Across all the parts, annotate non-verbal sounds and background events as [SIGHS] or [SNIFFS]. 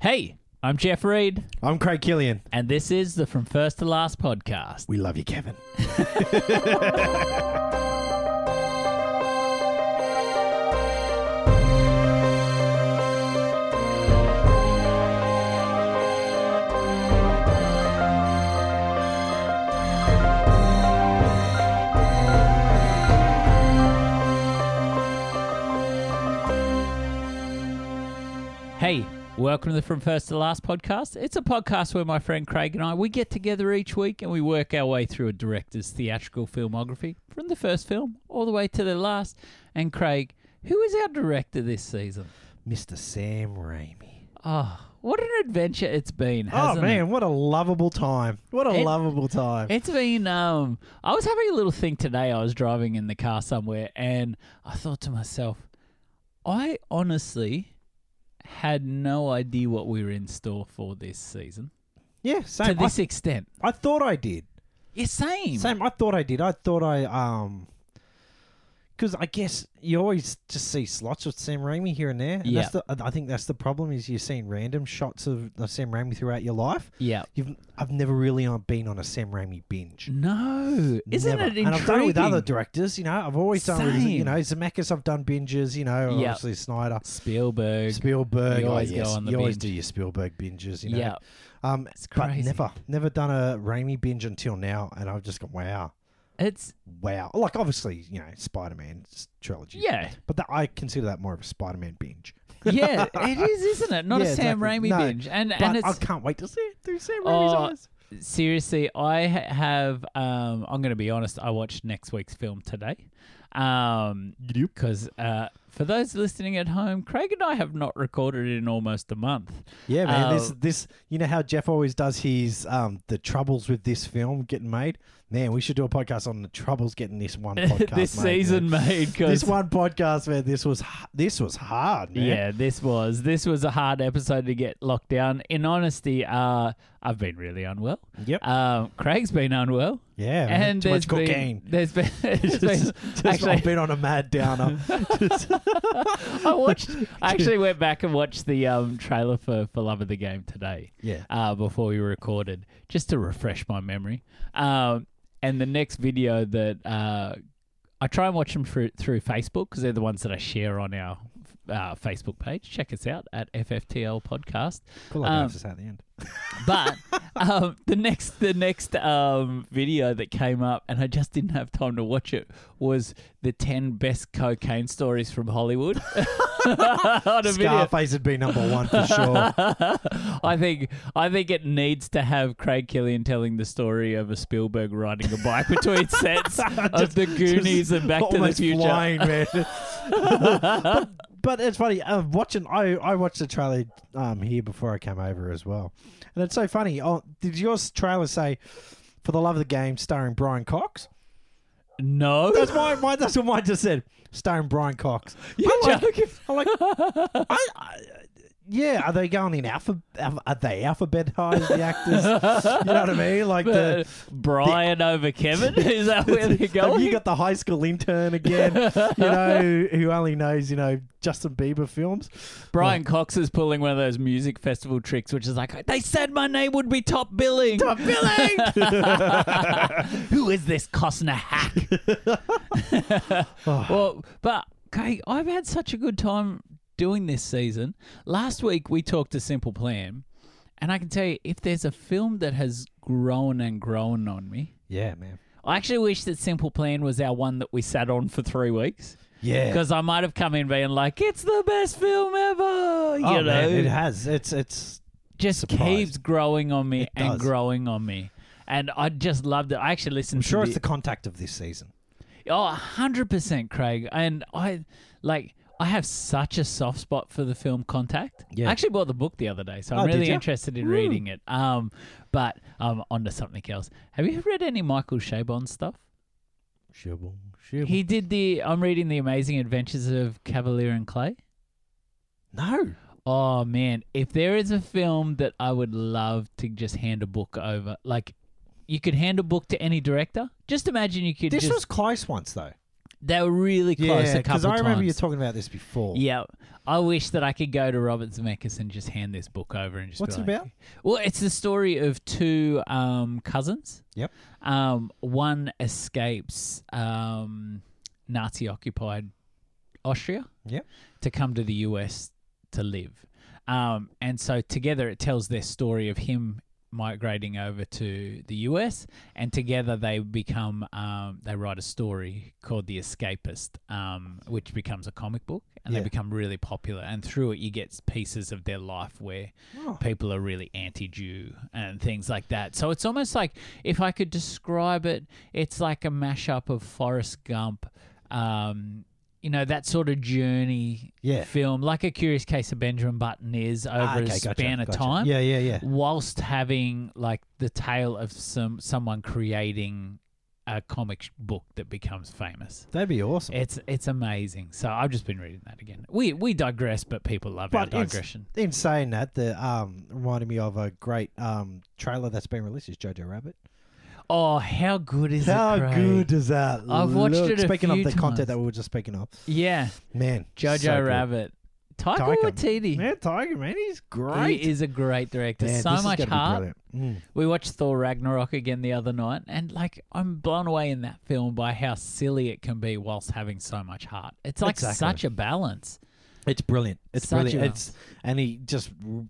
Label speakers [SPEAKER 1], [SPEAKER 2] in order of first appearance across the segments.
[SPEAKER 1] Hey, I'm Jeff Reed,
[SPEAKER 2] I'm Craig Killian.
[SPEAKER 1] and this is the From First to Last podcast.
[SPEAKER 2] We love you, Kevin.
[SPEAKER 1] Hey, welcome to the From First to Last podcast. It's a podcast where my friend Craig and I we get together each week and we work our way through a director's theatrical filmography from the first film all the way to the last. And Craig, who is our director this season?
[SPEAKER 2] Mr. Sam Raimi.
[SPEAKER 1] Oh, what an adventure it's been,
[SPEAKER 2] Ah. Oh
[SPEAKER 1] hasn't it?
[SPEAKER 2] man, what a lovable time. What a
[SPEAKER 1] It-
[SPEAKER 2] lovable time.
[SPEAKER 1] It's been um I was having a little thing today. I was driving in the car somewhere and I thought to myself, I honestly had no idea what we were in store for this season.
[SPEAKER 2] yeah,
[SPEAKER 1] to
[SPEAKER 2] same.
[SPEAKER 1] this extent.
[SPEAKER 2] I, I thought I did.
[SPEAKER 1] Yeah, same.
[SPEAKER 2] Same. I thought I did. I thought I um because I guess you always just see slots of Sam Raimi here and there. And that's the, I think that's the problem is you're seeing random shots of, of Sam Raimi throughout your life.
[SPEAKER 1] Yeah.
[SPEAKER 2] You've I've never really uh, been on a Sam Raimi binge.
[SPEAKER 1] No. Isn't
[SPEAKER 2] Never.
[SPEAKER 1] it intriguing?
[SPEAKER 2] And I've done it with other directors, you know. I've always done it with, you
[SPEAKER 1] Same.
[SPEAKER 2] know, Zemeckis, I've done binges, you know,
[SPEAKER 1] Yeah.
[SPEAKER 2] obviously Snyder.
[SPEAKER 1] Spielberg.
[SPEAKER 2] Spielberg.
[SPEAKER 1] You
[SPEAKER 2] oh,
[SPEAKER 1] always go
[SPEAKER 2] yes.
[SPEAKER 1] on the
[SPEAKER 2] you always
[SPEAKER 1] binge.
[SPEAKER 2] do your Spielberg binges, you know.
[SPEAKER 1] yeah.
[SPEAKER 2] Um,
[SPEAKER 1] It's
[SPEAKER 2] but
[SPEAKER 1] crazy.
[SPEAKER 2] never, never done a Raimi binge until now, and I've just gone, wow,
[SPEAKER 1] It's
[SPEAKER 2] wow. Like obviously, you know, Spider Man trilogy.
[SPEAKER 1] yeah.
[SPEAKER 2] But that, I consider that more of a Spider Man binge.
[SPEAKER 1] Yeah, it is, isn't it? Not a
[SPEAKER 2] Yeah,
[SPEAKER 1] Sam Raimi
[SPEAKER 2] exactly. No,
[SPEAKER 1] binge. And and
[SPEAKER 2] But
[SPEAKER 1] it's
[SPEAKER 2] I can't wait to see it through Sam Raimi's
[SPEAKER 1] Oh,
[SPEAKER 2] eyes.
[SPEAKER 1] seriously, I ha- have. Um, I'm going to be honest. I watched next week's film today. Um, because uh, for those listening at home, Craig and I have not recorded in almost a month. [LAUGHS]
[SPEAKER 2] Yeah, man. this
[SPEAKER 1] oh.
[SPEAKER 2] this you know how Jeff always does his um the troubles with this film getting made? Man, we should do a podcast on the troubles getting
[SPEAKER 1] [LAUGHS]
[SPEAKER 2] this one podcast.
[SPEAKER 1] this
[SPEAKER 2] made,
[SPEAKER 1] season
[SPEAKER 2] man.
[SPEAKER 1] made because
[SPEAKER 2] This one podcast, man, this was h- this was hard, man.
[SPEAKER 1] Yeah, this was this was a hard episode to get locked down. In honesty, uh, I've been really unwell.
[SPEAKER 2] Yep.
[SPEAKER 1] Um, Craig's been unwell,
[SPEAKER 2] Yeah, man.
[SPEAKER 1] and
[SPEAKER 2] too
[SPEAKER 1] there's
[SPEAKER 2] much
[SPEAKER 1] been
[SPEAKER 2] cocaine.
[SPEAKER 1] [LAUGHS] there's been, there's
[SPEAKER 2] [LAUGHS] just,
[SPEAKER 1] been
[SPEAKER 2] just
[SPEAKER 1] actually-
[SPEAKER 2] I've been on a
[SPEAKER 1] [LAUGHS]
[SPEAKER 2] mad downer. Just-
[SPEAKER 1] I watched. I actually went back and watched the um, trailer for for Love of the Game today.
[SPEAKER 2] Yeah.
[SPEAKER 1] Uh, before we recorded, just to refresh my memory. Um, and the next video that uh, I try and watch them through through Facebook because they're the ones that I share on our uh, Facebook page. Check us out at FFTL Podcast.
[SPEAKER 2] cool
[SPEAKER 1] Um,
[SPEAKER 2] is at the end.
[SPEAKER 1] But um, the next the next um, video that came up, and I just didn't have time to watch it, was the ten best cocaine stories from Hollywood. [LAUGHS] on a video.
[SPEAKER 2] Scarface would be number one for
[SPEAKER 1] [LAUGHS]
[SPEAKER 2] sure.
[SPEAKER 1] I think I think it needs to have Craig Killian telling the story of a Spielberg riding a bike
[SPEAKER 2] [LAUGHS]
[SPEAKER 1] between sets of
[SPEAKER 2] Just-
[SPEAKER 1] the Goonies
[SPEAKER 2] just
[SPEAKER 1] and Back to the
[SPEAKER 2] almost
[SPEAKER 1] Future. [LAUGHS]
[SPEAKER 2] flying, man. but, but it's funny. Uh, watching, I I watched the trailer um, here before I came over as well, and it's so funny. Oh, did your trailer say? For the love of the game, starring Brian Cox.
[SPEAKER 1] No,
[SPEAKER 2] That's why mine. That's what mine just said. Starring Brian Cox.
[SPEAKER 1] You're
[SPEAKER 2] I like-
[SPEAKER 1] joking.
[SPEAKER 2] I like. I, I, yeah, are they going in alpha? alpha- Are they alphabetized the actors? you know what I mean? Like the,
[SPEAKER 1] Uh, Brian over Kevin? Is that [LAUGHS] where they're
[SPEAKER 2] [LAUGHS] Have
[SPEAKER 1] going?
[SPEAKER 2] you got the high school intern again? you know,
[SPEAKER 1] [LAUGHS]
[SPEAKER 2] who, who only knows you know Justin Bieber films.
[SPEAKER 1] Brian Cox is pulling one of those music festival tricks, which is like, they said my name would be top billing.
[SPEAKER 2] Top billing!
[SPEAKER 1] [LAUGHS] Who is this Costner hack? well, but Craig, I've had such a good time doing this season. Last week we talked to Simple Plan, and I can tell you if there's a film that has grown and grown on me.
[SPEAKER 2] Yeah, man.
[SPEAKER 1] I actually wish that Simple Plan was our one that we sat on for three weeks.
[SPEAKER 2] Yeah.
[SPEAKER 1] Because I might have come in being like, it's the best film ever. You
[SPEAKER 2] oh,
[SPEAKER 1] know,
[SPEAKER 2] man, it has. It's it's
[SPEAKER 1] just
[SPEAKER 2] surprised.
[SPEAKER 1] keeps growing on me
[SPEAKER 2] It
[SPEAKER 1] and
[SPEAKER 2] does.
[SPEAKER 1] growing on me. And I just loved it. I actually listened
[SPEAKER 2] I'm sure
[SPEAKER 1] to
[SPEAKER 2] it's the contact of this season.
[SPEAKER 1] the, oh, 100% Craig. And I like I have such a soft spot for the film Contact.
[SPEAKER 2] Yeah.
[SPEAKER 1] I actually bought the book the other day, so
[SPEAKER 2] Oh,
[SPEAKER 1] I'm
[SPEAKER 2] did
[SPEAKER 1] really
[SPEAKER 2] ya?
[SPEAKER 1] interested in reading it. Um but um onto something else. Have you read any Michael Chabon stuff?
[SPEAKER 2] Shibble, shibble.
[SPEAKER 1] He did the I'm reading The Amazing Adventures of Cavalier and Clay.
[SPEAKER 2] no.
[SPEAKER 1] Oh man, if there is a film that I would love to just hand a book over, like you could hand a book to any director. Just imagine you could
[SPEAKER 2] This
[SPEAKER 1] just
[SPEAKER 2] was close once though.
[SPEAKER 1] They were really close
[SPEAKER 2] yeah,
[SPEAKER 1] a couple
[SPEAKER 2] because I remember
[SPEAKER 1] times.
[SPEAKER 2] you talking about this before.
[SPEAKER 1] Yeah, I wish that I could go to Robert Zemeckis and just hand this book over and just.
[SPEAKER 2] What's
[SPEAKER 1] be
[SPEAKER 2] it
[SPEAKER 1] like-
[SPEAKER 2] about?
[SPEAKER 1] Well, it's the story of two um, cousins.
[SPEAKER 2] Yep.
[SPEAKER 1] Um, one escapes um, Nazi-occupied Austria.
[SPEAKER 2] Yep.
[SPEAKER 1] To come to the U.S. to live, um, and so together it tells their story of him migrating over to the U.S. and together they become um, they write a story called The Escapist, um, which becomes a comic book, and
[SPEAKER 2] Yeah.
[SPEAKER 1] they become really popular. And through it, you get pieces of their life where
[SPEAKER 2] Oh.
[SPEAKER 1] people are really anti-Jew and things like that. So it's almost like if I could describe it, it's like a mashup of Forrest Gump, um, you know, that sort of journey
[SPEAKER 2] Yeah.
[SPEAKER 1] film, like a Curious Case of Benjamin Button is over
[SPEAKER 2] Ah,
[SPEAKER 1] a
[SPEAKER 2] okay, gotcha,
[SPEAKER 1] span of
[SPEAKER 2] gotcha.
[SPEAKER 1] time
[SPEAKER 2] Yeah, yeah, yeah.
[SPEAKER 1] whilst having like the tale of some someone creating a comic sh- book that becomes famous.
[SPEAKER 2] That'd be awesome.
[SPEAKER 1] It's it's amazing. So I've just been reading that again. We we digress, but people love
[SPEAKER 2] But
[SPEAKER 1] our
[SPEAKER 2] it's-
[SPEAKER 1] digression.
[SPEAKER 2] In saying that, the um reminded me of a great um trailer that's been released is Jojo Rabbit.
[SPEAKER 1] Oh, how good is
[SPEAKER 2] How
[SPEAKER 1] it? Craig?
[SPEAKER 2] good does that?
[SPEAKER 1] I've watched
[SPEAKER 2] look?
[SPEAKER 1] it a
[SPEAKER 2] Speaking
[SPEAKER 1] few
[SPEAKER 2] of the
[SPEAKER 1] times.
[SPEAKER 2] content that we were just speaking of,
[SPEAKER 1] Yeah,
[SPEAKER 2] man,
[SPEAKER 1] Jojo
[SPEAKER 2] so good.
[SPEAKER 1] Rabbit, Taika,
[SPEAKER 2] Taika.
[SPEAKER 1] Waititi.
[SPEAKER 2] Man, Tiger Man, he's great.
[SPEAKER 1] He is a great director.
[SPEAKER 2] Man, this
[SPEAKER 1] so
[SPEAKER 2] is
[SPEAKER 1] much
[SPEAKER 2] gonna be
[SPEAKER 1] heart.
[SPEAKER 2] brilliant. Mm.
[SPEAKER 1] We watched Thor Ragnarok again the other night, and like I'm blown away in that film by how silly it can be whilst having so much heart. It's like
[SPEAKER 2] Exactly.
[SPEAKER 1] such a balance.
[SPEAKER 2] It's brilliant. It's
[SPEAKER 1] Such
[SPEAKER 2] brilliant.
[SPEAKER 1] a-
[SPEAKER 2] It's and he just r-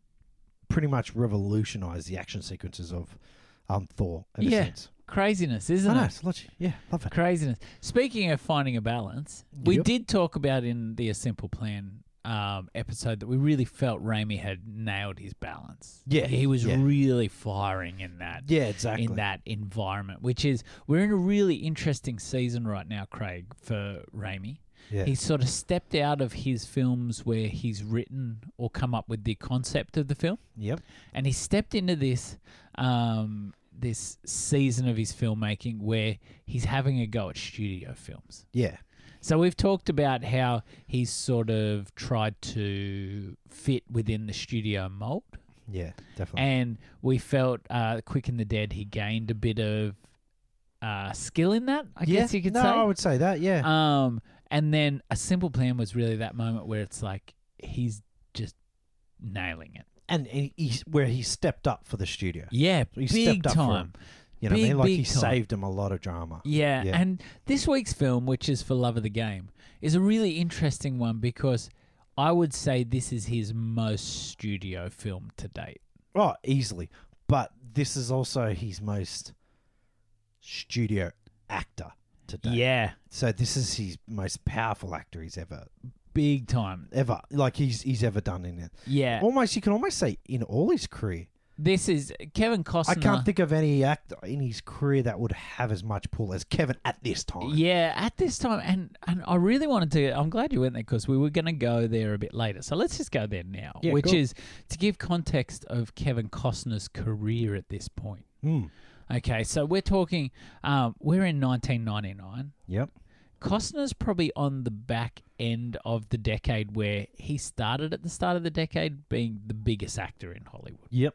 [SPEAKER 2] pretty much revolutionized the action sequences of um Thor. Ever
[SPEAKER 1] Yeah,
[SPEAKER 2] since.
[SPEAKER 1] Craziness,
[SPEAKER 2] I
[SPEAKER 1] isn't
[SPEAKER 2] know.
[SPEAKER 1] it?
[SPEAKER 2] It's logic. Yeah, love it.
[SPEAKER 1] Craziness. Speaking of finding a balance, we
[SPEAKER 2] Yep.
[SPEAKER 1] did talk about in the A Simple Plan um, episode that we really felt Raimi had nailed his balance.
[SPEAKER 2] Yeah,
[SPEAKER 1] He was
[SPEAKER 2] yeah.
[SPEAKER 1] really firing in that.
[SPEAKER 2] Yeah, exactly.
[SPEAKER 1] in that environment, which is we're in a really interesting season right now, Craig, for Raimi.
[SPEAKER 2] Yeah.
[SPEAKER 1] He's sort of stepped out of his films where he's written or come up with the concept of the film,
[SPEAKER 2] Yep.
[SPEAKER 1] and he stepped into this um, this season of his filmmaking where he's having a go at studio films.
[SPEAKER 2] Yeah.
[SPEAKER 1] So we've talked about how he's sort of tried to fit within the studio mold.
[SPEAKER 2] Yeah. Definitely.
[SPEAKER 1] And we felt uh, Quick and the Dead, he gained a bit of uh, skill in that, I
[SPEAKER 2] yeah.
[SPEAKER 1] guess you could
[SPEAKER 2] no,
[SPEAKER 1] say.
[SPEAKER 2] I would say that. Yeah.
[SPEAKER 1] Um, and then A Simple Plan was really that moment where it's like he's just nailing it.
[SPEAKER 2] and and he, where he stepped up for the studio.
[SPEAKER 1] Yeah,
[SPEAKER 2] He
[SPEAKER 1] big
[SPEAKER 2] stepped up for
[SPEAKER 1] time.
[SPEAKER 2] You know what I
[SPEAKER 1] Big,
[SPEAKER 2] mean? Like
[SPEAKER 1] big
[SPEAKER 2] he
[SPEAKER 1] time.
[SPEAKER 2] saved him a lot of drama.
[SPEAKER 1] Yeah,
[SPEAKER 2] Yeah.
[SPEAKER 1] and this week's film, which is For Love of the Game, is a really interesting one because I would say this is his most studio film to date.
[SPEAKER 2] Oh, easily. But this is also his most studio actor to date.
[SPEAKER 1] Yeah,
[SPEAKER 2] So this is his most powerful actor he's ever
[SPEAKER 1] big time.
[SPEAKER 2] ever like he's he's ever done in it.
[SPEAKER 1] Yeah,
[SPEAKER 2] Almost you can almost say in all his career.
[SPEAKER 1] this is Kevin Costner.
[SPEAKER 2] I can't think of any actor in his career that would have as much pull as Kevin at this time.
[SPEAKER 1] Yeah, at this time, and and I really wanted to. I'm glad you went there because we were going to go there a bit later. So let's just go there now,
[SPEAKER 2] Yeah,
[SPEAKER 1] which
[SPEAKER 2] cool.
[SPEAKER 1] is to give context of Kevin Costner's career at this point.
[SPEAKER 2] Mm.
[SPEAKER 1] Okay, so we're talking. Um, we're in 1999.
[SPEAKER 2] Yep.
[SPEAKER 1] Costner's probably on the back end of the decade where he started at the start of the decade being the biggest actor in Hollywood
[SPEAKER 2] Yep.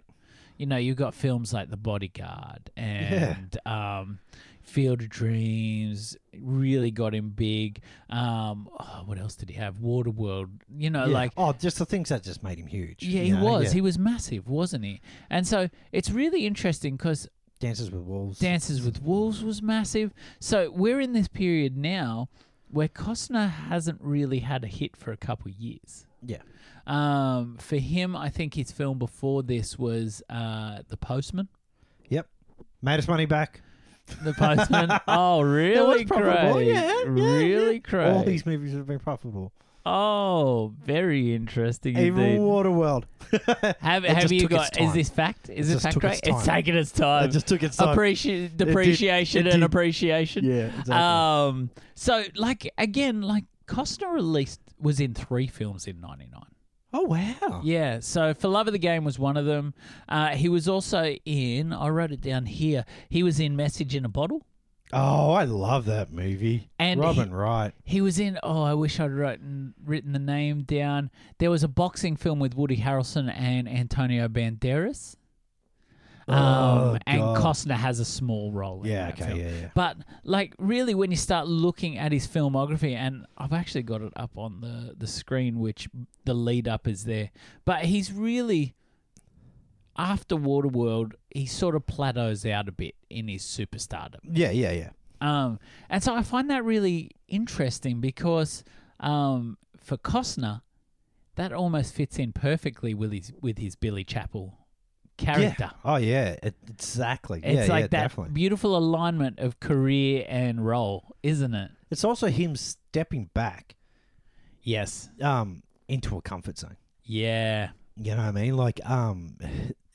[SPEAKER 1] you know, you've got films like The Bodyguard and um, Field of Dreams really got him big. Um, oh, what else did he have? Waterworld. You know,
[SPEAKER 2] Yeah.
[SPEAKER 1] like
[SPEAKER 2] oh, just the things that just made him huge.
[SPEAKER 1] yeah,
[SPEAKER 2] you
[SPEAKER 1] he
[SPEAKER 2] know?
[SPEAKER 1] was.
[SPEAKER 2] Yeah.
[SPEAKER 1] He was massive, wasn't he? And so it's really interesting because
[SPEAKER 2] dances with wolves.
[SPEAKER 1] Dances with Wolves was massive. So we're in this period now where Costner hasn't really had a hit for a couple years.
[SPEAKER 2] Yeah.
[SPEAKER 1] Um, for him, I think his film before this was uh, The Postman.
[SPEAKER 2] Made his money back.
[SPEAKER 1] The Postman. [LAUGHS] oh, really,
[SPEAKER 2] profitable,
[SPEAKER 1] Craig?
[SPEAKER 2] yeah, yeah,
[SPEAKER 1] really, Craig?
[SPEAKER 2] All these movies have been profitable.
[SPEAKER 1] Oh, very interesting
[SPEAKER 2] Even
[SPEAKER 1] indeed.
[SPEAKER 2] Waterworld.
[SPEAKER 1] Have,
[SPEAKER 2] It
[SPEAKER 1] have
[SPEAKER 2] just
[SPEAKER 1] you
[SPEAKER 2] took its
[SPEAKER 1] got? Is
[SPEAKER 2] time.
[SPEAKER 1] this fact? Is
[SPEAKER 2] It
[SPEAKER 1] it,
[SPEAKER 2] just
[SPEAKER 1] fact,
[SPEAKER 2] took
[SPEAKER 1] Craig?
[SPEAKER 2] its
[SPEAKER 1] It's
[SPEAKER 2] time.
[SPEAKER 1] taken its
[SPEAKER 2] it
[SPEAKER 1] time. [LAUGHS]
[SPEAKER 2] just took its time.
[SPEAKER 1] Appreci- depreciation
[SPEAKER 2] it
[SPEAKER 1] and
[SPEAKER 2] did.
[SPEAKER 1] appreciation.
[SPEAKER 2] yeah, exactly.
[SPEAKER 1] Um. So, like, again, like Costner released was in three films in '99.
[SPEAKER 2] oh wow.
[SPEAKER 1] Yeah. So, For Love of the Game was one of them. Uh, he was also in. I wrote it down here. He was in Message in a Bottle.
[SPEAKER 2] Oh, I love that movie.
[SPEAKER 1] And
[SPEAKER 2] Robin
[SPEAKER 1] he-
[SPEAKER 2] Wright.
[SPEAKER 1] He was in. Oh, I wish I'd written written the name down. There was a boxing film with Woody Harrelson and Antonio Banderas. Um,
[SPEAKER 2] Oh,
[SPEAKER 1] and
[SPEAKER 2] God.
[SPEAKER 1] Costner has a small role. in
[SPEAKER 2] Yeah,
[SPEAKER 1] that
[SPEAKER 2] okay,
[SPEAKER 1] film.
[SPEAKER 2] yeah, yeah.
[SPEAKER 1] But like, really, when you start looking at his filmography, and I've actually got it up on the the screen, which the lead up is there. But he's really after Waterworld, he sort of plateaus out a bit in his superstardom.
[SPEAKER 2] Yeah, yeah, yeah.
[SPEAKER 1] Um, and so I find that really interesting because um, for Costner, that almost fits in perfectly with his with his Billy Chapel character.
[SPEAKER 2] Yeah. Oh yeah, it, exactly.
[SPEAKER 1] It's
[SPEAKER 2] yeah,
[SPEAKER 1] like
[SPEAKER 2] yeah,
[SPEAKER 1] that
[SPEAKER 2] definitely.
[SPEAKER 1] beautiful alignment of career and role, isn't it?
[SPEAKER 2] It's also him stepping back
[SPEAKER 1] Yes.
[SPEAKER 2] um into a comfort zone.
[SPEAKER 1] Yeah.
[SPEAKER 2] You know what I mean? Like um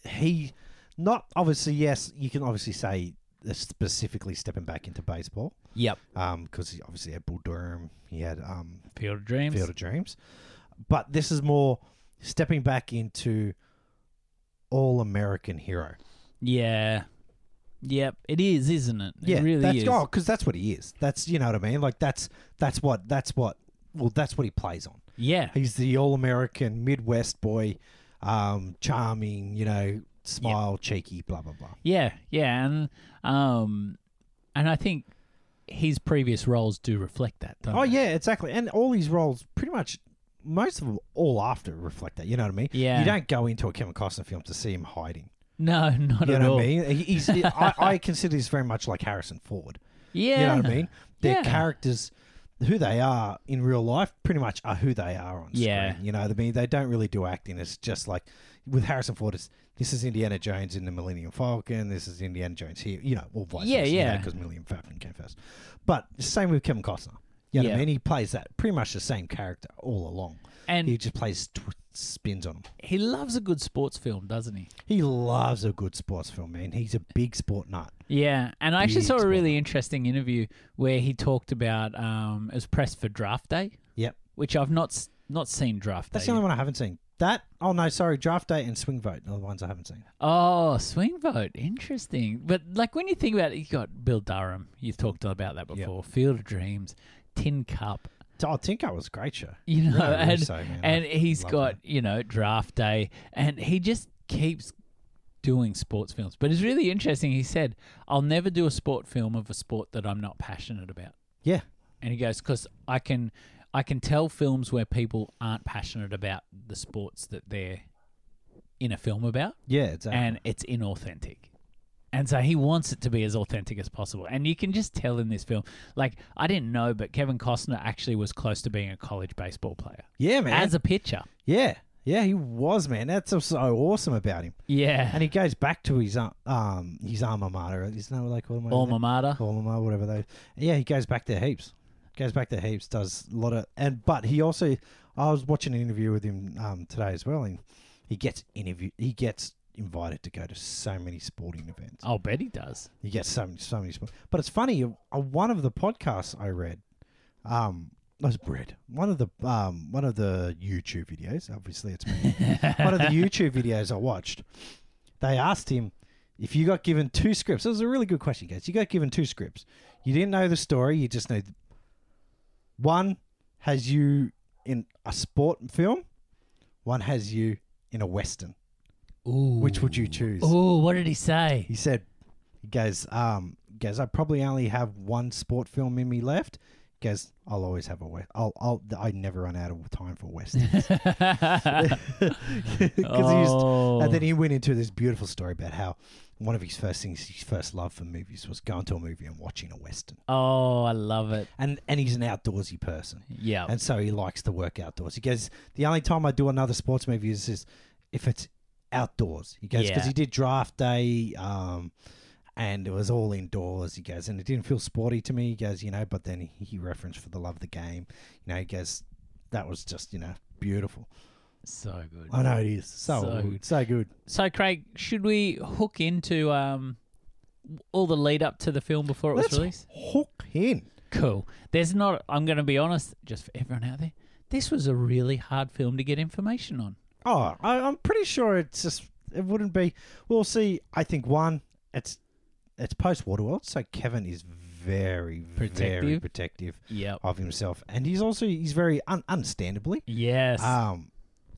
[SPEAKER 2] he not obviously yes, you can obviously say specifically stepping back into baseball.
[SPEAKER 1] Yep.
[SPEAKER 2] Um because he obviously had Bull Durham, he had um
[SPEAKER 1] Field of Dreams.
[SPEAKER 2] Field of Dreams. But this is more stepping back into all American hero.
[SPEAKER 1] yeah. Yep. It is, isn't it?
[SPEAKER 2] Yeah,
[SPEAKER 1] it really
[SPEAKER 2] that's
[SPEAKER 1] is.
[SPEAKER 2] because that's what he is. That's you know what I mean. Like that's that's what that's what well that's what he plays on.
[SPEAKER 1] Yeah.
[SPEAKER 2] He's the all American Midwest boy, um, charming, you know, smile, cheeky, blah blah blah.
[SPEAKER 1] Yeah. Yeah. And um, and I think his previous roles do reflect that. Don't
[SPEAKER 2] Oh
[SPEAKER 1] they?
[SPEAKER 2] yeah, exactly. And all these roles, pretty much, most of them, all after reflect that. You know what I mean?
[SPEAKER 1] Yeah.
[SPEAKER 2] You don't go into a Kevin Costner film to see him hiding.
[SPEAKER 1] No, [LAUGHS] not
[SPEAKER 2] You
[SPEAKER 1] at
[SPEAKER 2] know
[SPEAKER 1] all.
[SPEAKER 2] what I mean? He- He's,
[SPEAKER 1] [LAUGHS]
[SPEAKER 2] I, I consider this very much like Harrison Ford.
[SPEAKER 1] Yeah.
[SPEAKER 2] You know what I mean? Their
[SPEAKER 1] Yeah.
[SPEAKER 2] characters, who they are in real life, pretty much are who they are on
[SPEAKER 1] Yeah.
[SPEAKER 2] screen. You know what I mean? They don't really do acting. It's just like with Harrison Ford, it's, this is Indiana Jones in the Millennium Falcon. This is Indiana Jones here. You know, or vice
[SPEAKER 1] Yeah,
[SPEAKER 2] versa.
[SPEAKER 1] yeah.
[SPEAKER 2] Because Millennium Falcon came first. But same with Kevin Costner. You know what
[SPEAKER 1] Yeah.
[SPEAKER 2] I mean? He plays that pretty much the same character all along.
[SPEAKER 1] And
[SPEAKER 2] he
[SPEAKER 1] he,
[SPEAKER 2] just plays tw- spins on him.
[SPEAKER 1] loves a good sports film, doesn't he?
[SPEAKER 2] He loves a good sports film, man. He's a big sport nut.
[SPEAKER 1] Yeah. And I actually
[SPEAKER 2] Big
[SPEAKER 1] saw a
[SPEAKER 2] sport.
[SPEAKER 1] really interesting interview where he talked about um, it was pressed for draft day,
[SPEAKER 2] Yep.
[SPEAKER 1] which I've not s- not seen draft
[SPEAKER 2] That's
[SPEAKER 1] day.
[SPEAKER 2] the only one I haven't seen. That oh no, sorry, draft day and swing vote are the ones I haven't seen.
[SPEAKER 1] Oh, swing vote. Interesting. But like when you think about it, you got Bill Durham. You've talked about that before. Field of Dreams, Tin Cup.
[SPEAKER 2] Oh, Tinker was a great show.
[SPEAKER 1] You know,
[SPEAKER 2] Really, really
[SPEAKER 1] and,
[SPEAKER 2] so, man. I
[SPEAKER 1] and he's
[SPEAKER 2] love
[SPEAKER 1] got, you know, draft day and he just keeps doing sports films. But it's really interesting. He said, I'll never do a sport film of a sport that I'm not passionate about.
[SPEAKER 2] Yeah.
[SPEAKER 1] And he goes, because I can, I can tell films where people aren't passionate about the sports that they're in a film about
[SPEAKER 2] Yeah, exactly.
[SPEAKER 1] and it's inauthentic. And so he wants it to be as authentic as possible. And you can just tell in this film, like, I didn't know, but Kevin Costner actually was close to being a college baseball player
[SPEAKER 2] yeah, man.
[SPEAKER 1] as a pitcher.
[SPEAKER 2] yeah, yeah, he was, man. That's what's so awesome about him.
[SPEAKER 1] Yeah.
[SPEAKER 2] And he goes back to his uh, um his alma mater. Isn't that what they call him? over
[SPEAKER 1] Alma mater.
[SPEAKER 2] there? alma mater, whatever they. Yeah, he goes back to heaps. Goes back to heaps. Does a lot of and but he also I was watching an interview with him um today as well, and he gets interview he gets invited to go to so many sporting events.
[SPEAKER 1] I'll bet he does.
[SPEAKER 2] You get so many, so many. sp- But it's funny. uh, One of the podcasts I read, um, it was Brett. One of the um, one of the YouTube videos. Obviously,
[SPEAKER 1] [LAUGHS]
[SPEAKER 2] it's me. one of the YouTube videos I watched. They asked him if you got given two scripts. It was a really good question, guys. You got given two scripts. You didn't know the story. You just knew th- one has you in a sport film. One has you in a western.
[SPEAKER 1] Ooh.
[SPEAKER 2] Which would you choose?
[SPEAKER 1] Ooh, what did he say?
[SPEAKER 2] He said, he goes, um, he goes, I probably only have one sport film in me left. He goes, I'll always have a West. I'll, I'll, I never run out of time
[SPEAKER 1] [LAUGHS]
[SPEAKER 2] for [LAUGHS] westerns. Because he used,
[SPEAKER 1] oh.
[SPEAKER 2] and then he went into this beautiful story about how one of his first things, his first love for movies was going to a movie and watching a western.
[SPEAKER 1] oh, I love it.
[SPEAKER 2] And and he's an outdoorsy person,
[SPEAKER 1] Yeah.
[SPEAKER 2] and so he likes to work outdoors. He goes, the only time I do another sports movie is, is if it's outdoors. He goes because
[SPEAKER 1] Yeah.
[SPEAKER 2] he did draft day, um, and it was all indoors. He goes, and it didn't feel sporty to me. He goes, you know, but then he, he referenced for the love of the game. You know, he goes, that was just you know beautiful.
[SPEAKER 1] so good.
[SPEAKER 2] I know it is so
[SPEAKER 1] So
[SPEAKER 2] so
[SPEAKER 1] good.
[SPEAKER 2] good. So good.
[SPEAKER 1] So, Craig, should we hook into um, all the lead up to the film before it was
[SPEAKER 2] Let's
[SPEAKER 1] released?
[SPEAKER 2] hook in.
[SPEAKER 1] Cool. There's not, I'm going to be honest, just for everyone out there, this was a really hard film to get information on.
[SPEAKER 2] Oh, I, I'm pretty sure it's just it wouldn't be. We'll see. I think one, it's it's post Waterworld, so Kevin is very very
[SPEAKER 1] Protective.
[SPEAKER 2] protective
[SPEAKER 1] Yep.
[SPEAKER 2] of himself, and he's also he's very un- understandably.
[SPEAKER 1] Yes.
[SPEAKER 2] Ah. Um,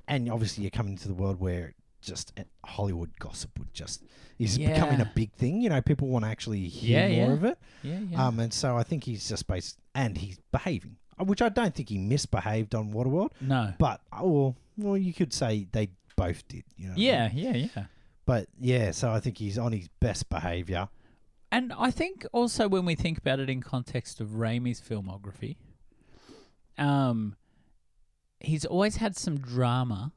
[SPEAKER 2] and obviously you're coming into the world where just and Hollywood gossip would just is
[SPEAKER 1] Yeah.
[SPEAKER 2] becoming a big thing. You know, people want to actually hear
[SPEAKER 1] Yeah,
[SPEAKER 2] more
[SPEAKER 1] yeah.
[SPEAKER 2] of it.
[SPEAKER 1] Yeah, yeah.
[SPEAKER 2] Um, and so I think he's just based and he's behaving, uh, which I don't think he misbehaved on Waterworld,
[SPEAKER 1] no.
[SPEAKER 2] but oh, well, well, you could say they both did. You know, what I mean?
[SPEAKER 1] Yeah, yeah, yeah.
[SPEAKER 2] But yeah, so I think he's on his best behavior.
[SPEAKER 1] And I think also when we think about it in context of Raimi's filmography, um, he's always had some drama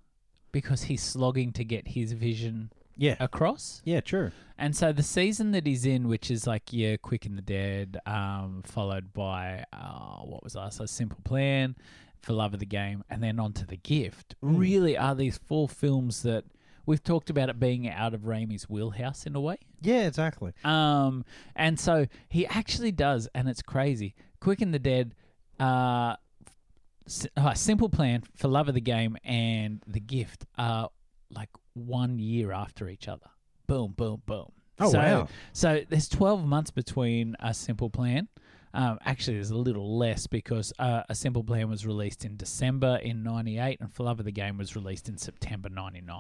[SPEAKER 1] because he's slogging to get his vision
[SPEAKER 2] Yeah.
[SPEAKER 1] across.
[SPEAKER 2] Uh, Yeah, true.
[SPEAKER 1] And so the season that he's in, which is like yeah, Quick and the Dead, um, followed by uh, what was last, a Simple Plan, For Love of the Game, and then onto The Gift, really are these four films that we've talked about it being out of Raimi's wheelhouse in a way.
[SPEAKER 2] Yeah, exactly.
[SPEAKER 1] Um, and so he actually does, and it's crazy. Quick and the Dead, uh, S- uh, Simple Plan for Love of the Game and The Gift are like one year after each other. Boom, boom, boom.
[SPEAKER 2] Oh,
[SPEAKER 1] so,
[SPEAKER 2] wow.
[SPEAKER 1] So there's 12 months between A Simple Plan. Um, actually, there's a little less because uh, A Simple Plan was released in December in 98 and For Love of the Game was released in September 99.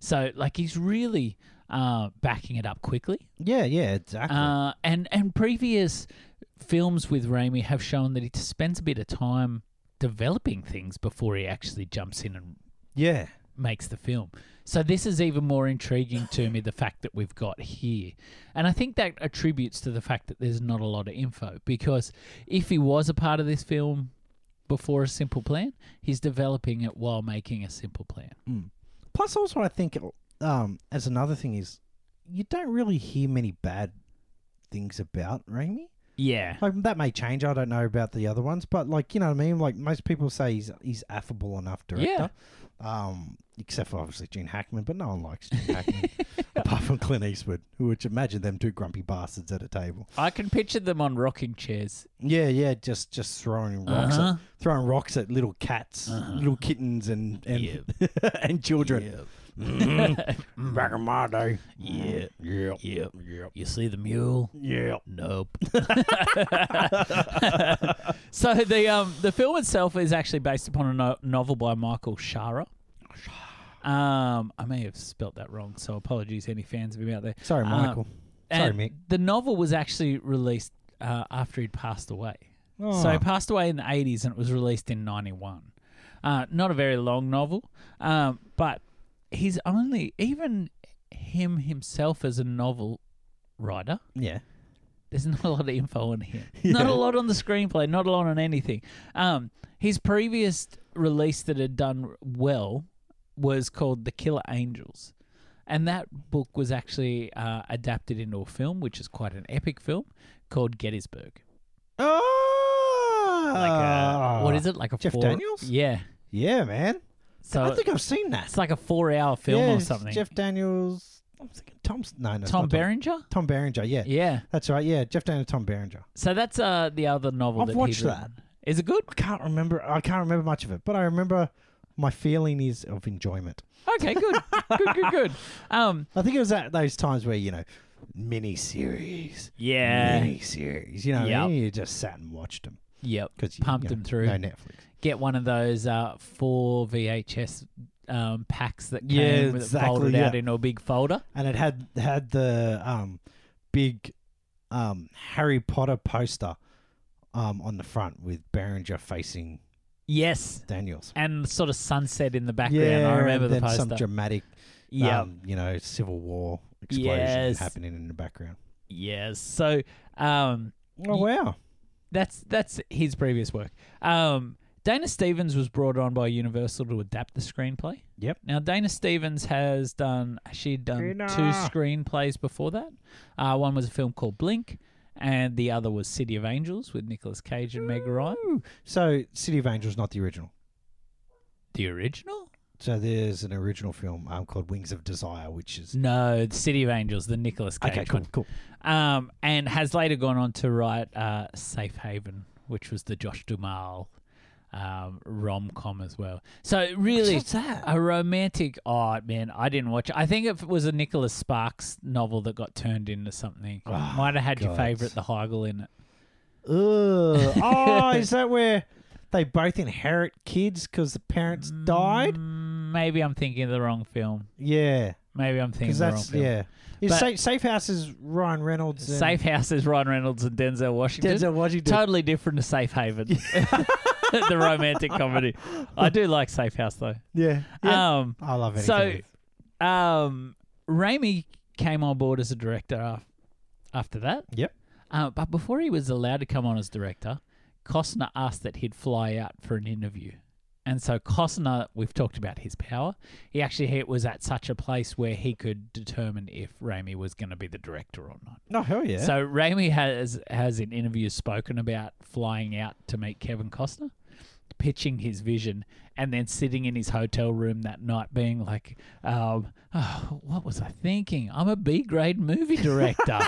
[SPEAKER 1] So, like, he's really uh, backing it up quickly.
[SPEAKER 2] Yeah, yeah, exactly.
[SPEAKER 1] Uh, and and previous films with Raimi have shown that he spends a bit of time developing things before he actually jumps in and
[SPEAKER 2] yeah.
[SPEAKER 1] makes the film. So this is even more intriguing to me the fact that we've got here. And I think that attributes to the fact that there's not a lot of info because if he was a part of this film before a simple plan, he's developing it while making a simple plan.
[SPEAKER 2] Plus, also, I think um, as another thing is, you don't really hear many bad things about Raimi.
[SPEAKER 1] Yeah.
[SPEAKER 2] Like that may change. I don't know about the other ones, but like you know what I mean. Like most people say, he's he's affable enough director. Um, except for obviously Gene Hackman, but no one likes
[SPEAKER 1] [LAUGHS]
[SPEAKER 2] Gene Hackman apart from Clint Eastwood, who would you imagine them two grumpy bastards at a table.
[SPEAKER 1] I can picture them on rocking chairs.
[SPEAKER 2] Yeah, yeah, just just throwing rocks,
[SPEAKER 1] Uh-huh.
[SPEAKER 2] at, throwing rocks at little cats, little kittens, and and [LAUGHS] and children. [LAUGHS] Back in my day.
[SPEAKER 1] Yeah.
[SPEAKER 2] Yeah.
[SPEAKER 1] Yeah.
[SPEAKER 2] Yeah.
[SPEAKER 1] You see the mule?
[SPEAKER 2] Yeah. [LAUGHS]
[SPEAKER 1] Nope. [LAUGHS] so the um the film itself is actually based upon a no- novel by Michael Shara. Um, I may have spelt that wrong, so apologies any fans of him out there.
[SPEAKER 2] Sorry,
[SPEAKER 1] Um,
[SPEAKER 2] Michael. Sorry,
[SPEAKER 1] and
[SPEAKER 2] Mick.
[SPEAKER 1] The novel was actually released uh, after he'd passed away.
[SPEAKER 2] Oh.
[SPEAKER 1] So he passed away in the 80s and it was released in 91. Uh, not a very long novel, um, but he's only, even him himself as a novel writer,
[SPEAKER 2] yeah.
[SPEAKER 1] there's [LAUGHS] not a lot of info on
[SPEAKER 2] [LAUGHS]
[SPEAKER 1] him. Not a lot on the screenplay, not a lot on anything. Um, his previous release that had done well was called The Killer Angels. And that book was actually uh, adapted into a film, which is quite an epic film called Gettysburg.
[SPEAKER 2] Oh,
[SPEAKER 1] Like a, what is it? Like a
[SPEAKER 2] Jeff
[SPEAKER 1] four,
[SPEAKER 2] Daniels?
[SPEAKER 1] Yeah.
[SPEAKER 2] Yeah, man.
[SPEAKER 1] So
[SPEAKER 2] I think I've seen that
[SPEAKER 1] it's like a four-hour film
[SPEAKER 2] Yeah,
[SPEAKER 1] or
[SPEAKER 2] it's
[SPEAKER 1] something.
[SPEAKER 2] Jeff Daniels. I'm thinking Tom's. No, no, it's
[SPEAKER 1] Tom
[SPEAKER 2] not Tom-
[SPEAKER 1] Berenger.
[SPEAKER 2] Tom Berenger. Yeah.
[SPEAKER 1] Yeah.
[SPEAKER 2] That's right. Yeah, Jeff Daniels, Tom Berenger.
[SPEAKER 1] So that's uh, the other novel
[SPEAKER 2] I've
[SPEAKER 1] that
[SPEAKER 2] watched
[SPEAKER 1] he
[SPEAKER 2] that.
[SPEAKER 1] Is it good?
[SPEAKER 2] I can't remember. I can't remember much of it, but I remember my feeling is of enjoyment.
[SPEAKER 1] Okay, good, good, good,
[SPEAKER 2] [LAUGHS]
[SPEAKER 1] good. Um,
[SPEAKER 2] I think it was at those times where you know, mini series,
[SPEAKER 1] yeah,
[SPEAKER 2] mini series. You know, what I
[SPEAKER 1] Yep.
[SPEAKER 2] mean? you just sat and watched them
[SPEAKER 1] yep.
[SPEAKER 2] because
[SPEAKER 1] Pumped
[SPEAKER 2] you know,
[SPEAKER 1] them through.
[SPEAKER 2] No Netflix.
[SPEAKER 1] Get one of those uh, four VHS um, packs that came
[SPEAKER 2] Yeah,
[SPEAKER 1] with
[SPEAKER 2] exactly,
[SPEAKER 1] it folded out
[SPEAKER 2] yeah.
[SPEAKER 1] into a big folder.
[SPEAKER 2] and it had had the um, big um, Harry Potter poster um, on the front with Berenger facing
[SPEAKER 1] Yes,
[SPEAKER 2] Daniels.
[SPEAKER 1] and sort of sunset in the background. I remember
[SPEAKER 2] and
[SPEAKER 1] the
[SPEAKER 2] then
[SPEAKER 1] poster.
[SPEAKER 2] some dramatic,
[SPEAKER 1] yeah,
[SPEAKER 2] um, you know, Civil War explosion
[SPEAKER 1] Yes.
[SPEAKER 2] happening in the background.
[SPEAKER 1] yes. So, um,
[SPEAKER 2] Oh
[SPEAKER 1] Ye-
[SPEAKER 2] wow!
[SPEAKER 1] That's that's his previous work. Um, Dana Stevens was brought on by Universal to adapt the screenplay.
[SPEAKER 2] Yep.
[SPEAKER 1] Now Dana Stevens has done she'd done
[SPEAKER 2] Dana.
[SPEAKER 1] two screenplays before that. Uh, one was a film called Blink, and the other was City of Angels with Nicolas Cage and Meg Ryan.
[SPEAKER 2] So City of Angels not the original.
[SPEAKER 1] The original?
[SPEAKER 2] So there's an original film um, called Wings of Desire, which is
[SPEAKER 1] No, the City of Angels, the Nicolas Cage
[SPEAKER 2] okay, cool,
[SPEAKER 1] one.
[SPEAKER 2] cool.
[SPEAKER 1] Um, and has later gone on to write uh, Safe Haven, which was the Josh Duhamel um, rom com as well. So really,
[SPEAKER 2] What's that?
[SPEAKER 1] a romantic. Oh man, I didn't watch. it. I think it was a Nicholas Sparks novel that got turned into something. Might have had your
[SPEAKER 2] Ah, God.
[SPEAKER 1] favorite, the Heigl, in it. Uh, [LAUGHS]
[SPEAKER 2] Ugh.
[SPEAKER 1] Mm.
[SPEAKER 2] Oh, is that where they both inherit kids because the parents died?
[SPEAKER 1] maybe I'm thinking of the wrong film.
[SPEAKER 2] Yeah,
[SPEAKER 1] Maybe I'm thinking of
[SPEAKER 2] because
[SPEAKER 1] the wrong
[SPEAKER 2] that's
[SPEAKER 1] film.
[SPEAKER 2] yeah. Is
[SPEAKER 1] But-
[SPEAKER 2] safe, safe House is Ryan Reynolds. And
[SPEAKER 1] Safe House is Ryan Reynolds and Denzel Washington.
[SPEAKER 2] Denzel Washington.
[SPEAKER 1] totally different to Safe Haven, [LAUGHS] the romantic comedy. I do like Safe House though.
[SPEAKER 2] yeah, yeah.
[SPEAKER 1] Um,
[SPEAKER 2] I love it.
[SPEAKER 1] so, um, Raimi came on board as a director af- after that.
[SPEAKER 2] Yep.
[SPEAKER 1] Uh, but before he was allowed to come on as director, Costner asked that he'd fly out for an interview. And so Costner, we've talked about his power. He actually he was at such a place where he could determine if Raimi was going to be the director or not.
[SPEAKER 2] no, Oh, hell yeah.
[SPEAKER 1] So Raimi has has in interviews spoken about flying out to meet Kevin Costner, pitching his vision, and then sitting in his hotel room that night, being like, um, oh, "What was I thinking? I'm a B grade movie
[SPEAKER 2] [LAUGHS]
[SPEAKER 1] director.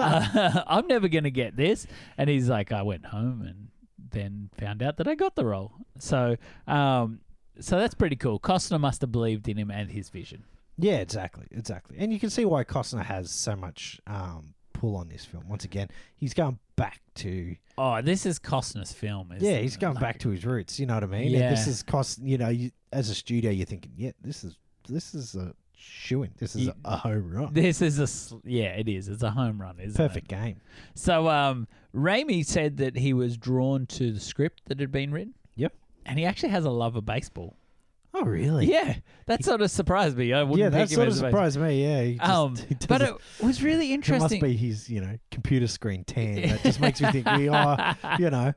[SPEAKER 1] Uh, [LAUGHS] I'm never gonna get this." And he's like, "I went home and then found out that I got the role." So. Um, so that's pretty cool. Costner must have believed in him and his vision.
[SPEAKER 2] Yeah, exactly, exactly. And you can see why Costner has so much um, pull on this film. Once again, he's going back to
[SPEAKER 1] Oh, this is Costner's film. Isn't
[SPEAKER 2] yeah, he's
[SPEAKER 1] it?
[SPEAKER 2] going
[SPEAKER 1] Like-
[SPEAKER 2] back to his roots. You know what I mean? And this
[SPEAKER 1] Yeah.
[SPEAKER 2] is cost. You know, you, as a studio, you're thinking, yeah, this is this is a shooing. This is
[SPEAKER 1] You-
[SPEAKER 2] a, a home run.
[SPEAKER 1] This is a s- yeah, it is. It's a home run, isn't it?
[SPEAKER 2] Perfect game.
[SPEAKER 1] So, um, Raimi said that he was drawn to the script that had been written.
[SPEAKER 2] Yep.
[SPEAKER 1] And he actually has a love of baseball.
[SPEAKER 2] Oh really?
[SPEAKER 1] Yeah, that sort of surprised me. I wouldn't
[SPEAKER 2] yeah,
[SPEAKER 1] think
[SPEAKER 2] that
[SPEAKER 1] him
[SPEAKER 2] sort of
[SPEAKER 1] as a base-
[SPEAKER 2] surprised me. Yeah, he just-
[SPEAKER 1] [LAUGHS] Um,
[SPEAKER 2] he
[SPEAKER 1] but
[SPEAKER 2] doesn't-
[SPEAKER 1] it was really
[SPEAKER 2] it must
[SPEAKER 1] interesting.
[SPEAKER 2] be his, you know, computer screen tan that just makes me think
[SPEAKER 1] [LAUGHS]
[SPEAKER 2] we are, you know,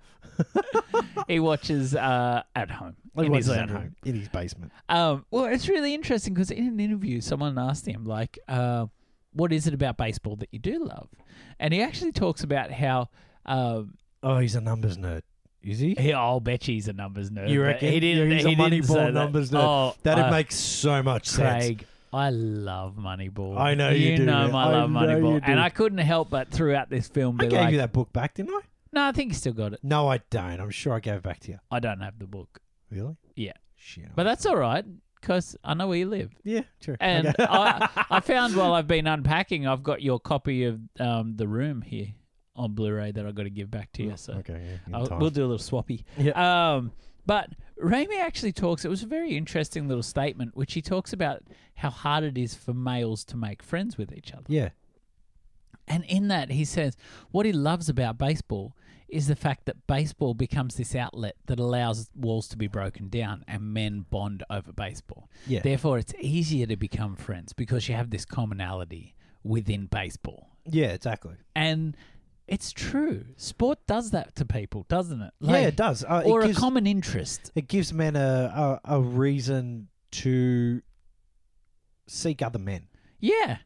[SPEAKER 1] he watches uh, at home.
[SPEAKER 2] he
[SPEAKER 1] in his
[SPEAKER 2] watches
[SPEAKER 1] own
[SPEAKER 2] it
[SPEAKER 1] home.
[SPEAKER 2] in his basement.
[SPEAKER 1] Um, well, it's really interesting because in an interview, someone asked him like, uh, "What is it about baseball that you do love?" And he actually talks about how. Um,
[SPEAKER 2] Oh, he's a numbers nerd. Is he?
[SPEAKER 1] He, I'll bet you he's a numbers nerd.
[SPEAKER 2] You
[SPEAKER 1] but
[SPEAKER 2] reckon?
[SPEAKER 1] He didn't.
[SPEAKER 2] Yeah, he's
[SPEAKER 1] he
[SPEAKER 2] a
[SPEAKER 1] didn't
[SPEAKER 2] Moneyball
[SPEAKER 1] say that.
[SPEAKER 2] numbers nerd.
[SPEAKER 1] Oh,
[SPEAKER 2] That'd
[SPEAKER 1] uh,
[SPEAKER 2] make so much sense.
[SPEAKER 1] Craig. I love Moneyball.
[SPEAKER 2] I know you do,
[SPEAKER 1] know
[SPEAKER 2] man.
[SPEAKER 1] I
[SPEAKER 2] I
[SPEAKER 1] love
[SPEAKER 2] know
[SPEAKER 1] Moneyball,
[SPEAKER 2] you do.
[SPEAKER 1] and I couldn't help but throughout this film be
[SPEAKER 2] I gave
[SPEAKER 1] like,
[SPEAKER 2] you that book back, didn't I?
[SPEAKER 1] "No, I think he still got it.
[SPEAKER 2] No, I don't. I'm sure I gave it back to you.
[SPEAKER 1] I don't have the book,
[SPEAKER 2] Really?
[SPEAKER 1] Yeah.
[SPEAKER 2] Shit.
[SPEAKER 1] but that's all right because I know where you live."
[SPEAKER 2] yeah, true.
[SPEAKER 1] And
[SPEAKER 2] Okay. [LAUGHS]
[SPEAKER 1] I, I found while I've been unpacking, I've got your copy of um, the room here on Blu-ray that I've got to give back to you. So
[SPEAKER 2] okay, yeah, in
[SPEAKER 1] I'll,
[SPEAKER 2] time.
[SPEAKER 1] we'll do a little swappy. Um, but Raimi actually talks. It was a very interesting little statement, which he talks about how hard it is for males to make friends with each other.
[SPEAKER 2] yeah.
[SPEAKER 1] And in that, he says what he loves about baseball is the fact that baseball becomes this outlet that allows walls to be broken down and men bond over baseball.
[SPEAKER 2] Yeah.
[SPEAKER 1] Therefore, it's easier to become friends because you have this commonality within baseball.
[SPEAKER 2] Yeah, exactly.
[SPEAKER 1] And it's true. Sport does that to people, doesn't it?
[SPEAKER 2] yeah,
[SPEAKER 1] Like-
[SPEAKER 2] it does. Uh,
[SPEAKER 1] or
[SPEAKER 2] it,
[SPEAKER 1] a
[SPEAKER 2] gives,
[SPEAKER 1] common interest.
[SPEAKER 2] it gives men a, a, a reason to seek other men.
[SPEAKER 1] Yeah,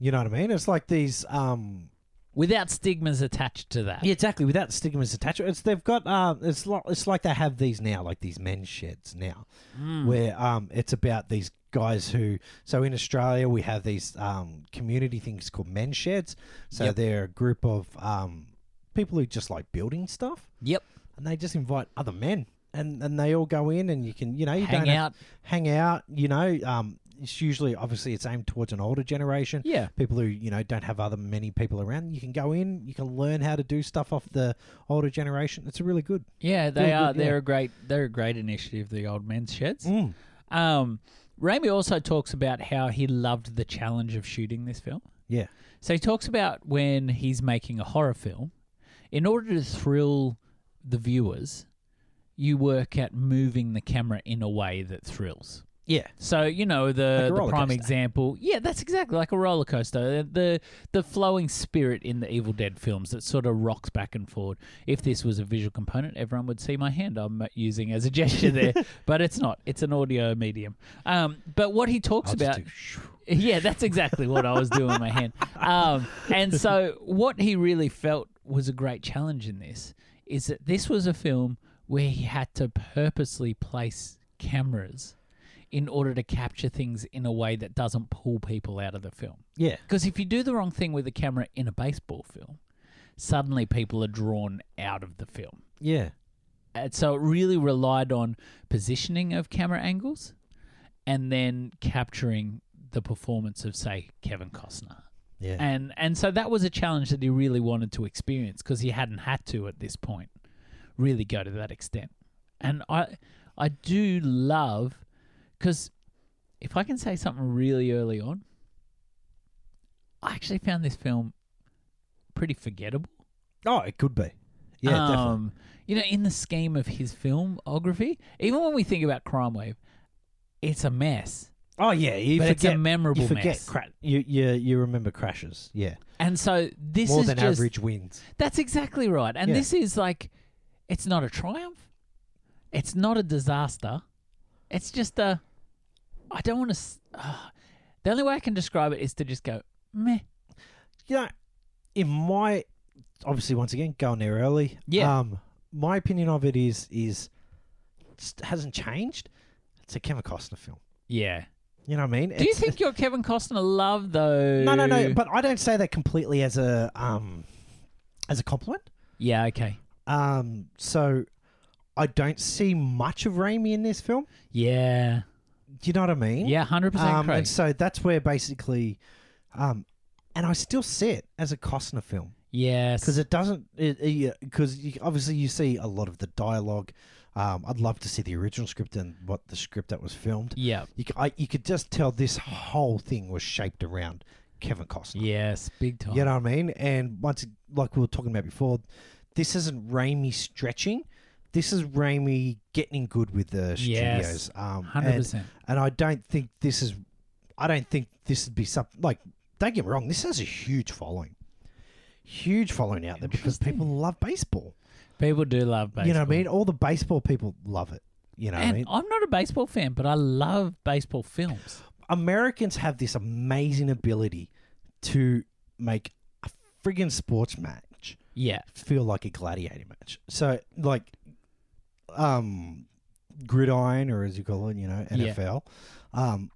[SPEAKER 2] You know what I mean? It's like these. um
[SPEAKER 1] without stigmas attached to that.
[SPEAKER 2] Yeah, exactly. Without stigmas attached, it's they've got. Um, it's like it's like they have these now, like these men's sheds now.
[SPEAKER 1] Mm.
[SPEAKER 2] where um, it's about these guys who. So in Australia, we have these um, community things called men sheds. So
[SPEAKER 1] Yep.
[SPEAKER 2] they're a group of um, people who just like building stuff,
[SPEAKER 1] Yep.
[SPEAKER 2] and they just invite other men, and and they all go in, and you can you know you
[SPEAKER 1] Hang
[SPEAKER 2] don't have-
[SPEAKER 1] out.
[SPEAKER 2] hang out, you know. Um, it's usually obviously it's aimed towards an older generation.
[SPEAKER 1] Yeah.
[SPEAKER 2] People who you know don't have other many people around, you can go in. You can learn how to do stuff off the older generation. It's really good.
[SPEAKER 1] Yeah, they
[SPEAKER 2] Feel
[SPEAKER 1] are.
[SPEAKER 2] good, yeah.
[SPEAKER 1] They're a great. They're a great initiative. The old men's sheds.
[SPEAKER 2] Mm.
[SPEAKER 1] Um, Raimi also talks about how he loved the challenge of shooting this film.
[SPEAKER 2] Yeah.
[SPEAKER 1] So he talks about when he's making a horror film, in order to thrill the viewers, you work at moving the camera in a way that thrills.
[SPEAKER 2] Yeah.
[SPEAKER 1] So you know the,
[SPEAKER 2] Like a
[SPEAKER 1] the
[SPEAKER 2] roller
[SPEAKER 1] prime
[SPEAKER 2] coaster.
[SPEAKER 1] example. Yeah, that's exactly like a roller coaster. The the flowing spirit in the Evil Dead films that sort of rocks back and forward. If this was a visual component, everyone would see my hand I'm using as a gesture
[SPEAKER 2] [LAUGHS]
[SPEAKER 1] there, but it's not. It's an audio medium. Um, but what he talks
[SPEAKER 2] I'll just
[SPEAKER 1] about
[SPEAKER 2] do- [SNIFFS]
[SPEAKER 1] yeah, that's exactly what I was doing with my hand. Um, and so, what he really felt was a great challenge in this is that this was a film where he had to purposely place cameras in order to capture things in a way that doesn't pull people out of the film.
[SPEAKER 2] Yeah.
[SPEAKER 1] Because if you do the wrong thing with a camera in a baseball film, suddenly people are drawn out of the film.
[SPEAKER 2] Yeah.
[SPEAKER 1] And Uh, so it really relied on positioning of camera angles and then capturing the performance of say Kevin Costner.
[SPEAKER 2] Yeah.
[SPEAKER 1] And and so that was a challenge that he really wanted to experience because he hadn't had to at this point really go to that extent. And I I do love cuz if I can say something really early on, I actually found this film pretty forgettable.
[SPEAKER 2] Oh, it could be. Yeah, definitely.
[SPEAKER 1] Um, You know, in the scheme of his filmography, even when we think about Crime Wave, it's a mess.
[SPEAKER 2] Oh, yeah. You
[SPEAKER 1] but it's a
[SPEAKER 2] forget.
[SPEAKER 1] memorable
[SPEAKER 2] You forget.
[SPEAKER 1] mess.
[SPEAKER 2] Cra- you you you remember crashes. Yeah.
[SPEAKER 1] and so this
[SPEAKER 2] More
[SPEAKER 1] is
[SPEAKER 2] than
[SPEAKER 1] just
[SPEAKER 2] average wins.
[SPEAKER 1] That's exactly right. And
[SPEAKER 2] Yeah.
[SPEAKER 1] this is like, it's not a triumph. It's not a disaster. It's just a, I don't want to, uh, the only way I can describe it is to just go, meh.
[SPEAKER 2] you know, in my obviously once again going there early.
[SPEAKER 1] Yeah.
[SPEAKER 2] Um, my opinion of it is is just hasn't changed. It's a Kevin Costner film.
[SPEAKER 1] Yeah.
[SPEAKER 2] You know what I mean?
[SPEAKER 1] Do you
[SPEAKER 2] It's-
[SPEAKER 1] think your Kevin Costner love, though?
[SPEAKER 2] No, no, no. But I don't say that completely as a um as a compliment.
[SPEAKER 1] yeah, okay.
[SPEAKER 2] Um, so I don't see much of Raimi in this film.
[SPEAKER 1] Yeah.
[SPEAKER 2] Do you know what I mean?
[SPEAKER 1] Yeah, 100%
[SPEAKER 2] Um,
[SPEAKER 1] Craig.
[SPEAKER 2] and so that's where basically, um, and I still see it as a Costner film.
[SPEAKER 1] Yes.
[SPEAKER 2] because it doesn't because you, obviously you see a lot of the dialogue um, i'd love to see the original script and what the script that was filmed
[SPEAKER 1] yeah.
[SPEAKER 2] you, c I you could just tell this whole thing was shaped around kevin costner
[SPEAKER 1] Yes, big time.
[SPEAKER 2] you know what i mean and once like we were talking about before this isn't Raimi stretching this is Raimi getting good with the
[SPEAKER 1] Yes.
[SPEAKER 2] studios um, and
[SPEAKER 1] 100%.
[SPEAKER 2] and I don't think this is. I don't think this would be something like. Don't get me wrong. This has a huge following, huge following out there because people love baseball.
[SPEAKER 1] People do love baseball.
[SPEAKER 2] You know what I mean? All the baseball people love it. You know what I
[SPEAKER 1] And
[SPEAKER 2] mean?
[SPEAKER 1] I'm not a baseball fan, but I love baseball films.
[SPEAKER 2] Americans have this amazing ability to make a friggin' sports match
[SPEAKER 1] Yeah.
[SPEAKER 2] feel like a gladiator match. So like, um, gridiron or as you call it, you know,
[SPEAKER 1] Yeah.
[SPEAKER 2] NFL, um,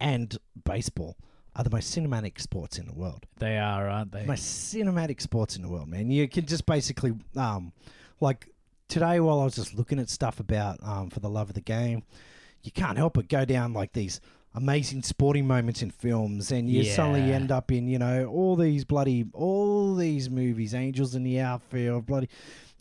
[SPEAKER 2] and baseball are the most cinematic sports in the world.
[SPEAKER 1] They are, aren't they?
[SPEAKER 2] Most cinematic sports in the world, man. You can just basically, um, like today while I was just looking at stuff about um for the love of the game, you can't help but go down like these. Amazing sporting moments in films, and you suddenly
[SPEAKER 1] Yeah.
[SPEAKER 2] end up in you know all these bloody all these movies, Angels in the Outfield, bloody,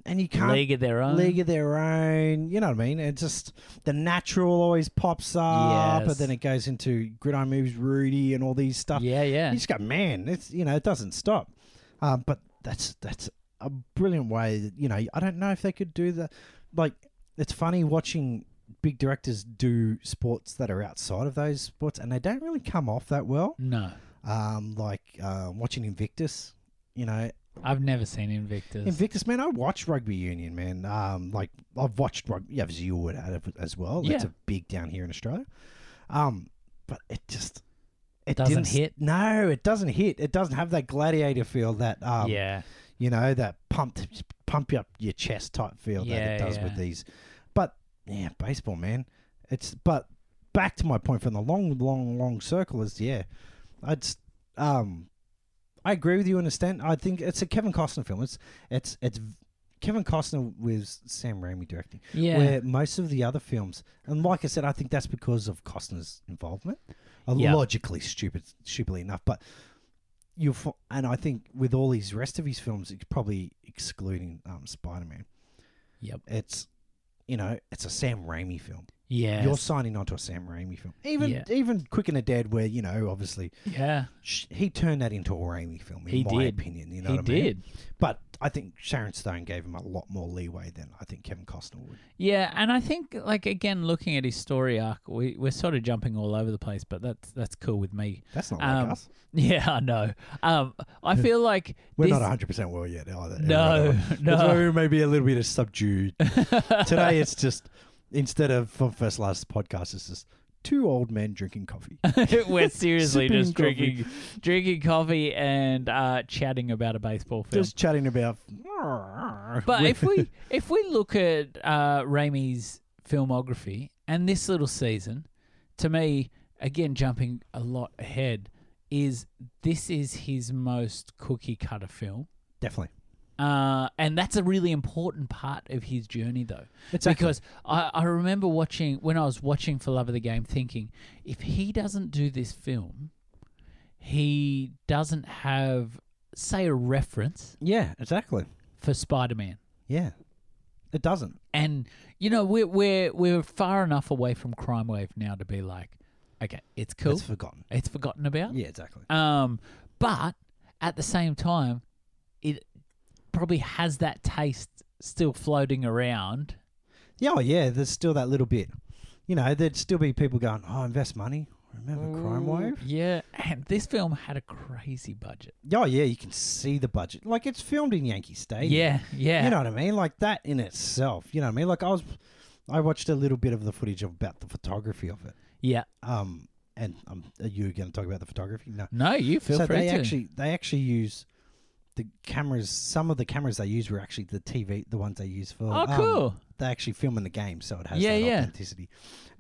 [SPEAKER 2] and you can't
[SPEAKER 1] League of their own.
[SPEAKER 2] League of Their Own. You know what I mean? It just the natural always pops up,
[SPEAKER 1] Yes.
[SPEAKER 2] and then it goes into Gridiron Moves, Rudy, and all these stuff.
[SPEAKER 1] Yeah, yeah.
[SPEAKER 2] You just go, man, it's you know it doesn't stop. Um, but that's that's a brilliant way. That, you know, I don't know if they could do that. Like, it's funny watching big directors do sports that are outside of those sports, and they don't really come off that well.
[SPEAKER 1] No,
[SPEAKER 2] Um, like uh, watching Invictus. You know,
[SPEAKER 1] I've never seen Invictus.
[SPEAKER 2] Invictus, man, I watch rugby union, man. Um, like I've watched rugby, yeah, as you would have as well. It's
[SPEAKER 1] Yeah.
[SPEAKER 2] a big down here in Australia. Um, but it just it
[SPEAKER 1] Doesn't
[SPEAKER 2] didn't s-
[SPEAKER 1] hit.
[SPEAKER 2] No, it doesn't hit. It doesn't have that gladiator feel that um,
[SPEAKER 1] yeah,
[SPEAKER 2] you know, that pumped pump up your chest type feel that
[SPEAKER 1] Yeah,
[SPEAKER 2] it does
[SPEAKER 1] yeah.
[SPEAKER 2] with these. But yeah, baseball, man. It's but back to my point from the long, long, long circle is yeah, I'd s- um, I agree with you in a stand. I think it's a Kevin Costner film. It's it's it's Kevin Costner with Sam Raimi directing.
[SPEAKER 1] yeah,
[SPEAKER 2] Where most of the other films, and like I said, I think that's because of Costner's involvement. Uh,
[SPEAKER 1] Yeah.
[SPEAKER 2] Logically, stupid, stupidly enough, but you will and I think with all these rest of his films, it's probably excluding um, Spider Man.
[SPEAKER 1] Yep.
[SPEAKER 2] it's you know it's a Sam Raimi film.
[SPEAKER 1] yeah,
[SPEAKER 2] You're signing onto a Sam Raimi film. Even
[SPEAKER 1] Yeah.
[SPEAKER 2] even Quick and the Dead, where you know obviously
[SPEAKER 1] yeah.
[SPEAKER 2] sh- he turned that into a Raimi film. In
[SPEAKER 1] He
[SPEAKER 2] my
[SPEAKER 1] did.
[SPEAKER 2] opinion, you know
[SPEAKER 1] he
[SPEAKER 2] what I mean.
[SPEAKER 1] did.
[SPEAKER 2] But I think Sharon Stone gave him a lot more leeway than I think Kevin Costner would.
[SPEAKER 1] Yeah, and I think like again, looking at his story arc, we we're sort of jumping all over the place, but that's that's cool with me. [LAUGHS]
[SPEAKER 2] That's not
[SPEAKER 1] Um,
[SPEAKER 2] like us.
[SPEAKER 1] Yeah, I know. Um,
[SPEAKER 2] [LAUGHS]
[SPEAKER 1] I feel like
[SPEAKER 2] We're
[SPEAKER 1] this,
[SPEAKER 2] not 100 percent well yet either.
[SPEAKER 1] No, [LAUGHS]
[SPEAKER 2] That's why
[SPEAKER 1] no.
[SPEAKER 2] we may be a little bit
[SPEAKER 1] [LAUGHS]
[SPEAKER 2] of subdued today. It's just instead of from first last podcast, it's just two old men
[SPEAKER 1] [LAUGHS]
[SPEAKER 2] drinking coffee.
[SPEAKER 1] we're seriously
[SPEAKER 2] Sipping
[SPEAKER 1] just
[SPEAKER 2] coffee.
[SPEAKER 1] drinking drinking coffee and uh, chatting about a baseball film.
[SPEAKER 2] just chatting about.
[SPEAKER 1] But if
[SPEAKER 2] [LAUGHS]
[SPEAKER 1] we if we look at uh, Raimi's filmography and this little season, to me, again jumping a lot ahead, is this is his most cookie cutter film,
[SPEAKER 2] definitely,
[SPEAKER 1] uh, and that's a really important part of his journey, though,
[SPEAKER 2] Exactly.
[SPEAKER 1] because I, I remember watching when I was watching For Love of the Game, thinking if he doesn't do this film, he doesn't have say a reference
[SPEAKER 2] yeah, exactly,
[SPEAKER 1] for Spider Man.
[SPEAKER 2] yeah. It doesn't.
[SPEAKER 1] And you know we're we're we're far enough away from crime wave now to be like, Okay, it's cool.
[SPEAKER 2] It's forgotten.
[SPEAKER 1] it's forgotten about.
[SPEAKER 2] Yeah, exactly.
[SPEAKER 1] Um, but at the same time, it probably has that taste still floating around.
[SPEAKER 2] Yeah, oh, yeah. There's still that little bit. You know, there'd still be people going, "Oh, invest money." Remember
[SPEAKER 1] Mm.
[SPEAKER 2] Crime Wave?
[SPEAKER 1] Yeah, and this film had a crazy budget.
[SPEAKER 2] Oh, yeah. You can see the budget. Like it's filmed in Yankee Stadium.
[SPEAKER 1] Yeah, yeah.
[SPEAKER 2] You know what I mean? Like that in itself. You know what I mean? Like I was, I watched a little bit of the footage of about the photography of it.
[SPEAKER 1] yeah.
[SPEAKER 2] Um, and um, are you going to talk about the photography? No.
[SPEAKER 1] No, you feel
[SPEAKER 2] so
[SPEAKER 1] free
[SPEAKER 2] they
[SPEAKER 1] to.
[SPEAKER 2] actually they actually use the cameras. Some of the cameras they use were actually the TV, the ones they use for.
[SPEAKER 1] oh,
[SPEAKER 2] um,
[SPEAKER 1] cool.
[SPEAKER 2] they're actually filming the game, so it has
[SPEAKER 1] Yeah,
[SPEAKER 2] that
[SPEAKER 1] yeah.
[SPEAKER 2] authenticity.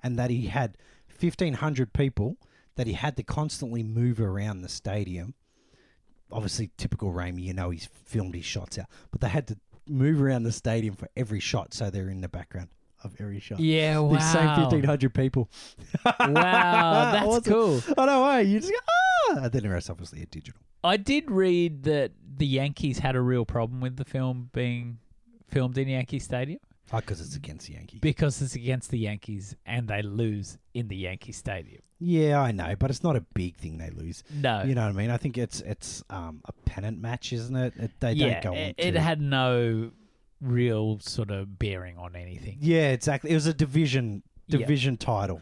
[SPEAKER 2] And that he had fifteen hundred people that he had to constantly move around the stadium. Obviously, typical Raimi, you know, he's filmed his shots out, but they had to move around the stadium for every shot, so they're in the background of every shot. [LAUGHS]
[SPEAKER 1] yeah, wow.
[SPEAKER 2] These same fifteen hundred people. [LAUGHS]
[SPEAKER 1] wow, that's
[SPEAKER 2] Awesome.
[SPEAKER 1] cool.
[SPEAKER 2] Oh no way! You just go, ah, and then the rest obviously are digital.
[SPEAKER 1] I did read that the Yankees had a real problem with the film being filmed in Yankee Stadium
[SPEAKER 2] Oh, because it's against the Yankees.
[SPEAKER 1] because it's against the Yankees and they lose in the Yankee Stadium.
[SPEAKER 2] yeah, I know, but it's not a big thing they lose.
[SPEAKER 1] No.
[SPEAKER 2] You know what I mean? I think it's it's um, a pennant match, isn't it? it they
[SPEAKER 1] yeah,
[SPEAKER 2] don't go on.
[SPEAKER 1] it,
[SPEAKER 2] to-
[SPEAKER 1] it had no real sort of bearing on anything.
[SPEAKER 2] Yeah, exactly. It was a division
[SPEAKER 1] Yeah.
[SPEAKER 2] division title.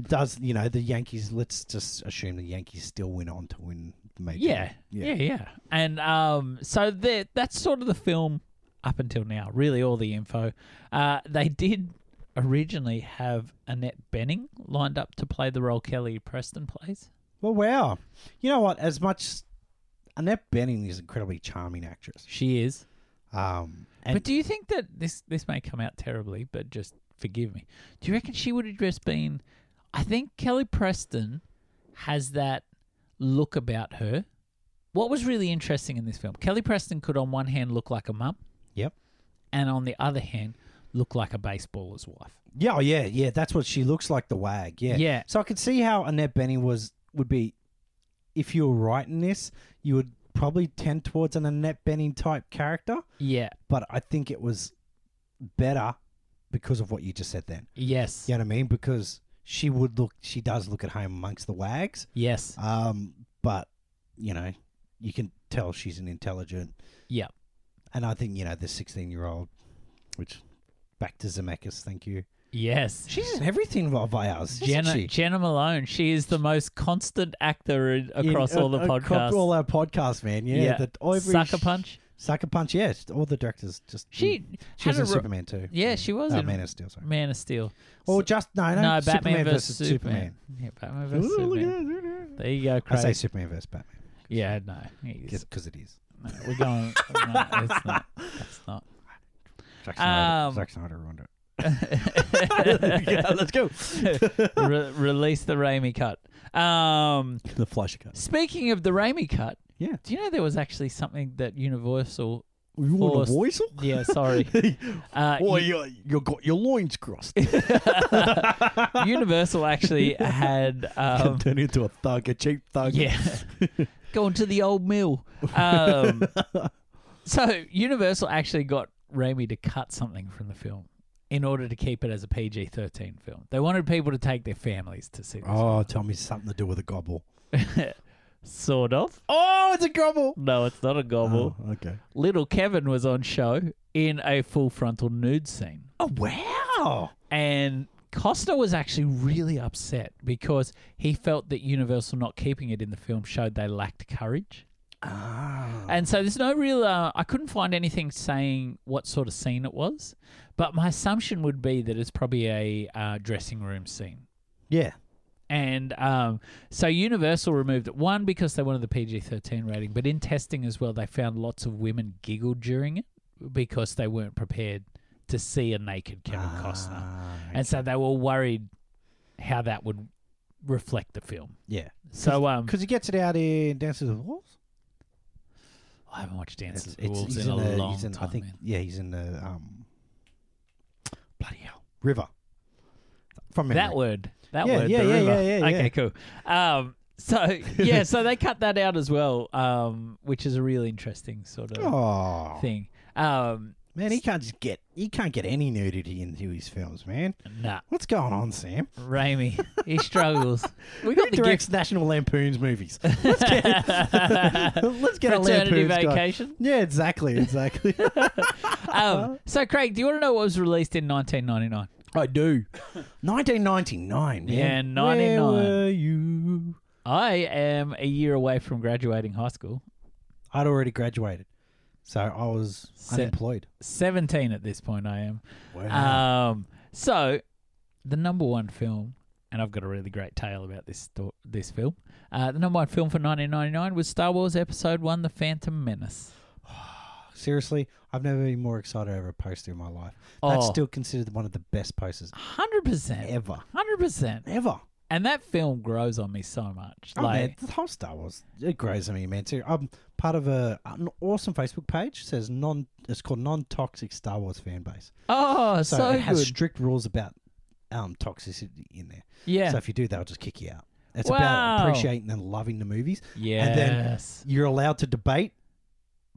[SPEAKER 2] Does you know the Yankees? Let's just assume the Yankees still went on to win. the Major
[SPEAKER 1] Yeah,
[SPEAKER 2] League.
[SPEAKER 1] yeah, yeah. And um, so the, that's sort of the film up until now. Really, all the info. Uh, they did originally have Annette Benning lined up to play the role Kelly Preston plays.
[SPEAKER 2] Well, wow. You know what? As much Annette Benning is an incredibly charming actress.
[SPEAKER 1] She is.
[SPEAKER 2] Um, and
[SPEAKER 1] but do you think that this this may come out terribly? But just forgive me. Do you reckon she would have just been? I think Kelly Preston has that look about her. What was really interesting in this film, Kelly Preston could on one hand look like a mum,
[SPEAKER 2] Yep.
[SPEAKER 1] and on the other hand look like a baseballer's wife.
[SPEAKER 2] yeah, oh, yeah, yeah. That's what she looks like. The wag. Yeah.
[SPEAKER 1] Yeah.
[SPEAKER 2] So I could see how Annette Benning was would be. If you were writing this, you would probably tend towards an Annette Benning type character.
[SPEAKER 1] Yeah.
[SPEAKER 2] But I think it was better because of what you just said then.
[SPEAKER 1] Yes.
[SPEAKER 2] You know what I mean? Because she would look, she does look at home amongst the wags.
[SPEAKER 1] Yes.
[SPEAKER 2] Um, but you know, you can tell she's an intelligent.
[SPEAKER 1] Yeah.
[SPEAKER 2] And I think you know the sixteen-year-old, which back to Zemeckis, thank you.
[SPEAKER 1] Yes.
[SPEAKER 2] She's in everything of ours, isn't
[SPEAKER 1] Jenna
[SPEAKER 2] she?
[SPEAKER 1] Jenna Malone. She is the most constant actor in,
[SPEAKER 2] In-
[SPEAKER 1] across all the
[SPEAKER 2] uh,
[SPEAKER 1] podcasts.
[SPEAKER 2] across all our podcasts, man. Yeah,
[SPEAKER 1] Yeah.
[SPEAKER 2] the- every
[SPEAKER 1] Sucker
[SPEAKER 2] sh-
[SPEAKER 1] Punch.
[SPEAKER 2] Sucker Punch. Yeah, all the directors just
[SPEAKER 1] She,
[SPEAKER 2] She was
[SPEAKER 1] had
[SPEAKER 2] in
[SPEAKER 1] a ro-
[SPEAKER 2] Superman too.
[SPEAKER 1] Yeah, she was
[SPEAKER 2] Oh,
[SPEAKER 1] in-
[SPEAKER 2] Man of Steel. Sorry.
[SPEAKER 1] Man of Steel.
[SPEAKER 2] Or just no, no,
[SPEAKER 1] no,
[SPEAKER 2] Superman
[SPEAKER 1] Batman
[SPEAKER 2] versus Superman.
[SPEAKER 1] Yeah, Batman
[SPEAKER 2] Ooh,
[SPEAKER 1] versus
[SPEAKER 2] look at
[SPEAKER 1] Superman.
[SPEAKER 2] that.
[SPEAKER 1] There you go,
[SPEAKER 2] I
[SPEAKER 1] Craig.
[SPEAKER 2] say Superman versus Batman
[SPEAKER 1] yeah, no, it's-
[SPEAKER 2] because it is.
[SPEAKER 1] no, we're going. no, it's
[SPEAKER 2] [LAUGHS]
[SPEAKER 1] not. That's not.
[SPEAKER 2] Zack Snyder,
[SPEAKER 1] Um,
[SPEAKER 2] Zack Snyder ruined it.
[SPEAKER 1] [LAUGHS] Let's go. [LAUGHS] Re- release the Raimi cut. Um,
[SPEAKER 2] [LAUGHS] The flush cut.
[SPEAKER 1] speaking of the Raimi cut,
[SPEAKER 2] Yeah.
[SPEAKER 1] do you know there was actually something that Universal?
[SPEAKER 2] You
[SPEAKER 1] want a
[SPEAKER 2] voice?
[SPEAKER 1] Yeah,
[SPEAKER 2] [LAUGHS]
[SPEAKER 1] sorry. [LAUGHS] Uh, U-
[SPEAKER 2] you, you got your loins crossed.
[SPEAKER 1] Universal
[SPEAKER 2] [LAUGHS]
[SPEAKER 1] actually had [LAUGHS] um,
[SPEAKER 2] Turn into a thug, a cheap
[SPEAKER 1] [LAUGHS]
[SPEAKER 2] thug.
[SPEAKER 1] Yeah. Going to the old mill. [LAUGHS] Um, so Universal actually got Raimi to cut something from the film in order to keep it as a PG thirteen film. They wanted people to take their families to see this.
[SPEAKER 2] Oh, tell me something to do with a gobble.
[SPEAKER 1] Sort of.
[SPEAKER 2] Oh, it's a gobble.
[SPEAKER 1] No, it's not a gobble.
[SPEAKER 2] okay.
[SPEAKER 1] Oh. Little Kevin was on show in a full frontal nude scene.
[SPEAKER 2] Oh, wow.
[SPEAKER 1] And Costa was actually really upset because he felt that Universal not keeping it in the film showed they lacked courage.
[SPEAKER 2] Ah.
[SPEAKER 1] And so there's no real, uh, I couldn't find anything saying what sort of scene it was, but my assumption would be that it's probably a uh, dressing room scene.
[SPEAKER 2] yeah.
[SPEAKER 1] And um, so Universal removed it, one, because they wanted the PG 13 rating, but in testing as well, they found lots of women giggled during it because they weren't prepared to see a naked Kevin Costner.
[SPEAKER 2] Ah,
[SPEAKER 1] And so they were worried how that would reflect the film.
[SPEAKER 2] yeah.
[SPEAKER 1] So um,
[SPEAKER 2] Because he gets it out in Dances with Wolves.
[SPEAKER 1] I haven't watched Dances with
[SPEAKER 2] It's-
[SPEAKER 1] Wolves
[SPEAKER 2] he's
[SPEAKER 1] in a
[SPEAKER 2] the-
[SPEAKER 1] long
[SPEAKER 2] he's in-
[SPEAKER 1] time.
[SPEAKER 2] I think,
[SPEAKER 1] man.
[SPEAKER 2] yeah, he's in the um, bloody hell river. From memory.
[SPEAKER 1] That word. That
[SPEAKER 2] Yeah,
[SPEAKER 1] word.
[SPEAKER 2] yeah,
[SPEAKER 1] the
[SPEAKER 2] yeah,
[SPEAKER 1] river.
[SPEAKER 2] yeah, yeah,
[SPEAKER 1] Okay,
[SPEAKER 2] yeah.
[SPEAKER 1] cool. Um,
[SPEAKER 2] [LAUGHS]
[SPEAKER 1] so yeah, so they cut that out as well, um, which is a real interesting sort of
[SPEAKER 2] Oh
[SPEAKER 1] thing. Um,
[SPEAKER 2] man, he can't just get. you can't get any nudity into his films, man.
[SPEAKER 1] Nah,
[SPEAKER 2] What's going on, Sam?
[SPEAKER 1] Raimi,
[SPEAKER 2] [LAUGHS]
[SPEAKER 1] he struggles. we got
[SPEAKER 2] Who
[SPEAKER 1] the gift.
[SPEAKER 2] directs National
[SPEAKER 1] [LAUGHS]
[SPEAKER 2] Lampoon's movies? [LAUGHS] Let's get, let's get a
[SPEAKER 1] Fraternity
[SPEAKER 2] Lampoon's guy.
[SPEAKER 1] Vacation.
[SPEAKER 2] Yeah, exactly, exactly.
[SPEAKER 1] Um, so, Craig, do you want to know what was released in 1999?
[SPEAKER 2] Uh-huh. I do. 1999, man.
[SPEAKER 1] Yeah, 99.
[SPEAKER 2] Where were you?
[SPEAKER 1] I am a year away from graduating high school.
[SPEAKER 2] I'd already graduated, so I was
[SPEAKER 1] Set.
[SPEAKER 2] unemployed.
[SPEAKER 1] 17 at this point, I am.
[SPEAKER 2] Wow.
[SPEAKER 1] Um, so, the number one film, and I've got a really great tale about this sto- this film. Uh, the number one film for 1999 was Star Wars Episode One: The Phantom Menace.
[SPEAKER 2] Seriously, I've never been more excited over a poster in my life. That's
[SPEAKER 1] Oh.
[SPEAKER 2] still considered one of the best posters
[SPEAKER 1] Hundred percent,
[SPEAKER 2] ever.
[SPEAKER 1] hundred percent.
[SPEAKER 2] Ever.
[SPEAKER 1] And that film grows on me so much.
[SPEAKER 2] Oh, man,
[SPEAKER 1] like,
[SPEAKER 2] the whole Star Wars, it grows on me, man. Too. I'm part of a an awesome Facebook page. says non. It's called non toxic Star Wars fan base.
[SPEAKER 1] oh, so,
[SPEAKER 2] So, it has
[SPEAKER 1] good.
[SPEAKER 2] strict rules about um toxicity in there.
[SPEAKER 1] yeah,
[SPEAKER 2] So if you do, they'll just kick you out. It's about
[SPEAKER 1] Wow.
[SPEAKER 2] appreciating and loving the movies. then-
[SPEAKER 1] yes.
[SPEAKER 2] You're allowed to debate,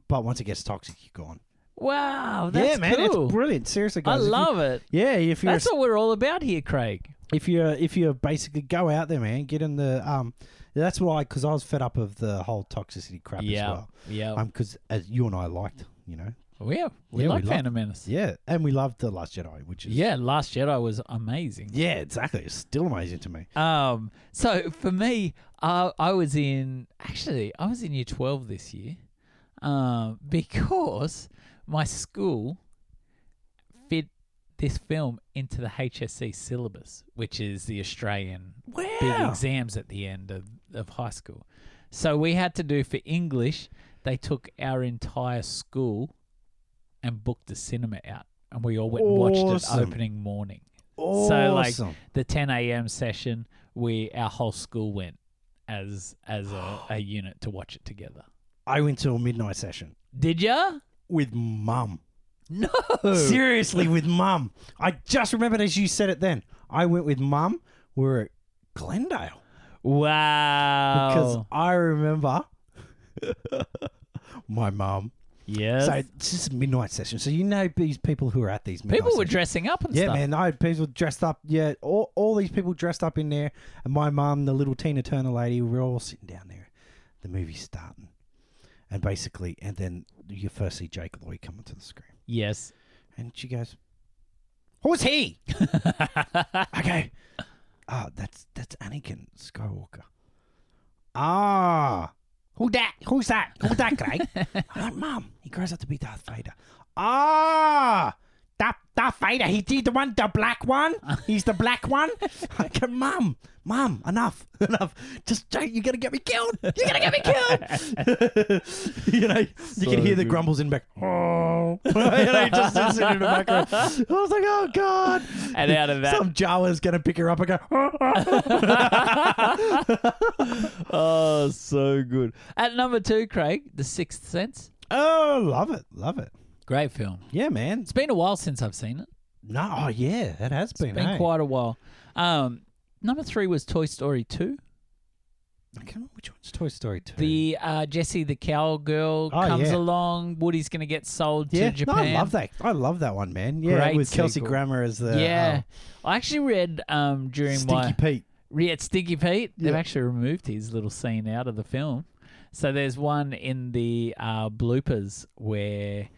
[SPEAKER 2] but once it gets toxic, you're gone.
[SPEAKER 1] wow, that's
[SPEAKER 2] yeah, man,
[SPEAKER 1] cool.
[SPEAKER 2] it's brilliant. Seriously,
[SPEAKER 1] I
[SPEAKER 2] guys, if you-
[SPEAKER 1] love it.
[SPEAKER 2] yeah, if you're a
[SPEAKER 1] That's what we're all about here, Craig.
[SPEAKER 2] if you if you basically go out there, man, get in the um. That's why, because I was fed up of the whole toxicity crap as well.
[SPEAKER 1] yeah.
[SPEAKER 2] Um, because as you and I liked, you know,
[SPEAKER 1] we have, we
[SPEAKER 2] yeah,
[SPEAKER 1] like
[SPEAKER 2] we love-
[SPEAKER 1] Phantom Menace.
[SPEAKER 2] yeah, and we loved the Last Jedi, which is
[SPEAKER 1] Yeah, Last Jedi was amazing.
[SPEAKER 2] yeah, exactly. It's still amazing to me.
[SPEAKER 1] Um, so for me, uh, I was in actually I was in year twelve this year, um, because my school fit this film into the HSC syllabus, which is the Australian big exams at the end of, of high school. So we had to do for English, they took our entire school and booked a cinema out. And we all went and watched it
[SPEAKER 2] Awesome.
[SPEAKER 1] opening morning. So, like,
[SPEAKER 2] awesome.
[SPEAKER 1] The 10 a.m. session, we our whole school went as as a,
[SPEAKER 2] [GASPS]
[SPEAKER 1] a unit to watch it together.
[SPEAKER 2] I went to a midnight session
[SPEAKER 1] Did
[SPEAKER 2] [LAUGHS]
[SPEAKER 1] ya?
[SPEAKER 2] with mum.
[SPEAKER 1] No.
[SPEAKER 2] Oh. Seriously, with mum. I just remembered as you said it. Then I went with mum. We We're at Glendale.
[SPEAKER 1] Wow.
[SPEAKER 2] because I remember [LAUGHS] my mum.
[SPEAKER 1] yes.
[SPEAKER 2] So it's just a midnight session. So you know these people who are at these midnight
[SPEAKER 1] People were
[SPEAKER 2] sessions.
[SPEAKER 1] dressing up and
[SPEAKER 2] Yeah,
[SPEAKER 1] stuff.
[SPEAKER 2] man. I had people dressed up. Yeah, all, all these people dressed up in there. And my mum, the little Tina Turner lady, we're all sitting down there. The movie's starting. And basically, and then you first see Jake Lloyd coming to the screen. [LAUGHS]
[SPEAKER 1] Yes. [LAUGHS]
[SPEAKER 2] And she goes, Who's he? [LAUGHS] I go, Oh, that's that's Anakin Skywalker. Ah. Who that? Who's that? Who's that guy? oh, Mum, he grows up to be Darth Vader. Ah. Darth, Darth Vader, he did the one, the black one. He's the black one. [LAUGHS] I go, Mum, Mum, enough, [LAUGHS] enough. Just don't, you're gonna get me killed. You're gonna get me killed. [LAUGHS] you know, you
[SPEAKER 1] So
[SPEAKER 2] can hear the
[SPEAKER 1] good.
[SPEAKER 2] grumbles in the back. Oh, [LAUGHS] you know, just sitting in the background. I was like, oh god.
[SPEAKER 1] And out of that-
[SPEAKER 2] some Jawa's gonna pick her up and go. [LAUGHS]
[SPEAKER 1] oh, so good. At number two, Craig, The Sixth Sense.
[SPEAKER 2] Oh, love it, love it.
[SPEAKER 1] Great film.
[SPEAKER 2] Yeah, man.
[SPEAKER 1] It's been a while since I've seen it.
[SPEAKER 2] No, oh yeah, it has been.
[SPEAKER 1] Been
[SPEAKER 2] eh?
[SPEAKER 1] quite a while. Um, number three was Toy Story 2.
[SPEAKER 2] I can't remember which one's Toy Story two.
[SPEAKER 1] The uh, Jessie the cowgirl
[SPEAKER 2] Oh,
[SPEAKER 1] comes
[SPEAKER 2] yeah.
[SPEAKER 1] along. Woody's going to get sold
[SPEAKER 2] yeah,
[SPEAKER 1] to Japan.
[SPEAKER 2] No, I love that. I love that one, man. Yeah,
[SPEAKER 1] Great
[SPEAKER 2] with Kelsey
[SPEAKER 1] sequel.
[SPEAKER 2] Grammer as the
[SPEAKER 1] Yeah.
[SPEAKER 2] um,
[SPEAKER 1] I actually read um, during
[SPEAKER 2] Stinky
[SPEAKER 1] my.
[SPEAKER 2] Pete.
[SPEAKER 1] Yeah, it's Stinky Pete. They've
[SPEAKER 2] Yeah.
[SPEAKER 1] actually removed his little scene out of the film. So there's one in the uh, bloopers where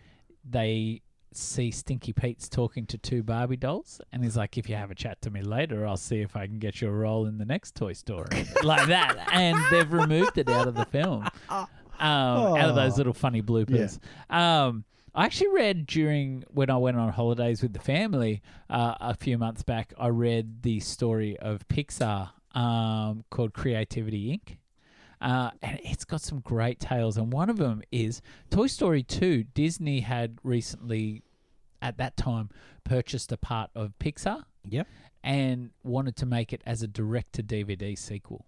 [SPEAKER 1] they see Stinky Pete's talking to two Barbie dolls, and he's like, "If you have a chat to me later, I'll see if I can get your role in the next Toy Story," like that. And they've removed it out of the film, um, out of those
[SPEAKER 2] Oh.
[SPEAKER 1] little funny bloopers. Um, I actually read during when I went on holidays with the family uh, a few months back. I read the story of Pixar um, called Creativity Inc. Uh, and it's got some great tales, and one of them is Toy Story 2. Disney had recently, at that time, purchased a part of Pixar
[SPEAKER 2] Yep.
[SPEAKER 1] and wanted to make it as a direct to DVD sequel.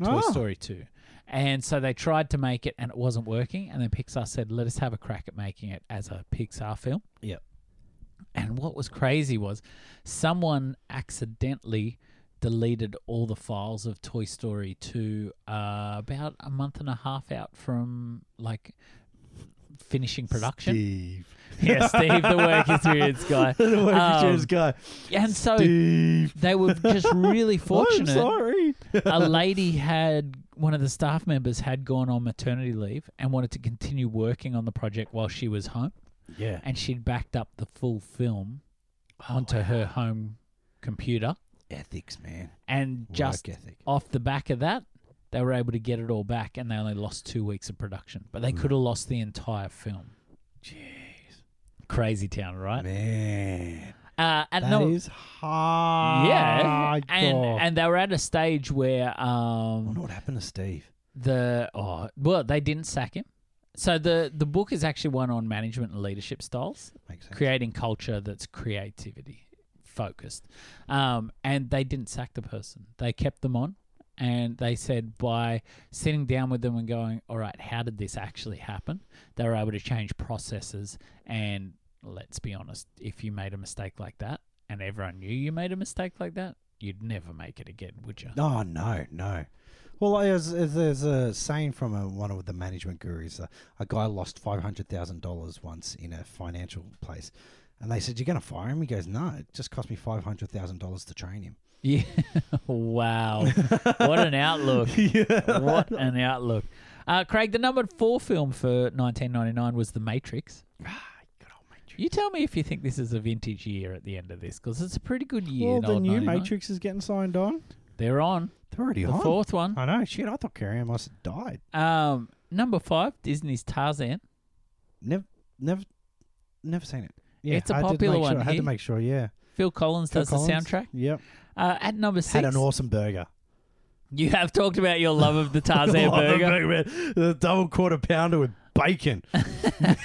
[SPEAKER 1] Toy
[SPEAKER 2] Oh.
[SPEAKER 1] Story 2. And so they tried to make it and it wasn't working. And then Pixar said, let us have a crack at making it as a Pixar film.
[SPEAKER 2] Yep.
[SPEAKER 1] And what was crazy was someone accidentally deleted all the files of Toy Story 2 uh, about a month and a half out from like finishing
[SPEAKER 2] [LAUGHS]
[SPEAKER 1] production.
[SPEAKER 2] Steve.
[SPEAKER 1] Yeah, Steve, the work experience guy.
[SPEAKER 2] the work
[SPEAKER 1] Um,
[SPEAKER 2] experience guy.
[SPEAKER 1] And so
[SPEAKER 2] Steve.
[SPEAKER 1] they were just
[SPEAKER 2] [LAUGHS]
[SPEAKER 1] really
[SPEAKER 2] I'm
[SPEAKER 1] fortunate.
[SPEAKER 2] sorry.
[SPEAKER 1] a lady had one of the staff members had gone on maternity leave and wanted to continue working on the project while she was home,
[SPEAKER 2] yeah.
[SPEAKER 1] and she'd backed up the full film
[SPEAKER 2] Oh,
[SPEAKER 1] onto her home computer,
[SPEAKER 2] Ethics, man.
[SPEAKER 1] and just
[SPEAKER 2] Work ethic.
[SPEAKER 1] off the back of that, they were able to get it all back, and they only lost two weeks of production, but they
[SPEAKER 2] Hmm.
[SPEAKER 1] could have lost the entire film. Crazy town, right?
[SPEAKER 2] Man.
[SPEAKER 1] Uh, and
[SPEAKER 2] that is
[SPEAKER 1] no,
[SPEAKER 2] hard.
[SPEAKER 1] yeah, and and they were at a stage where um,
[SPEAKER 2] wonder what happened to Steve.
[SPEAKER 1] the oh well they didn't sack him so the the book is actually one on management and leadership styles
[SPEAKER 2] Makes sense.
[SPEAKER 1] creating culture that's creativity focused um, and they didn't sack the person they kept them on and they said by sitting down with them and going all right how did this actually happen they were able to change processes and let's be honest if you made a mistake like that and everyone knew you made a mistake like that you'd never make it again would you
[SPEAKER 2] Oh no, no. Well, there's, there's a saying from a, one of the management gurus. A, a guy lost five hundred thousand dollars once in a financial place, and they said, "You're going to fire him." He goes, "No, it just cost me five hundred thousand dollars to train [LAUGHS] him."
[SPEAKER 1] Yeah. [LAUGHS] wow. what an outlook.
[SPEAKER 2] [LAUGHS]
[SPEAKER 1] What an outlook. Uh, Craig, the number four film for 1999 was The Matrix. You tell me if you think this is a vintage year at the end of this, because it's a pretty good year.
[SPEAKER 2] well,
[SPEAKER 1] in
[SPEAKER 2] the
[SPEAKER 1] old
[SPEAKER 2] new
[SPEAKER 1] 99.
[SPEAKER 2] Matrix is getting signed on.
[SPEAKER 1] They're on.
[SPEAKER 2] They're already
[SPEAKER 1] The
[SPEAKER 2] on.
[SPEAKER 1] fourth one.
[SPEAKER 2] I know. Shit, I thought Carrie Ann must have died.
[SPEAKER 1] Um, number five, Disney's Tarzan.
[SPEAKER 2] Never, never, never seen it. Yeah,
[SPEAKER 1] It's a
[SPEAKER 2] I had to
[SPEAKER 1] popular
[SPEAKER 2] make sure-
[SPEAKER 1] one
[SPEAKER 2] I had
[SPEAKER 1] here.
[SPEAKER 2] to make sure. Yeah,
[SPEAKER 1] Phil Collins
[SPEAKER 2] Phil
[SPEAKER 1] does
[SPEAKER 2] Collins.
[SPEAKER 1] the soundtrack.
[SPEAKER 2] Yep,
[SPEAKER 1] Uh, at number six,
[SPEAKER 2] had an
[SPEAKER 1] [LAUGHS]
[SPEAKER 2] awesome burger.
[SPEAKER 1] you have talked about your love
[SPEAKER 2] [LAUGHS]
[SPEAKER 1] of the Tarzan
[SPEAKER 2] Love a
[SPEAKER 1] burger.
[SPEAKER 2] burger, man. The double quarter pounder with
[SPEAKER 1] [LAUGHS]
[SPEAKER 2] bacon.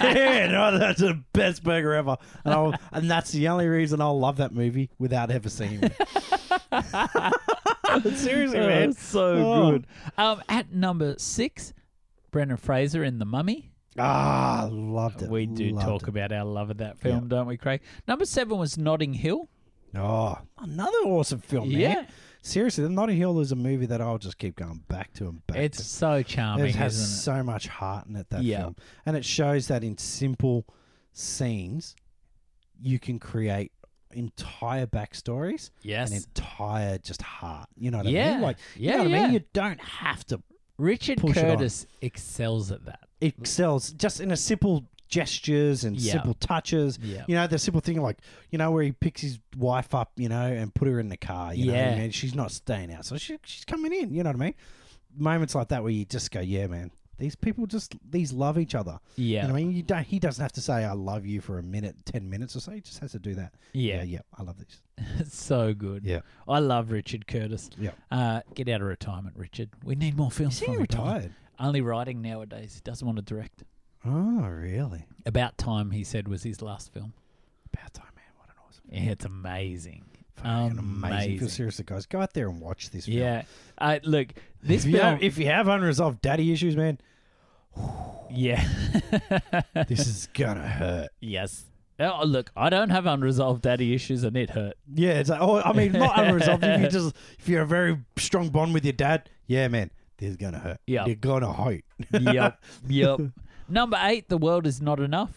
[SPEAKER 2] man, oh, that's the best burger ever. And, I'll, and that's the only reason I'll love that movie without ever
[SPEAKER 1] [LAUGHS]
[SPEAKER 2] seeing it. Seriously,
[SPEAKER 1] Oh,
[SPEAKER 2] man.
[SPEAKER 1] it's so
[SPEAKER 2] Oh.
[SPEAKER 1] good. Um, at number six, Brendan Fraser in The Mummy.
[SPEAKER 2] Ah, loved it.
[SPEAKER 1] We do
[SPEAKER 2] loved
[SPEAKER 1] talk
[SPEAKER 2] it.
[SPEAKER 1] about our love of that film, don't we, Craig? Number seven was Notting Hill.
[SPEAKER 2] Oh, another awesome film, Oh, man.
[SPEAKER 1] yeah,
[SPEAKER 2] Seriously, The Notting Hill is a movie that I'll just keep going back to and back
[SPEAKER 1] it's
[SPEAKER 2] to.
[SPEAKER 1] so charming,
[SPEAKER 2] it has
[SPEAKER 1] isn't
[SPEAKER 2] so much heart in it that
[SPEAKER 1] Yeah.
[SPEAKER 2] film and it shows that in simple scenes you can create entire backstories
[SPEAKER 1] it? Yes.
[SPEAKER 2] and entire just heart you know what i
[SPEAKER 1] Yeah.
[SPEAKER 2] mean like
[SPEAKER 1] Yeah,
[SPEAKER 2] you know what i
[SPEAKER 1] yeah.
[SPEAKER 2] mean you don't have to
[SPEAKER 1] Richard
[SPEAKER 2] push it on.
[SPEAKER 1] Curtis excels at that.
[SPEAKER 2] excels just in a simple gestures and
[SPEAKER 1] Yeah.
[SPEAKER 2] simple touches
[SPEAKER 1] Yeah.
[SPEAKER 2] you know the simple thing like you know where he picks his wife up you know and put her in the car you know what
[SPEAKER 1] Yeah.
[SPEAKER 2] I mean? she's not staying out so she, she's coming in you know what i mean moments like that where you just go yeah man these people just these love each other
[SPEAKER 1] Yeah.
[SPEAKER 2] You know what I mean, you don't. He doesn't have to say "I love you" for a minute, ten minutes or so. He just has to do that. yeah.
[SPEAKER 1] yeah.
[SPEAKER 2] I love this.
[SPEAKER 1] It's [LAUGHS] so good.
[SPEAKER 2] Yeah.
[SPEAKER 1] I love Richard Curtis.
[SPEAKER 2] Yeah.
[SPEAKER 1] Uh, get out of retirement, Richard. We need more films.
[SPEAKER 2] Is he
[SPEAKER 1] from him, don't we?
[SPEAKER 2] retired?
[SPEAKER 1] Only writing nowadays. He doesn't want to direct.
[SPEAKER 2] Oh, really?
[SPEAKER 1] About Time, he said, was his last film.
[SPEAKER 2] About time, man. What an awesome,
[SPEAKER 1] Yeah, it's amazing.
[SPEAKER 2] fucking amazing.
[SPEAKER 1] Amazing.
[SPEAKER 2] film. Seriously, guys, go out there and watch this. film.
[SPEAKER 1] Yeah. Uh, look, this
[SPEAKER 2] [LAUGHS] If you,
[SPEAKER 1] film.
[SPEAKER 2] have, if you have unresolved daddy issues,
[SPEAKER 1] [LAUGHS]
[SPEAKER 2] man,
[SPEAKER 1] yeah. [LAUGHS]
[SPEAKER 2] this is gonna hurt.
[SPEAKER 1] Yes. Oh, look, I don't have unresolved daddy issues and it
[SPEAKER 2] [LAUGHS]
[SPEAKER 1] hurt.
[SPEAKER 2] Yeah, it's like, oh, I mean, not unresolved. if you just, if you're a very strong bond with your dad, yeah, man, this is gonna hurt.
[SPEAKER 1] Yeah.
[SPEAKER 2] you're gonna hurt.
[SPEAKER 1] Yep. yep. Number eight, The World Is Not Enough.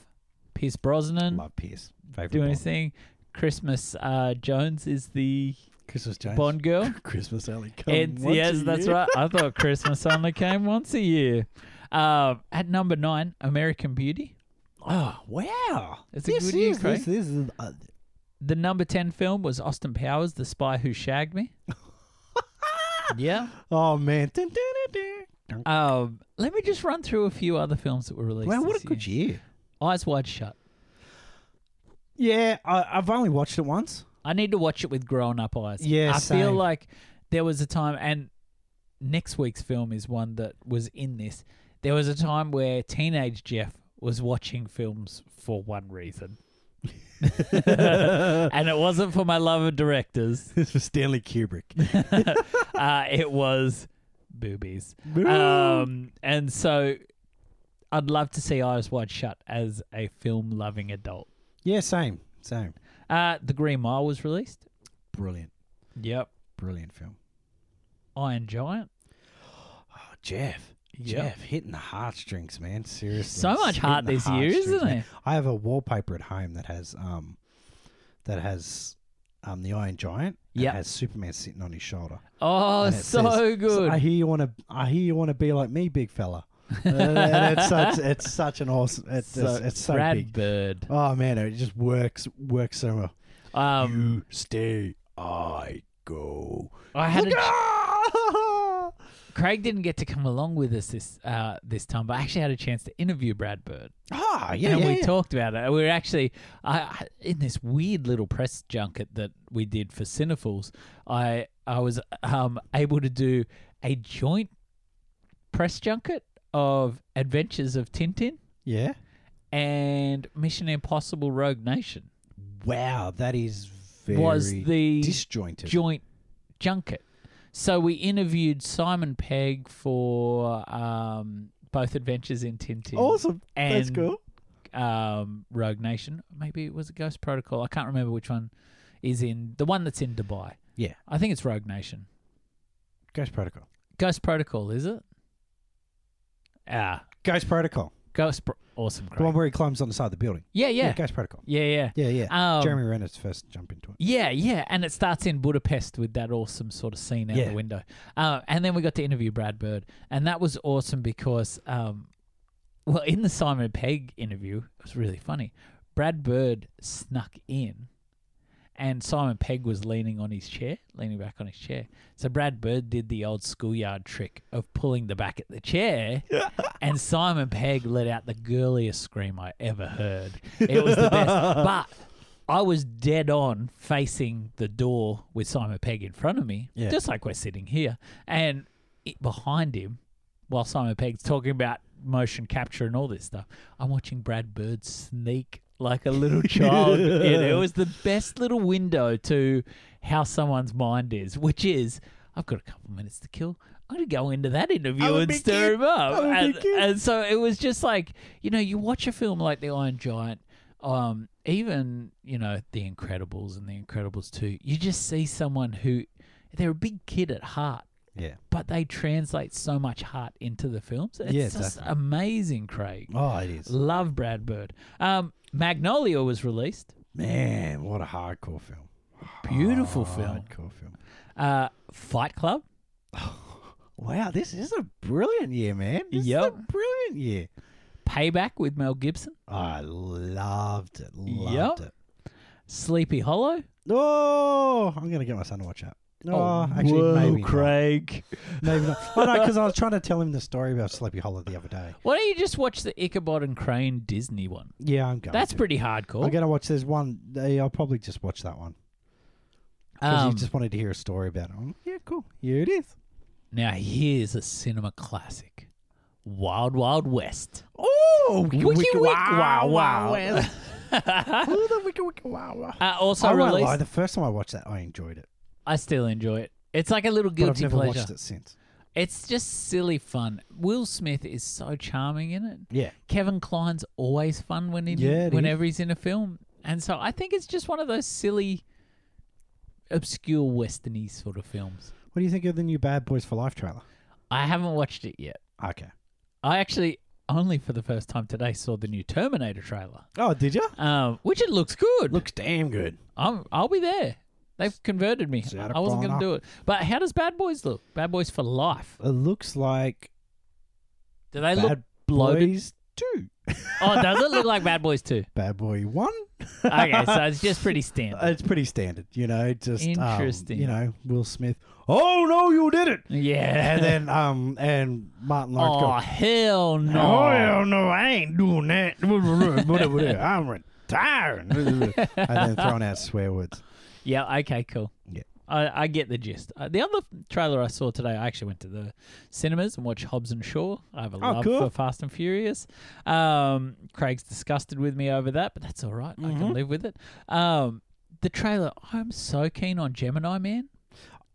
[SPEAKER 1] Pierce Brosnan
[SPEAKER 2] Love Pierce, favorite
[SPEAKER 1] doing
[SPEAKER 2] Bond.
[SPEAKER 1] his thing. Christmas uh, Jones is the
[SPEAKER 2] Christmas Jones,
[SPEAKER 1] Bond girl.
[SPEAKER 2] Christmas Alley. [LAUGHS] Come
[SPEAKER 1] And
[SPEAKER 2] once
[SPEAKER 1] yes,
[SPEAKER 2] a
[SPEAKER 1] that's
[SPEAKER 2] year.
[SPEAKER 1] right. I
[SPEAKER 2] [LAUGHS]
[SPEAKER 1] thought Christmas only came once a year. Um, at number nine, American Beauty.
[SPEAKER 2] Oh wow!
[SPEAKER 1] It's a good year,
[SPEAKER 2] is,
[SPEAKER 1] Craig.
[SPEAKER 2] This, this is uh,
[SPEAKER 1] The number 10 film was Austin Powers, The Spy Who Shagged
[SPEAKER 2] [LAUGHS]
[SPEAKER 1] Me. yeah.
[SPEAKER 2] oh man! Dun, dun, dun, dun.
[SPEAKER 1] Um, let me just run through a few other films that were released.
[SPEAKER 2] Wow, what
[SPEAKER 1] this
[SPEAKER 2] a good year!
[SPEAKER 1] Eyes Wide Shut.
[SPEAKER 2] Yeah, I, I've only watched it [LAUGHS] once.
[SPEAKER 1] I need to watch it with grown up eyes.
[SPEAKER 2] Yeah,
[SPEAKER 1] I feel
[SPEAKER 2] same.
[SPEAKER 1] like there was a time, and next week's film is one that was in this. There was a time where teenage Jeff was watching films for one
[SPEAKER 2] [LAUGHS]
[SPEAKER 1] reason,
[SPEAKER 2] this
[SPEAKER 1] and it wasn't for my love of
[SPEAKER 2] [LAUGHS]
[SPEAKER 1] directors.
[SPEAKER 2] was Stanley [LAUGHS] Kubrick.
[SPEAKER 1] Uh, it was
[SPEAKER 2] [LAUGHS]
[SPEAKER 1] boobies. Um, and so I'd love to see Eyes Wide Shut as a film loving adult.
[SPEAKER 2] yeah, same, same.
[SPEAKER 1] Uh, the Green Mile was released.
[SPEAKER 2] Brilliant,
[SPEAKER 1] Yep.
[SPEAKER 2] brilliant film.
[SPEAKER 1] Iron Giant.
[SPEAKER 2] Oh, Jeff, Jeff hitting the heartstrings, man. Seriously,
[SPEAKER 1] So much
[SPEAKER 2] hitting
[SPEAKER 1] heart
[SPEAKER 2] the
[SPEAKER 1] this year, isn't
[SPEAKER 2] heartstrings, man.
[SPEAKER 1] it?
[SPEAKER 2] I have a wallpaper at home that has um, that has um the Iron Giant. and it
[SPEAKER 1] Yep.
[SPEAKER 2] has Superman sitting on his shoulder.
[SPEAKER 1] Oh,
[SPEAKER 2] And it
[SPEAKER 1] so
[SPEAKER 2] says,
[SPEAKER 1] good.
[SPEAKER 2] I hear you want to. I hear you want to be like me,
[SPEAKER 1] [LAUGHS]
[SPEAKER 2] big fella. and it's such, it's such an awesome. It's it's, it's so
[SPEAKER 1] Brad
[SPEAKER 2] big.
[SPEAKER 1] Bird.
[SPEAKER 2] Oh man, it just works works so well.
[SPEAKER 1] Um,
[SPEAKER 2] you stay, I go.
[SPEAKER 1] I had a,
[SPEAKER 2] Look out!
[SPEAKER 1] Craig didn't get to come along with us this uh, this time, but I actually had a chance to interview Brad Bird.
[SPEAKER 2] [LAUGHS] Ah, yeah,
[SPEAKER 1] and
[SPEAKER 2] yeah,
[SPEAKER 1] we
[SPEAKER 2] yeah.
[SPEAKER 1] talked about it. We were actually I, I- in this weird little press junket that we did for Cinephiles. I I was um, able to do a joint press junket of Adventures of Tintin
[SPEAKER 2] yeah.
[SPEAKER 1] and Mission Impossible: Rogue Nation
[SPEAKER 2] Wow, that is very
[SPEAKER 1] was the
[SPEAKER 2] disjointed.
[SPEAKER 1] joint junket. So we interviewed Simon Pegg for um, both Adventures in Tintin.
[SPEAKER 2] awesome. That's
[SPEAKER 1] and
[SPEAKER 2] cool.
[SPEAKER 1] um, Rogue Nation. Maybe it was a Ghost Protocol. I can't remember which one is in the one that's in Dubai.
[SPEAKER 2] Yeah.
[SPEAKER 1] I think it's Rogue Nation.
[SPEAKER 2] Ghost Protocol.
[SPEAKER 1] Ghost Protocol, is it? Ah,
[SPEAKER 2] Ghost Protocol.
[SPEAKER 1] Ghost. Pro- awesome,
[SPEAKER 2] The one
[SPEAKER 1] Craig.
[SPEAKER 2] where he climbs on the side of the building.
[SPEAKER 1] Yeah, yeah,
[SPEAKER 2] Ghost Protocol.
[SPEAKER 1] yeah, yeah.
[SPEAKER 2] Yeah, yeah.
[SPEAKER 1] Um,
[SPEAKER 2] Jeremy Renner's first jump into it.
[SPEAKER 1] Yeah, yeah, and it starts in Budapest with that awesome sort of scene out
[SPEAKER 2] Yeah.
[SPEAKER 1] the window, uh, and then we got to interview Brad Bird, and that was awesome because, um, well, in the Simon Pegg interview, it was really funny. Brad Bird snuck in, and Simon Pegg was leaning on his chair, leaning back on his chair. So Brad Bird did the old schoolyard trick of pulling the back at the chair, and Simon Pegg let out the girliest scream I ever heard. It was the best, but. I was dead on facing the door with Simon Pegg in front of me,
[SPEAKER 2] Yeah.
[SPEAKER 1] just like we're sitting here. And it, behind him, while Simon Pegg's talking about motion capture and all this stuff, I'm watching Brad Bird sneak like a little child. in. It was the best little window to how someone's mind is, which is I've got a couple minutes to kill. I'm going to go into that interview
[SPEAKER 2] I'm a
[SPEAKER 1] and
[SPEAKER 2] big
[SPEAKER 1] stir
[SPEAKER 2] kid.
[SPEAKER 1] him up.
[SPEAKER 2] I'm a
[SPEAKER 1] And,
[SPEAKER 2] big kid.
[SPEAKER 1] and so it was just like, you know, you watch a film like The Iron Giant um, even you know the Incredibles and the Incredibles too. You just see someone who they're a big kid at heart,
[SPEAKER 2] Yeah.
[SPEAKER 1] but they translate so much heart into the films. It's
[SPEAKER 2] Yeah,
[SPEAKER 1] just
[SPEAKER 2] definitely.
[SPEAKER 1] amazing, Craig.
[SPEAKER 2] Oh, it is.
[SPEAKER 1] Love Brad Bird. Um, Magnolia was released.
[SPEAKER 2] Man, what a hardcore film.
[SPEAKER 1] Beautiful film.
[SPEAKER 2] Hardcore film.
[SPEAKER 1] Oh, Uh, Fight Club.
[SPEAKER 2] Wow, this is a brilliant year, man. This is
[SPEAKER 1] Yep.
[SPEAKER 2] a brilliant year.
[SPEAKER 1] Payback with Mel Gibson.
[SPEAKER 2] I loved it. Loved
[SPEAKER 1] Yep.
[SPEAKER 2] it.
[SPEAKER 1] Sleepy Hollow.
[SPEAKER 2] Oh, I'm gonna get my son to watch that. No, Oh, actually,
[SPEAKER 1] Oh, whoa,
[SPEAKER 2] maybe
[SPEAKER 1] Craig.
[SPEAKER 2] not. Maybe not. Oh no, because I [LAUGHS] was trying to tell him the story about Sleepy Hollow the other day.
[SPEAKER 1] Why don't you just watch the Ichabod and Crane Disney one?
[SPEAKER 2] Yeah, I'm going.
[SPEAKER 1] That's
[SPEAKER 2] to.
[SPEAKER 1] pretty hardcore.
[SPEAKER 2] I'm gonna watch. There's one. yeah, I'll probably just watch that one because
[SPEAKER 1] Um,
[SPEAKER 2] you just wanted to hear a story about it. I'm, yeah, cool. Here it is.
[SPEAKER 1] Now here's a cinema classic. Wild Wild West.
[SPEAKER 2] Oh,
[SPEAKER 1] Wiki Wiki Wow Wow.
[SPEAKER 2] [LAUGHS] Ooh, the wiki wiki wow wow.
[SPEAKER 1] Uh, also
[SPEAKER 2] Oh, I won't lie.
[SPEAKER 1] released.
[SPEAKER 2] The first time I watched that, I enjoyed it,
[SPEAKER 1] I still enjoy it. It's like a little
[SPEAKER 2] but I've
[SPEAKER 1] guilty
[SPEAKER 2] never
[SPEAKER 1] pleasure.
[SPEAKER 2] watched it since.
[SPEAKER 1] It's just silly fun. Will Smith is so charming in it.
[SPEAKER 2] Yeah,
[SPEAKER 1] Kevin Kline's always fun when in,
[SPEAKER 2] Yeah, it
[SPEAKER 1] whenever he's in a film, and so I think it's just one of those silly, obscure westerny sort of films.
[SPEAKER 2] what do you think of the new Bad Boys for Life trailer?
[SPEAKER 1] I haven't watched it yet.
[SPEAKER 2] Okay.
[SPEAKER 1] I actually only for the first time today saw the new Terminator trailer,
[SPEAKER 2] Oh, did you?
[SPEAKER 1] um, which it looks good.
[SPEAKER 2] Looks damn good.
[SPEAKER 1] I'm, I'll be there. They've converted me.
[SPEAKER 2] It's out of
[SPEAKER 1] I wasn't going
[SPEAKER 2] Bono.
[SPEAKER 1] to do it. But how does Bad Boys look? Bad Boys for life.
[SPEAKER 2] It looks like
[SPEAKER 1] Do they look
[SPEAKER 2] Bad
[SPEAKER 1] bloated?
[SPEAKER 2] Boys Two,
[SPEAKER 1] Oh, does it look like Bad Boys too?
[SPEAKER 2] Bad Boy One.
[SPEAKER 1] Okay, so it's just pretty standard.
[SPEAKER 2] [LAUGHS] It's pretty standard, you know. Just um,
[SPEAKER 1] Interesting.
[SPEAKER 2] you know, Will Smith. Oh no, you did it!
[SPEAKER 1] Yeah.
[SPEAKER 2] [LAUGHS]
[SPEAKER 1] [LAUGHS]
[SPEAKER 2] And then um and Martin Lawrence.
[SPEAKER 1] oh,
[SPEAKER 2] goes,
[SPEAKER 1] hell no.
[SPEAKER 2] Oh hell no, I ain't doing that. [LAUGHS] I'm retiring. [LAUGHS] and then throwing out swear words.
[SPEAKER 1] Yeah, okay, cool.
[SPEAKER 2] Yeah.
[SPEAKER 1] I, I get the gist. Uh, the other trailer I saw today, I actually went to the cinemas and watched Hobbs and Shaw. I have a love
[SPEAKER 2] Oh, cool.
[SPEAKER 1] for Fast and Furious. Um, Craig's disgusted with me over that, but that's all right. I
[SPEAKER 2] Mm-hmm.
[SPEAKER 1] can live with it. Um, the trailer, I'm so keen on Gemini Man.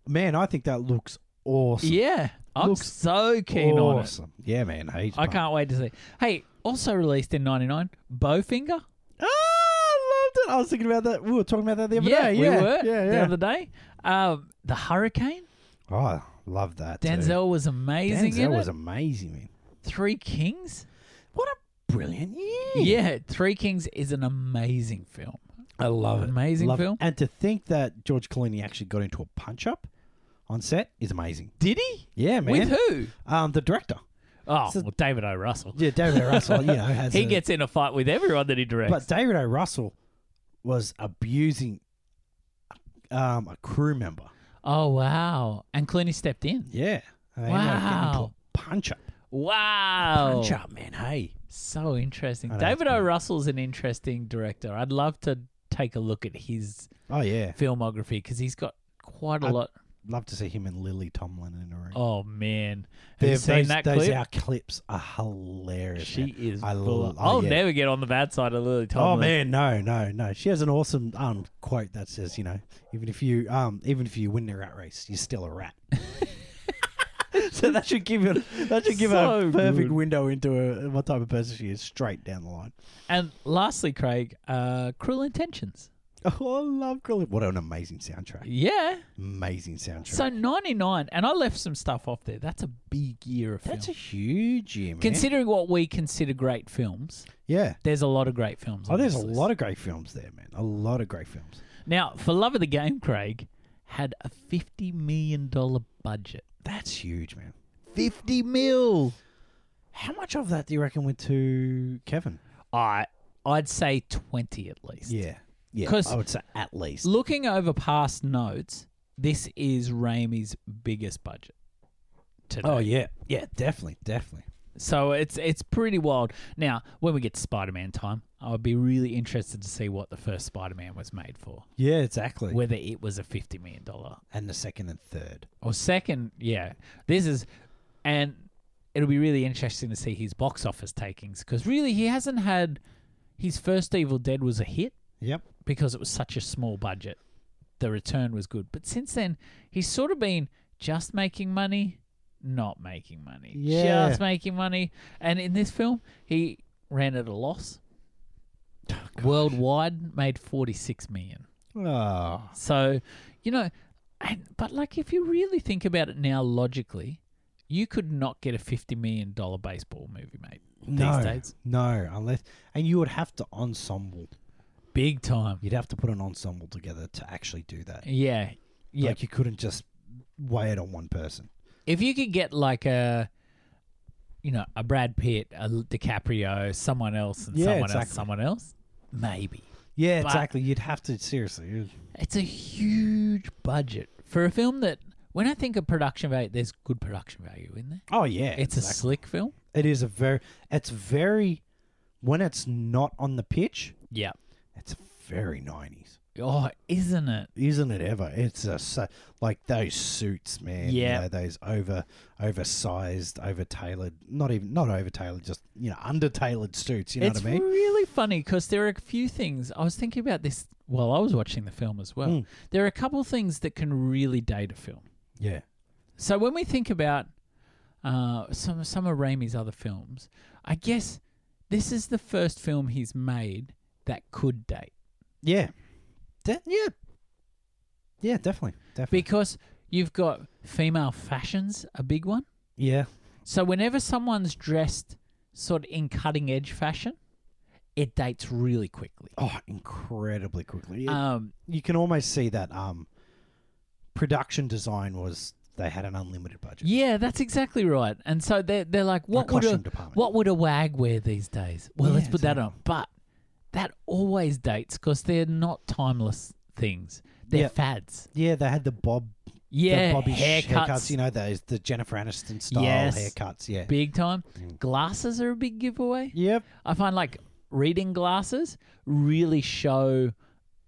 [SPEAKER 2] Man, I think that looks awesome.
[SPEAKER 1] Yeah, I'm
[SPEAKER 2] Looks
[SPEAKER 1] so keen on it.
[SPEAKER 2] awesome. Yeah, man. He's
[SPEAKER 1] I
[SPEAKER 2] pumped.
[SPEAKER 1] can't wait to see. Hey, also released in '99, Bowfinger.
[SPEAKER 2] Ah, I loved it. I was thinking about that. We were talking about that the other
[SPEAKER 1] yeah,
[SPEAKER 2] day.
[SPEAKER 1] we
[SPEAKER 2] uh, yeah,
[SPEAKER 1] were
[SPEAKER 2] yeah,
[SPEAKER 1] the
[SPEAKER 2] yeah.
[SPEAKER 1] other day. Um, the Hurricane.
[SPEAKER 2] Oh, Love that. too.
[SPEAKER 1] Denzel was amazing
[SPEAKER 2] Denzel
[SPEAKER 1] in
[SPEAKER 2] was
[SPEAKER 1] it.
[SPEAKER 2] amazing, man.
[SPEAKER 1] Three Kings.
[SPEAKER 2] What a brilliant year.
[SPEAKER 1] Yeah, Three Kings is an amazing film.
[SPEAKER 2] I love it.
[SPEAKER 1] Amazing
[SPEAKER 2] Love it.
[SPEAKER 1] film.
[SPEAKER 2] And to think that George Clooney actually got into a punch up on set is amazing.
[SPEAKER 1] Did he?
[SPEAKER 2] Yeah, man.
[SPEAKER 1] With who?
[SPEAKER 2] Um, the director.
[SPEAKER 1] Oh,
[SPEAKER 2] So-
[SPEAKER 1] well, David O. Russell.
[SPEAKER 2] Yeah, David O.
[SPEAKER 1] [LAUGHS]
[SPEAKER 2] Russell. You know, has
[SPEAKER 1] He
[SPEAKER 2] a-
[SPEAKER 1] gets in a fight with everyone that he directs.
[SPEAKER 2] But David O. Russell was abusing um, a crew member.
[SPEAKER 1] oh wow! And Clooney stepped in.
[SPEAKER 2] Yeah. And they ended up getting into a
[SPEAKER 1] Wow. Oh.
[SPEAKER 2] Punch up.
[SPEAKER 1] Wow!
[SPEAKER 2] Punch up, man. Hey.
[SPEAKER 1] So interesting.
[SPEAKER 2] I know,
[SPEAKER 1] David
[SPEAKER 2] it's
[SPEAKER 1] O.
[SPEAKER 2] cool.
[SPEAKER 1] Russell's an interesting director. I'd love to take a look at his
[SPEAKER 2] Oh, yeah.
[SPEAKER 1] filmography because he's got quite a
[SPEAKER 2] I-
[SPEAKER 1] lot.
[SPEAKER 2] Love to see him and Lily Tomlin in a room.
[SPEAKER 1] Oh man, have you
[SPEAKER 2] They've-
[SPEAKER 1] seen
[SPEAKER 2] those,
[SPEAKER 1] that
[SPEAKER 2] those
[SPEAKER 1] clip?
[SPEAKER 2] our clips are hilarious.
[SPEAKER 1] She
[SPEAKER 2] man.
[SPEAKER 1] is.
[SPEAKER 2] I
[SPEAKER 1] full
[SPEAKER 2] lo-
[SPEAKER 1] of-
[SPEAKER 2] oh,
[SPEAKER 1] I'll
[SPEAKER 2] yeah.
[SPEAKER 1] never get on the bad side of Lily
[SPEAKER 2] Oh
[SPEAKER 1] Tomlin.
[SPEAKER 2] man, no, no, no. She has an awesome um quote that says, you know, even if you um even if you win the rat race, you're still a rat. [LAUGHS] so that should give you that should give
[SPEAKER 1] So
[SPEAKER 2] a perfect
[SPEAKER 1] good.
[SPEAKER 2] window into a, what type of person she is straight down the line. [LAUGHS]
[SPEAKER 1] And lastly, Craig, uh, Cruel Intentions.
[SPEAKER 2] Oh, I love Grilly. What an amazing soundtrack!
[SPEAKER 1] Yeah.
[SPEAKER 2] Amazing soundtrack.
[SPEAKER 1] So 99, and I left some stuff off there. That's a big year of
[SPEAKER 2] that's
[SPEAKER 1] film.
[SPEAKER 2] a huge year, man.
[SPEAKER 1] Considering what we consider great films,
[SPEAKER 2] yeah.
[SPEAKER 1] there's a lot of great films.
[SPEAKER 2] Oh,
[SPEAKER 1] on
[SPEAKER 2] there's a
[SPEAKER 1] this list.
[SPEAKER 2] lot of great films there, man. A lot of great films.
[SPEAKER 1] Now, for love of the game, Craig had a fifty million dollar budget.
[SPEAKER 2] That's huge, man. Fifty mil. How much of that do you reckon went to Kevin?
[SPEAKER 1] I I'd say twenty at least.
[SPEAKER 2] Yeah. Yeah.
[SPEAKER 1] 'Cause-
[SPEAKER 2] I would say at least.
[SPEAKER 1] Looking over past notes, this is Raimi's biggest budget. Today.
[SPEAKER 2] Oh yeah. Yeah, definitely, definitely.
[SPEAKER 1] So it's it's pretty wild. Now, when we get to Spider Man time, I would be really interested to see what the first Spider Man was made for.
[SPEAKER 2] Yeah, exactly.
[SPEAKER 1] Whether it was a fifty million dollar
[SPEAKER 2] and the second and third.
[SPEAKER 1] or second, yeah. This is, and it'll be really interesting to see his box office takings because really he hasn't had his first Evil Dead was a hit
[SPEAKER 2] Yep.
[SPEAKER 1] because it was such a small budget. The return was good, but since then he's sort of been just making money, not making money,
[SPEAKER 2] Yeah.
[SPEAKER 1] just making money. And in this film, he ran at a loss. Worldwide, made forty six million.
[SPEAKER 2] Oh.
[SPEAKER 1] So, you know, and, but like if you really think about it now logically, you could not get a fifty million dollar baseball movie made these
[SPEAKER 2] No.
[SPEAKER 1] days.
[SPEAKER 2] No, unless and you would have to ensemble.
[SPEAKER 1] Big time.
[SPEAKER 2] You'd have to put an ensemble together to actually do that.
[SPEAKER 1] Yeah. Yeah.
[SPEAKER 2] Like you couldn't just weigh it on one person.
[SPEAKER 1] if you could get like a you know, a Brad Pitt, a DiCaprio, someone else and
[SPEAKER 2] Yeah,
[SPEAKER 1] someone else,
[SPEAKER 2] exactly.
[SPEAKER 1] someone else, maybe.
[SPEAKER 2] Yeah,
[SPEAKER 1] But-
[SPEAKER 2] exactly. You'd have to seriously. you'd-
[SPEAKER 1] It's a huge budget for a film that when I think of production value, there's good production value in there.
[SPEAKER 2] Oh yeah.
[SPEAKER 1] It's a
[SPEAKER 2] exactly.
[SPEAKER 1] slick film.
[SPEAKER 2] It is a very it's very when it's not on the pitch,
[SPEAKER 1] Yeah.
[SPEAKER 2] it's very 90s.
[SPEAKER 1] Oh, isn't it?
[SPEAKER 2] Isn't it ever? It's a so, like those suits, man. you
[SPEAKER 1] Yeah.
[SPEAKER 2] know, those over oversized, over tailored, not even not over tailored, just you know, under tailored suits. You know
[SPEAKER 1] it's
[SPEAKER 2] what I mean?
[SPEAKER 1] really funny because there are a few things I was thinking about this while I was watching the film as well.
[SPEAKER 2] Mm.
[SPEAKER 1] There are a couple things that can really date a film.
[SPEAKER 2] Yeah,
[SPEAKER 1] So when we think about uh, some some of Raimi's other films, I guess this is the first film he's made that could date
[SPEAKER 2] yeah, De- yeah, yeah. Definitely, definitely.
[SPEAKER 1] because you've got female fashions, a big one.
[SPEAKER 2] yeah,
[SPEAKER 1] So whenever someone's dressed sort of in cutting edge fashion, it dates really quickly.
[SPEAKER 2] oh, incredibly quickly. It-
[SPEAKER 1] Um,
[SPEAKER 2] you can almost see that um, production design was they had an unlimited budget.
[SPEAKER 1] Yeah, that's exactly right. And so they're they're like, what
[SPEAKER 2] a
[SPEAKER 1] would
[SPEAKER 2] costume
[SPEAKER 1] a
[SPEAKER 2] department?
[SPEAKER 1] what would a wag wear these days? Well, let's
[SPEAKER 2] Yeah,
[SPEAKER 1] put that on. But that always dates because they're not timeless things. They're
[SPEAKER 2] Yeah.
[SPEAKER 1] fads.
[SPEAKER 2] Yeah, they had the bob,
[SPEAKER 1] Yeah,
[SPEAKER 2] the bobby
[SPEAKER 1] haircuts,
[SPEAKER 2] haircuts. You know those the Jennifer Aniston style
[SPEAKER 1] Yes.
[SPEAKER 2] haircuts. Yeah.
[SPEAKER 1] big time.
[SPEAKER 2] Mm.
[SPEAKER 1] Glasses are a big giveaway.
[SPEAKER 2] Yep.
[SPEAKER 1] I find like reading glasses really show.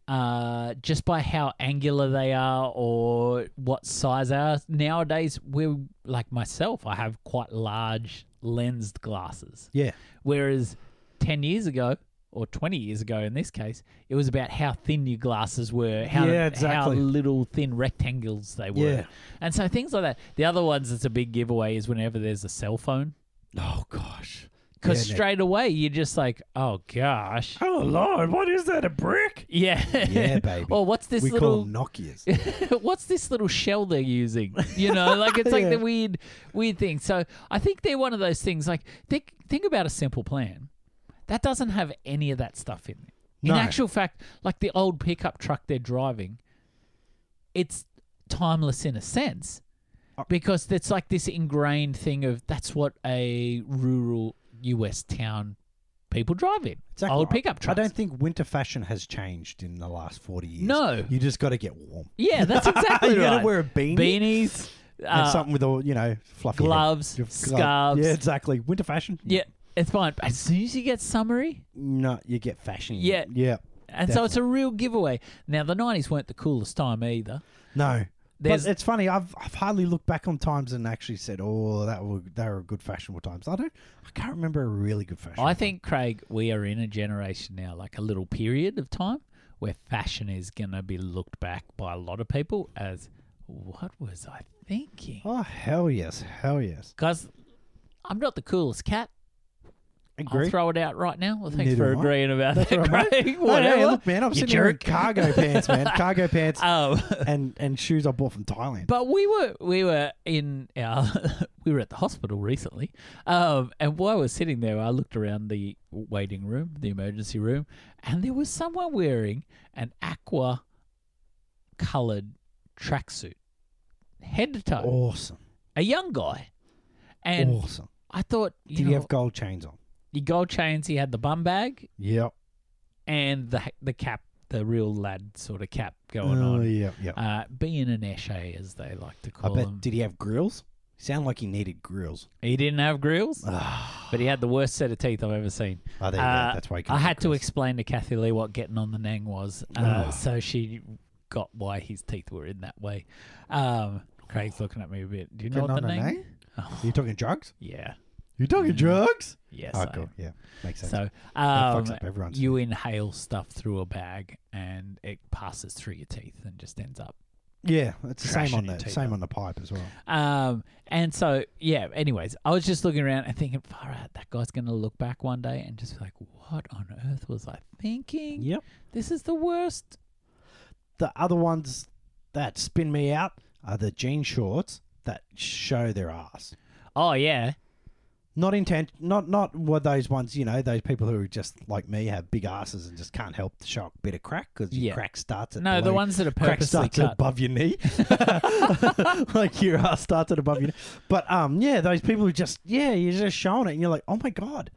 [SPEAKER 1] Uh, just by how angular they are or what size they are. Nowadays, we're like myself, I have quite large lensed glasses.
[SPEAKER 2] Yeah.
[SPEAKER 1] Whereas 10 years ago, or 20 years ago in this case, it was about how thin your glasses were, how,
[SPEAKER 2] Yeah, exactly.
[SPEAKER 1] how little thin rectangles they were.
[SPEAKER 2] Yeah.
[SPEAKER 1] And so things like that. The other ones that's a big giveaway is whenever there's a cell phone.
[SPEAKER 2] Oh gosh.
[SPEAKER 1] Because
[SPEAKER 2] Yeah, Nick.
[SPEAKER 1] straight away you're just like, oh gosh,
[SPEAKER 2] Oh Lord, what is that? A brick?
[SPEAKER 1] yeah, [LAUGHS]
[SPEAKER 2] Yeah, baby.
[SPEAKER 1] or what's Oh, this
[SPEAKER 2] we
[SPEAKER 1] little [LAUGHS]
[SPEAKER 2] call them Nokia's.
[SPEAKER 1] what's this little shell they're using? You know, like it's like
[SPEAKER 2] [LAUGHS] Yeah.
[SPEAKER 1] the weird, weird thing. So I think they're one of those things. Like think think about a simple plan that doesn't have any of that stuff in it.
[SPEAKER 2] No.
[SPEAKER 1] In actual fact, like the old pickup truck they're driving, it's timeless in a sense
[SPEAKER 2] Uh,
[SPEAKER 1] because it's like this ingrained thing of that's what a rural U.S. town people drive in.
[SPEAKER 2] Exactly.
[SPEAKER 1] Old pickup
[SPEAKER 2] I
[SPEAKER 1] trucks.
[SPEAKER 2] don't think winter fashion has changed in the last forty years.
[SPEAKER 1] No.
[SPEAKER 2] you just got to get warm.
[SPEAKER 1] yeah, that's exactly
[SPEAKER 2] [LAUGHS] you
[SPEAKER 1] right.
[SPEAKER 2] gotta wear a beanie,
[SPEAKER 1] beanies.
[SPEAKER 2] and
[SPEAKER 1] uh,
[SPEAKER 2] something with all you know, fluffy hair.
[SPEAKER 1] gloves,
[SPEAKER 2] Your glove-
[SPEAKER 1] scarves.
[SPEAKER 2] Yeah,
[SPEAKER 1] Yeah.
[SPEAKER 2] exactly. Winter fashion.
[SPEAKER 1] it's fine. As soon as you get summery,
[SPEAKER 2] No, you get fashion.
[SPEAKER 1] Yeah.
[SPEAKER 2] yeah.
[SPEAKER 1] and so it's a real giveaway. Now the nineties weren't the coolest time either.
[SPEAKER 2] No.
[SPEAKER 1] There's-
[SPEAKER 2] but it's funny. I've I've hardly looked back on times and actually said, "Oh, that were they were good fashionable times." I don't. I can't remember a really good fashion.
[SPEAKER 1] I think, Craig, we are in a generation now, like a little period of time where fashion is gonna be looked back by a lot of people as what was I thinking?
[SPEAKER 2] Oh hell yes, hell yes.
[SPEAKER 1] Because I'm not the coolest cat. I'll
[SPEAKER 2] Agree.
[SPEAKER 1] throw it out right now. Well, thanks
[SPEAKER 2] Neither
[SPEAKER 1] for
[SPEAKER 2] am I.
[SPEAKER 1] agreeing about
[SPEAKER 2] That's
[SPEAKER 1] that,
[SPEAKER 2] what I'm- [LAUGHS]
[SPEAKER 1] Craig.
[SPEAKER 2] Oh, yeah,
[SPEAKER 1] Whatever. [LAUGHS]
[SPEAKER 2] look, man, I'm
[SPEAKER 1] You
[SPEAKER 2] sitting here in
[SPEAKER 1] jerk. [LAUGHS]
[SPEAKER 2] cargo pants, man. Cargo pants
[SPEAKER 1] Oh.
[SPEAKER 2] and and shoes I bought from Thailand.
[SPEAKER 1] But we were we were in our [LAUGHS] we were at the hospital recently, um, and while we were sitting there, I looked around the waiting room, the emergency room, and there was someone wearing an aqua coloured tracksuit, head to toe,
[SPEAKER 2] awesome,
[SPEAKER 1] a young guy, and
[SPEAKER 2] awesome.
[SPEAKER 1] I thought you
[SPEAKER 2] Oh. Did
[SPEAKER 1] know,
[SPEAKER 2] you have gold chains on?
[SPEAKER 1] your gold chains, he had the bum bag
[SPEAKER 2] Yep.
[SPEAKER 1] and the the cap, the real lad sort of cap going
[SPEAKER 2] Oh,
[SPEAKER 1] on,
[SPEAKER 2] yep, yep.
[SPEAKER 1] uh, being an ashe as they like to
[SPEAKER 2] I
[SPEAKER 1] call
[SPEAKER 2] bet.
[SPEAKER 1] him.
[SPEAKER 2] Did he have grills? Sound like he needed
[SPEAKER 1] [SIGHS]
[SPEAKER 2] grills.
[SPEAKER 1] He didn't have grills.
[SPEAKER 2] Ah,
[SPEAKER 1] But he had the worst set of teeth I've ever seen.
[SPEAKER 2] oh, there you
[SPEAKER 1] Oh, Uh,
[SPEAKER 2] go. That's why he
[SPEAKER 1] I
[SPEAKER 2] couldn't
[SPEAKER 1] had
[SPEAKER 2] get
[SPEAKER 1] to
[SPEAKER 2] grills.
[SPEAKER 1] explain to Kathy Lee what getting on the Nang was. Uh,
[SPEAKER 2] Oh.
[SPEAKER 1] So she got why his teeth were in that way. Um, Craig's looking at me a bit. Do you know
[SPEAKER 2] Getting
[SPEAKER 1] what the
[SPEAKER 2] on the
[SPEAKER 1] Nang?
[SPEAKER 2] Nang?
[SPEAKER 1] Oh,
[SPEAKER 2] You talking drugs?
[SPEAKER 1] yeah.
[SPEAKER 2] You talking
[SPEAKER 1] Mm.
[SPEAKER 2] drugs?
[SPEAKER 1] Yes.
[SPEAKER 2] Oh,
[SPEAKER 1] I
[SPEAKER 2] cool.
[SPEAKER 1] am.
[SPEAKER 2] Yeah, makes sense.
[SPEAKER 1] So
[SPEAKER 2] That
[SPEAKER 1] um,
[SPEAKER 2] fucks up everyone's.
[SPEAKER 1] you inhale stuff through a bag and it passes through your teeth and just ends up.
[SPEAKER 2] yeah, it's the
[SPEAKER 1] Trashing
[SPEAKER 2] same on
[SPEAKER 1] your
[SPEAKER 2] the
[SPEAKER 1] teeth
[SPEAKER 2] same
[SPEAKER 1] up.
[SPEAKER 2] on the pipe as well.
[SPEAKER 1] Um, and so, yeah, anyways, I was just looking around and thinking, far out, that guy's going to look back one day and just be like, what on earth was I thinking?
[SPEAKER 2] Yep.
[SPEAKER 1] This is the worst.
[SPEAKER 2] The other ones that spin me out are the jean shorts that show their ass.
[SPEAKER 1] Oh yeah,
[SPEAKER 2] Not intent. Not not what those ones. You know, those people who are just like me have big asses and just can't help to show a bit of crack because your
[SPEAKER 1] Yeah.
[SPEAKER 2] crack starts at
[SPEAKER 1] no, the
[SPEAKER 2] below-
[SPEAKER 1] ones that are
[SPEAKER 2] Crack
[SPEAKER 1] purposely
[SPEAKER 2] starts
[SPEAKER 1] cut.
[SPEAKER 2] above your
[SPEAKER 1] [LAUGHS]
[SPEAKER 2] knee, [LAUGHS] like your ass started above your knee. But um, yeah, those people who just yeah, you're just showing it, and you're like, oh my god,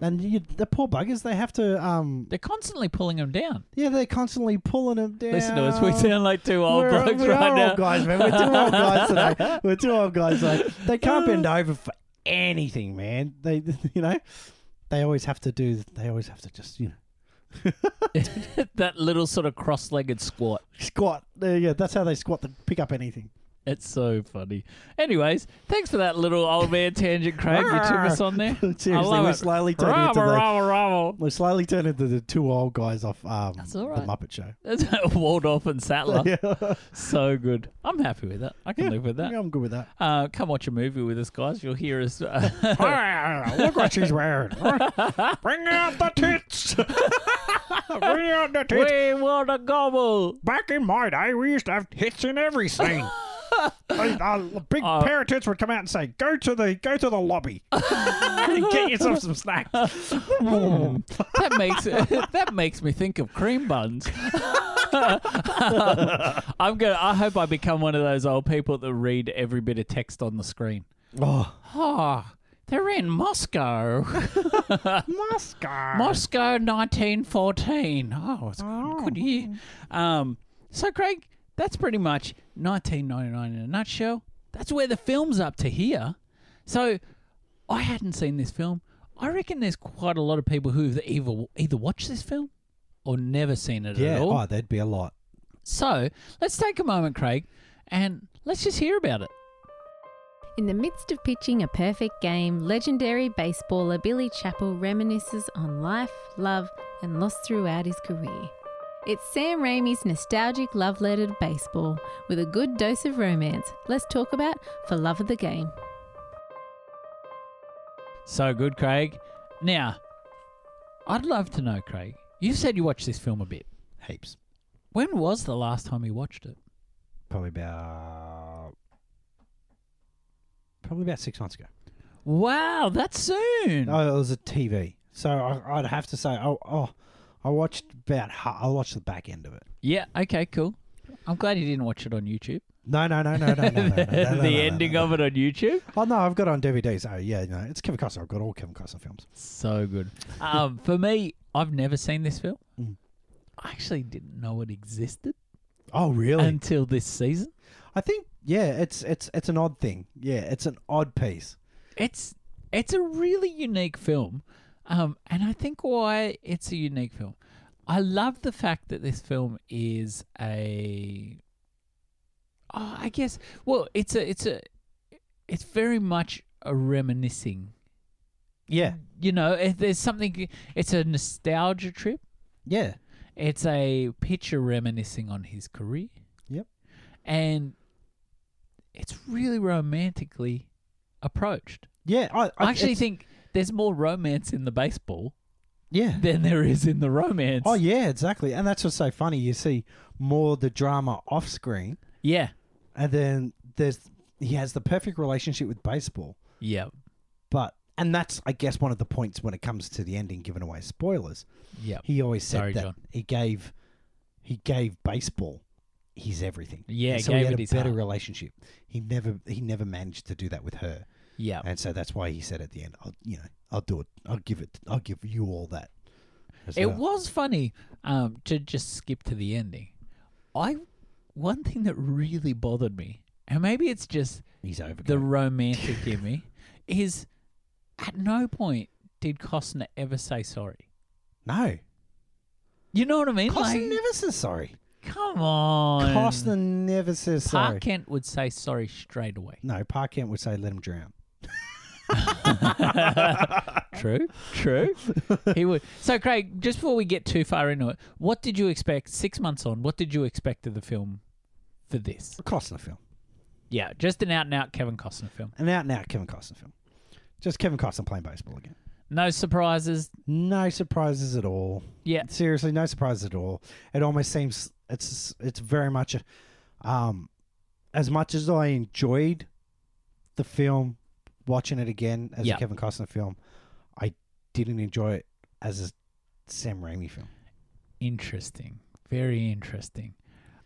[SPEAKER 2] and you, the poor buggers, they have to um,
[SPEAKER 1] They're constantly pulling them down.
[SPEAKER 2] yeah, they're constantly pulling them down.
[SPEAKER 1] Listen to us. We sound like two old
[SPEAKER 2] we're,
[SPEAKER 1] blokes
[SPEAKER 2] we
[SPEAKER 1] right
[SPEAKER 2] are
[SPEAKER 1] now.
[SPEAKER 2] old guys, man. We're two old
[SPEAKER 1] [LAUGHS]
[SPEAKER 2] guys today. We're two old guys today. They can't bend over for anything, man. They, [LAUGHS] you know, they always have to do. They always have to just, you know,
[SPEAKER 1] that little sort of cross-legged squat.
[SPEAKER 2] squat. Uh, yeah, that's how they squat to pick up anything.
[SPEAKER 1] It's so funny. Anyways, thanks for that little old
[SPEAKER 2] [LAUGHS]
[SPEAKER 1] man tangent, Craig. You took us on there.
[SPEAKER 2] Seriously,
[SPEAKER 1] I love
[SPEAKER 2] we're
[SPEAKER 1] it.
[SPEAKER 2] slowly turning
[SPEAKER 1] Rabble,
[SPEAKER 2] into the,
[SPEAKER 1] rabble, rabble.
[SPEAKER 2] We slowly turn into the two old guys off um,
[SPEAKER 1] That's
[SPEAKER 2] the
[SPEAKER 1] all right.
[SPEAKER 2] Muppet Show.
[SPEAKER 1] That's [LAUGHS] Waldorf and Sattler.
[SPEAKER 2] yeah,
[SPEAKER 1] So good. I'm happy with that. I can
[SPEAKER 2] Yeah.
[SPEAKER 1] live with that.
[SPEAKER 2] I'm good
[SPEAKER 1] [LAUGHS]
[SPEAKER 2] with that.
[SPEAKER 1] Uh, come watch a movie with us, guys. You'll hear us. uh,
[SPEAKER 2] [LAUGHS] Look what she's wearing.
[SPEAKER 3] Bring out the
[SPEAKER 1] [LAUGHS]
[SPEAKER 3] tits! Bring out the
[SPEAKER 1] [LAUGHS]
[SPEAKER 3] tits!
[SPEAKER 1] we want a gobble.
[SPEAKER 3] Back in my day, we used to have tits in every scene.
[SPEAKER 1] [LAUGHS]
[SPEAKER 3] A, a big
[SPEAKER 1] Uh,
[SPEAKER 3] pair of tits would come out and say, "Go to the go to the lobby and get yourself
[SPEAKER 1] [LAUGHS]
[SPEAKER 3] some snacks."
[SPEAKER 1] that makes [LAUGHS] that makes me think of cream buns. I'm gonna. I hope I become one of those old people that read every bit of text on the screen.
[SPEAKER 2] oh,
[SPEAKER 1] Oh, they're in Moscow,
[SPEAKER 2] [LAUGHS]
[SPEAKER 3] Moscow.
[SPEAKER 1] Moscow, 1914. Oh, it's a good year. Um, so Craig, that's pretty much 1999 in a nutshell. That's where the film's up to here. So I hadn't seen this film. I reckon there's quite a lot of people who've either either watched this film or never seen it
[SPEAKER 2] yeah.
[SPEAKER 1] at all.
[SPEAKER 2] Oh, that'd be a lot.
[SPEAKER 1] So let's take a moment, Craig, and let's just hear about it.
[SPEAKER 4] In the midst of pitching a perfect game, legendary baseballer Billy Chappell reminisces on life, love, and loss throughout his career. It's Sam Raimi's nostalgic love letter to baseball with a good dose of romance. Let's talk about For Love of the Game.
[SPEAKER 1] So good, Craig. Now, I'd love to know, Craig. You said you watched this film a bit.
[SPEAKER 2] Heaps.
[SPEAKER 1] When was the last time you watched it?
[SPEAKER 2] Probably about probably about six months ago.
[SPEAKER 1] Wow, that's soon.
[SPEAKER 2] No, it was a TV. So I, I'd have to say, oh, oh, I watched about. ha- I watched the back end of it.
[SPEAKER 1] Yeah. Okay. Cool. I'm glad you didn't watch it on YouTube.
[SPEAKER 2] No, no, no, no, no, no, no, no,
[SPEAKER 1] [LAUGHS]
[SPEAKER 2] no, no, no, no,
[SPEAKER 1] the ending
[SPEAKER 2] no.
[SPEAKER 1] of it on YouTube.
[SPEAKER 2] Oh no, I've got it on DVD. So Oh, yeah, no, it's Kevin Costner. I've got all Kevin Costner films.
[SPEAKER 1] So good. Um, for me, I've never seen this film.
[SPEAKER 2] Mm.
[SPEAKER 1] I actually didn't know it existed
[SPEAKER 2] Oh really?
[SPEAKER 1] until this season.
[SPEAKER 2] I think yeah, it's it's it's an odd thing. Yeah, it's an odd piece.
[SPEAKER 1] It's it's a really unique film, um, and I think why it's a unique film. I love the fact that this film is a. Oh, I guess well, it's a it's a it's very much a reminiscing.
[SPEAKER 2] Yeah,
[SPEAKER 1] You know, if there's something. It's a nostalgia trip.
[SPEAKER 2] yeah,
[SPEAKER 1] It's a picture reminiscing on his career.
[SPEAKER 2] Yep.
[SPEAKER 1] And it's really romantically approached.
[SPEAKER 2] yeah. I,
[SPEAKER 1] I, actually
[SPEAKER 2] it's-
[SPEAKER 1] think there's more romance in the baseball
[SPEAKER 2] yeah.
[SPEAKER 1] than there is in the romance.
[SPEAKER 2] Oh yeah, exactly. And that's what's so funny. You see more the drama off screen,
[SPEAKER 1] yeah.
[SPEAKER 2] and then there's he has the perfect relationship with baseball,
[SPEAKER 1] Yeah.
[SPEAKER 2] but. And that's, I guess, one of the points when it comes to the ending, giving away spoilers.
[SPEAKER 1] Yeah.
[SPEAKER 2] He always said
[SPEAKER 1] Sorry,
[SPEAKER 2] that
[SPEAKER 1] John.
[SPEAKER 2] he gave he gave baseball his everything.
[SPEAKER 1] Yeah,
[SPEAKER 2] And so
[SPEAKER 1] gave
[SPEAKER 2] he had
[SPEAKER 1] it
[SPEAKER 2] a
[SPEAKER 1] his
[SPEAKER 2] better
[SPEAKER 1] heart.
[SPEAKER 2] relationship. He never he never managed to do that with her,
[SPEAKER 1] Yeah.
[SPEAKER 2] and so that's why he said at the end, "I'll you know I'll do it. I'll give it. I'll give you all that." as
[SPEAKER 1] It
[SPEAKER 2] well."
[SPEAKER 1] was funny um, to just skip to the ending. I one thing that really bothered me, and maybe it's just
[SPEAKER 2] He's over.
[SPEAKER 1] the romantic in me, is at no point did Costner ever say sorry.
[SPEAKER 2] no,
[SPEAKER 1] You know what I mean?
[SPEAKER 2] Costner
[SPEAKER 1] like,
[SPEAKER 2] never says sorry.
[SPEAKER 1] come on.
[SPEAKER 2] Costner never says
[SPEAKER 1] Park
[SPEAKER 2] sorry.
[SPEAKER 1] Kent would say sorry straight away.
[SPEAKER 2] No, Park Kent would say, "Let him drown."
[SPEAKER 1] [LAUGHS] True, true. he would. So, Craig, just before we get too far into it, what did you expect six months on? What did you expect of the film for this?
[SPEAKER 2] A Costner film,
[SPEAKER 1] Yeah, just an out and out Kevin Costner film.
[SPEAKER 2] an out and out Kevin Costner film. Just Kevin Costner playing baseball again.
[SPEAKER 1] No surprises.
[SPEAKER 2] No surprises at all.
[SPEAKER 1] Yeah,
[SPEAKER 2] seriously, no surprise at all. It almost seems it's it's very much, a, um, as much as I enjoyed the film, watching it again as
[SPEAKER 1] Yeah.
[SPEAKER 2] a Kevin Costner film, I didn't enjoy it as a Sam Raimi film.
[SPEAKER 1] interesting. Very interesting.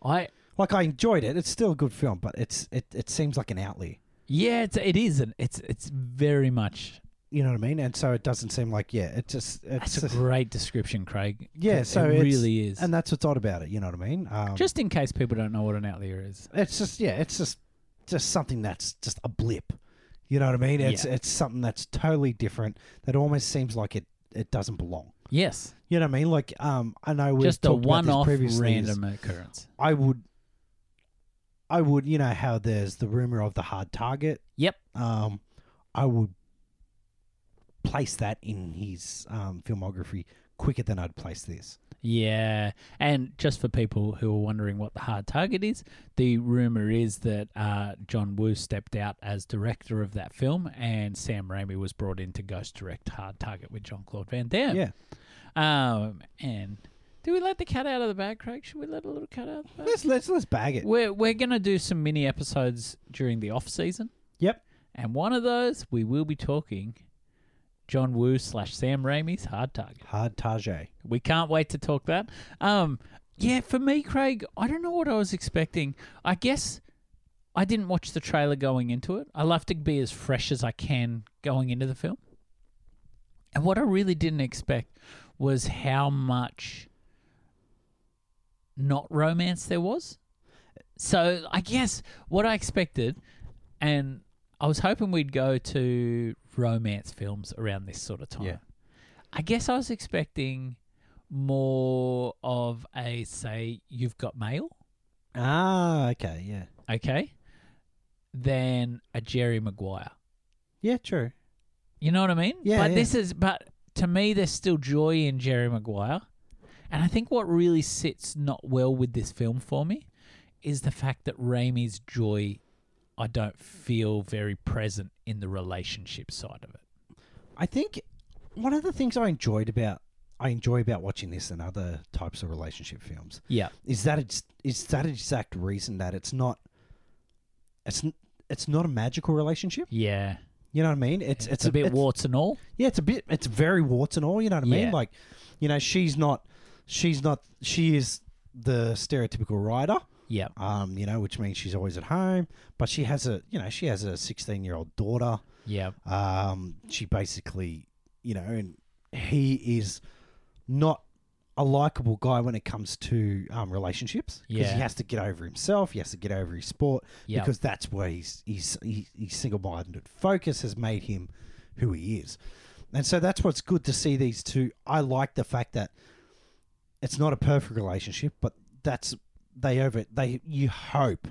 [SPEAKER 1] I
[SPEAKER 2] Like I enjoyed it; it's still a good film, but it's it, it seems like an outlier.
[SPEAKER 1] yeah, it's it is an it's it's very much.
[SPEAKER 2] You know what I mean? And so it doesn't seem like yeah, it just it's
[SPEAKER 1] That's a great description, Craig.
[SPEAKER 2] yeah.
[SPEAKER 1] It-
[SPEAKER 2] So
[SPEAKER 1] it
[SPEAKER 2] it's-
[SPEAKER 1] really is.
[SPEAKER 2] and that's what's odd about it. You know what I mean? Um,
[SPEAKER 1] just in case people don't know what an outlier is.
[SPEAKER 2] it's just yeah, it's just just something that's just a blip. You know what I mean? It's it's something that's totally different that almost seems like it it doesn't belong.
[SPEAKER 1] Yes,
[SPEAKER 2] You know what I mean? Like um, I know we
[SPEAKER 1] just a
[SPEAKER 2] talked about this
[SPEAKER 1] one-off
[SPEAKER 2] previously. is
[SPEAKER 1] random occurrence.
[SPEAKER 2] I would, I would. You know how there's the rumor of the hard target.
[SPEAKER 1] Yep.
[SPEAKER 2] Um, I would place that in his um, filmography quicker than I'd place this.
[SPEAKER 1] Yeah, and just for people who are wondering what the hard target is, the rumor is that uh, John Woo stepped out as director of that film, and Sam Raimi was brought in to ghost direct Hard Target with John Claude Van Damme.
[SPEAKER 2] Yeah.
[SPEAKER 1] Um, and do we let the cat out of the bag, Craig? Should we let a little cat out of the bag?
[SPEAKER 2] Let's let's let's bag it.
[SPEAKER 1] We're we're gonna do some mini episodes during the off season.
[SPEAKER 2] Yep.
[SPEAKER 1] And one of those we will be talking John Woo slash Sam Raimi's Hard Target.
[SPEAKER 2] Hard target.
[SPEAKER 1] We can't wait to talk that. Um, yeah, for me, Craig, I don't know what I was expecting. I guess I didn't watch the trailer going into it. I love to be as fresh as I can going into the film. And what I really didn't expect was how much not romance there was. So I guess what I expected, and I was hoping we'd go to romance films around this sort of time.
[SPEAKER 2] Yeah.
[SPEAKER 1] I guess I was expecting more of a say you've got mail,
[SPEAKER 2] Ah, okay, yeah,
[SPEAKER 1] okay, than a Jerry Maguire.
[SPEAKER 2] yeah, true.
[SPEAKER 1] You know what I mean?
[SPEAKER 2] Yeah,
[SPEAKER 1] But
[SPEAKER 2] yeah.
[SPEAKER 1] this is but to me there's still joy in Jerry Maguire. And I think what really sits not well with this film for me is the fact that Raimi's joy I don't feel very present in the relationship side of it.
[SPEAKER 2] I think mm, one of the things I enjoyed about I enjoy about watching this and other types of relationship films
[SPEAKER 1] Yeah.
[SPEAKER 2] is that it's is that exact reason that it's not it's n- it's not a magical relationship.
[SPEAKER 1] Yeah.
[SPEAKER 2] You know what I mean? It's it's,
[SPEAKER 1] It's a bit
[SPEAKER 2] it's,
[SPEAKER 1] warts and all.
[SPEAKER 2] Yeah, it's a bit. It's very warts and all. You know what I mean?
[SPEAKER 1] Yeah.
[SPEAKER 2] Like, you know, she's not. She's not. She is the stereotypical writer.
[SPEAKER 1] Yeah.
[SPEAKER 2] Um, you know, which means she's always at home. But she has a. You know, she has a sixteen-year-old daughter.
[SPEAKER 1] Yeah.
[SPEAKER 2] Um, she basically, you know, and he is not a likable guy when it comes to um, relationships because
[SPEAKER 1] Yeah.
[SPEAKER 2] he has to get over himself. He has to get over his sport
[SPEAKER 1] Yeah.
[SPEAKER 2] because that's where he's he's he, he's single-minded. Focus has made him who he is, and so that's what's good to see these two. I like the fact that it's not a perfect relationship, but that's they over they you hope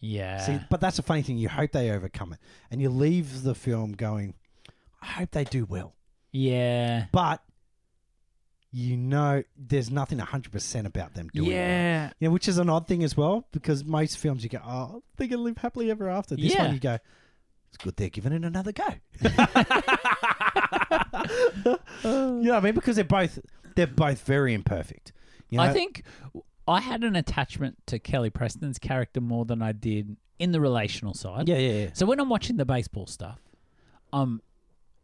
[SPEAKER 1] yeah.
[SPEAKER 2] See, but that's the funny thing. You hope they overcome it, and you leave the film going, "I hope they do well."
[SPEAKER 1] yeah.
[SPEAKER 2] But you know, there's nothing 100 percent about them doing. well.
[SPEAKER 1] Yeah.
[SPEAKER 2] you know, which is an odd thing as well because most films you go, "Oh, they're gonna live happily ever after." This
[SPEAKER 1] Yeah.
[SPEAKER 2] one you go, "It's good they're giving it
[SPEAKER 1] [LAUGHS]
[SPEAKER 2] another go." [LAUGHS] you know what I mean? Because they're both they're both very imperfect. You know?
[SPEAKER 1] I think I had an attachment to Kelly Preston's character more than I did in the relational side.
[SPEAKER 2] Yeah, yeah, yeah,
[SPEAKER 1] So when I'm watching the baseball stuff, I'm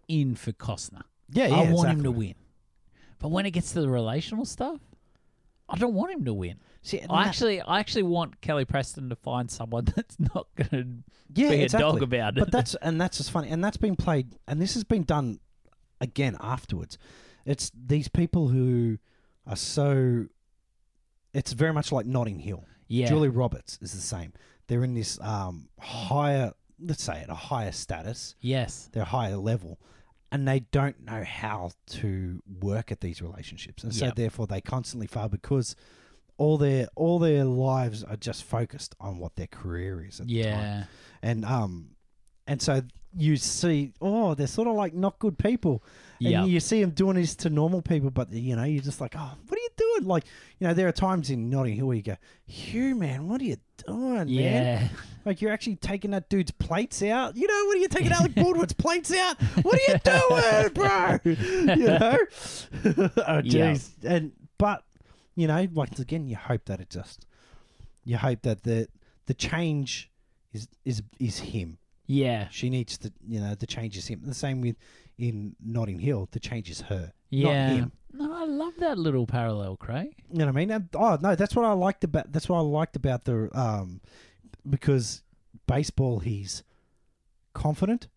[SPEAKER 1] in for Costner.
[SPEAKER 2] yeah. yeah
[SPEAKER 1] I want him to
[SPEAKER 2] exactly.
[SPEAKER 1] win. But when it gets to the relational stuff, I don't want him to win.
[SPEAKER 2] See, and
[SPEAKER 1] I
[SPEAKER 2] that-
[SPEAKER 1] actually, I actually want Kelly Preston to find someone [LAUGHS] that's not going
[SPEAKER 2] yeah,
[SPEAKER 1] to be
[SPEAKER 2] exactly.
[SPEAKER 1] a dog about it.
[SPEAKER 2] But that's and that's just funny, and that's been played, and this has been done again afterwards. It's these people who are so. It's very much like Notting Hill.
[SPEAKER 1] yeah,
[SPEAKER 2] Julie Roberts is the same. They're in this um, higher, let's say it, a higher status,
[SPEAKER 1] yes,
[SPEAKER 2] they're higher level, and they don't know how to work at these relationships, and so
[SPEAKER 1] Yep.
[SPEAKER 2] therefore they constantly fail because all their all their lives are just focused on what their career is at the time
[SPEAKER 1] yeah,
[SPEAKER 2] and um and so you see oh they're sort of like not good people and
[SPEAKER 1] yeah,
[SPEAKER 2] you see them doing this to normal people but you know you're just like oh what are you doing like you know there are times in Notting Hill where you go Hugh man what are you doing man
[SPEAKER 1] yeah,
[SPEAKER 2] like you're actually taking that dude's plates out you know what are you taking Alec Baldwin's plates out what are you
[SPEAKER 1] [LAUGHS]
[SPEAKER 2] doing bro you know [LAUGHS] oh
[SPEAKER 1] Yeah.
[SPEAKER 2] jeez and but you know once again you hope that it just you hope that the the change is is is him
[SPEAKER 1] yeah,
[SPEAKER 2] she needs to, you know, the change is him. The same with in Notting Hill, the change is her,
[SPEAKER 1] yeah.
[SPEAKER 2] not him.
[SPEAKER 1] No, I love that little parallel, Craig.
[SPEAKER 2] You know what I mean? And, oh no, that's what I liked about. That's what I liked about the um, because baseball, he's confident.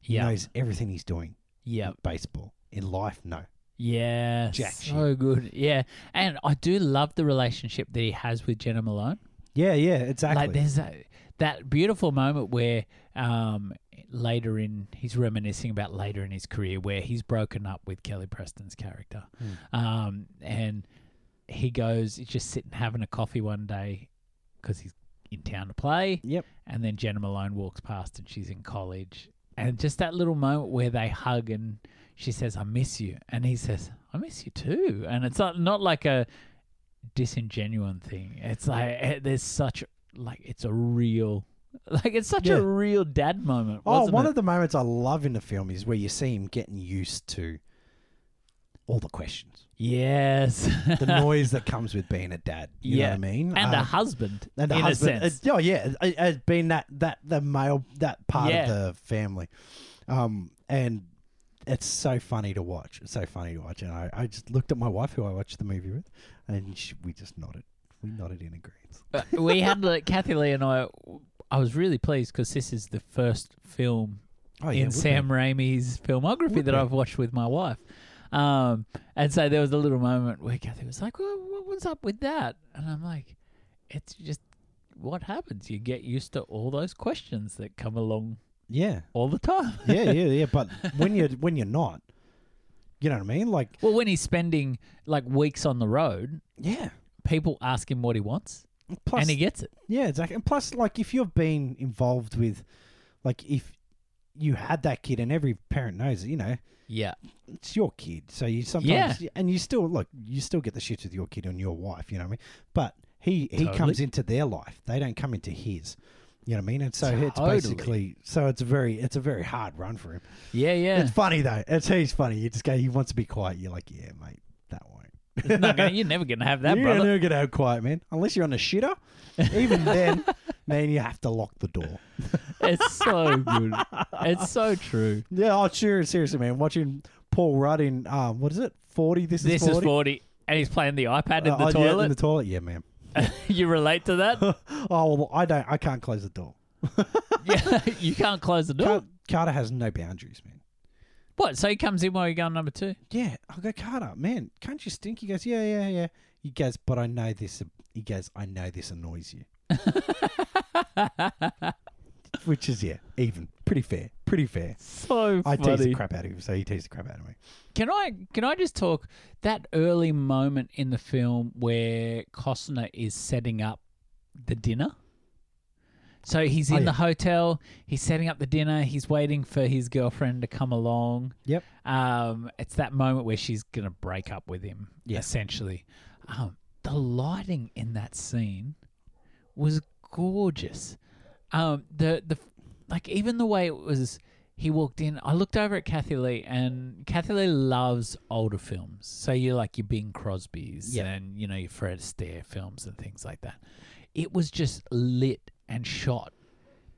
[SPEAKER 2] He
[SPEAKER 1] Yeah,
[SPEAKER 2] knows everything he's doing.
[SPEAKER 1] yeah.
[SPEAKER 2] in baseball in life, no.
[SPEAKER 1] Yeah,
[SPEAKER 2] Jack
[SPEAKER 1] so good. Yeah, and I do love the relationship that he has with Jenna Malone.
[SPEAKER 2] Yeah, yeah, exactly.
[SPEAKER 1] Like, there's that, that beautiful moment where um, later in he's reminiscing about later in his career where he's broken up with Kelly Preston's character,
[SPEAKER 2] Hmm.
[SPEAKER 1] um, and he goes, he's just sitting having a coffee one day because he's in town to play,
[SPEAKER 2] yep.
[SPEAKER 1] and then Jenna Malone walks past and she's in college, and just that little moment where they hug and she says, "I miss you," and he says, "I miss you too," and it's not not like a disingenuine thing. It's like eh, there's such like it's a real like it's such
[SPEAKER 2] Yeah.
[SPEAKER 1] a real dad moment.
[SPEAKER 2] Oh,
[SPEAKER 1] wasn't
[SPEAKER 2] one
[SPEAKER 1] it?
[SPEAKER 2] of the moments I love in the film is where you see him getting used to all the questions,
[SPEAKER 1] yes, [LAUGHS]
[SPEAKER 2] the noise that comes with being a dad. You know what I mean?
[SPEAKER 1] and a
[SPEAKER 2] Um,
[SPEAKER 1] husband
[SPEAKER 2] and the
[SPEAKER 1] in
[SPEAKER 2] husband.
[SPEAKER 1] a sense.
[SPEAKER 2] it's- oh yeah, it- it's been that that the male that part
[SPEAKER 1] Yeah.
[SPEAKER 2] of the family, um, and it's so funny to watch. It's so funny to watch, and I, I just looked at my wife who I watched the movie with, and she, we just nodded. We nodded in agreement.
[SPEAKER 1] But we had like Kathy Lee and I. I was really pleased because this is the first film
[SPEAKER 2] Oh
[SPEAKER 1] in Sam Raimi's filmography
[SPEAKER 2] Would
[SPEAKER 1] that
[SPEAKER 2] be.
[SPEAKER 1] I've watched with my wife. Um, and so there was a little moment where Kathy was like, well, what- what's up with that? And I'm like, it's just what happens. You get used to all those questions that come along
[SPEAKER 2] yeah,
[SPEAKER 1] all the time. [LAUGHS]
[SPEAKER 2] yeah, yeah, yeah. But when you are when you're not, you know what I mean? Like
[SPEAKER 1] Well, when he's spending like weeks on the road,
[SPEAKER 2] yeah.
[SPEAKER 1] people ask him what he wants
[SPEAKER 2] Plus,
[SPEAKER 1] and he gets it.
[SPEAKER 2] Yeah, exactly. And plus, like, if you've been involved with, like, if you had that kid, and every parent knows, you know,
[SPEAKER 1] Yeah.
[SPEAKER 2] it's your kid. So you sometimes and you still look, you still get the shit with your kid and your wife, you know what I mean? But he he
[SPEAKER 1] Totally.
[SPEAKER 2] comes into their life. They don't come into his. You know what I mean? And so it's
[SPEAKER 1] Totally.
[SPEAKER 2] basically so it's a very it's a very hard run for him.
[SPEAKER 1] Yeah, yeah.
[SPEAKER 2] It's funny though. It's he's funny. You just go. He wants to be quiet. You're like, yeah, mate, that won't.
[SPEAKER 1] No, no, [LAUGHS] you're never gonna
[SPEAKER 2] [LAUGHS]
[SPEAKER 1] have that,
[SPEAKER 2] you're
[SPEAKER 1] brother.
[SPEAKER 2] never gonna have quiet, man. Unless you're on a shitter. Even then, [LAUGHS] man, you have to lock the door.
[SPEAKER 1] It's so good. It's so true.
[SPEAKER 2] Yeah, oh, sure, seriously, man. Watching Paul Rudd in um, what is it? Forty. This is
[SPEAKER 1] This
[SPEAKER 2] forty.
[SPEAKER 1] is forty, and he's playing the iPad in
[SPEAKER 2] Uh,
[SPEAKER 1] the
[SPEAKER 2] oh, yeah,
[SPEAKER 1] toilet.
[SPEAKER 2] in the toilet. Yeah, man.
[SPEAKER 1] [LAUGHS] you relate to that?
[SPEAKER 2] oh well, I don't. I can't close the door.
[SPEAKER 1] yeah, [LAUGHS] you can't close the door.
[SPEAKER 2] Car- Carter has no boundaries, man.
[SPEAKER 1] What? So he comes in while you're going number two.
[SPEAKER 2] Yeah, I go Carter, man. Can't you stink? He goes, yeah, yeah, yeah. He goes, but I know this. He goes, I know this annoys you. [LAUGHS] Which is yeah, even pretty fair, pretty fair.
[SPEAKER 1] So
[SPEAKER 2] I tease the
[SPEAKER 1] funny.
[SPEAKER 2] crap out of him, so he teased the crap out of me.
[SPEAKER 1] Can I can I just talk that early moment in the film where Costner is setting up the dinner? So he's in
[SPEAKER 2] Oh, yeah.
[SPEAKER 1] the hotel. He's setting up the dinner. He's waiting for his girlfriend to come along.
[SPEAKER 2] Yep.
[SPEAKER 1] Um, it's that moment where she's gonna break up with him.
[SPEAKER 2] Yeah.
[SPEAKER 1] Essentially, um, the lighting in that scene was gorgeous. Um, the the like even the way it was. He walked in. I looked over at Kathy Lee, and Kathy Lee loves older films. So you're like your Bing Crosby's
[SPEAKER 2] Yeah.
[SPEAKER 1] and you know your Fred Astaire films and things like that. It was just lit and shot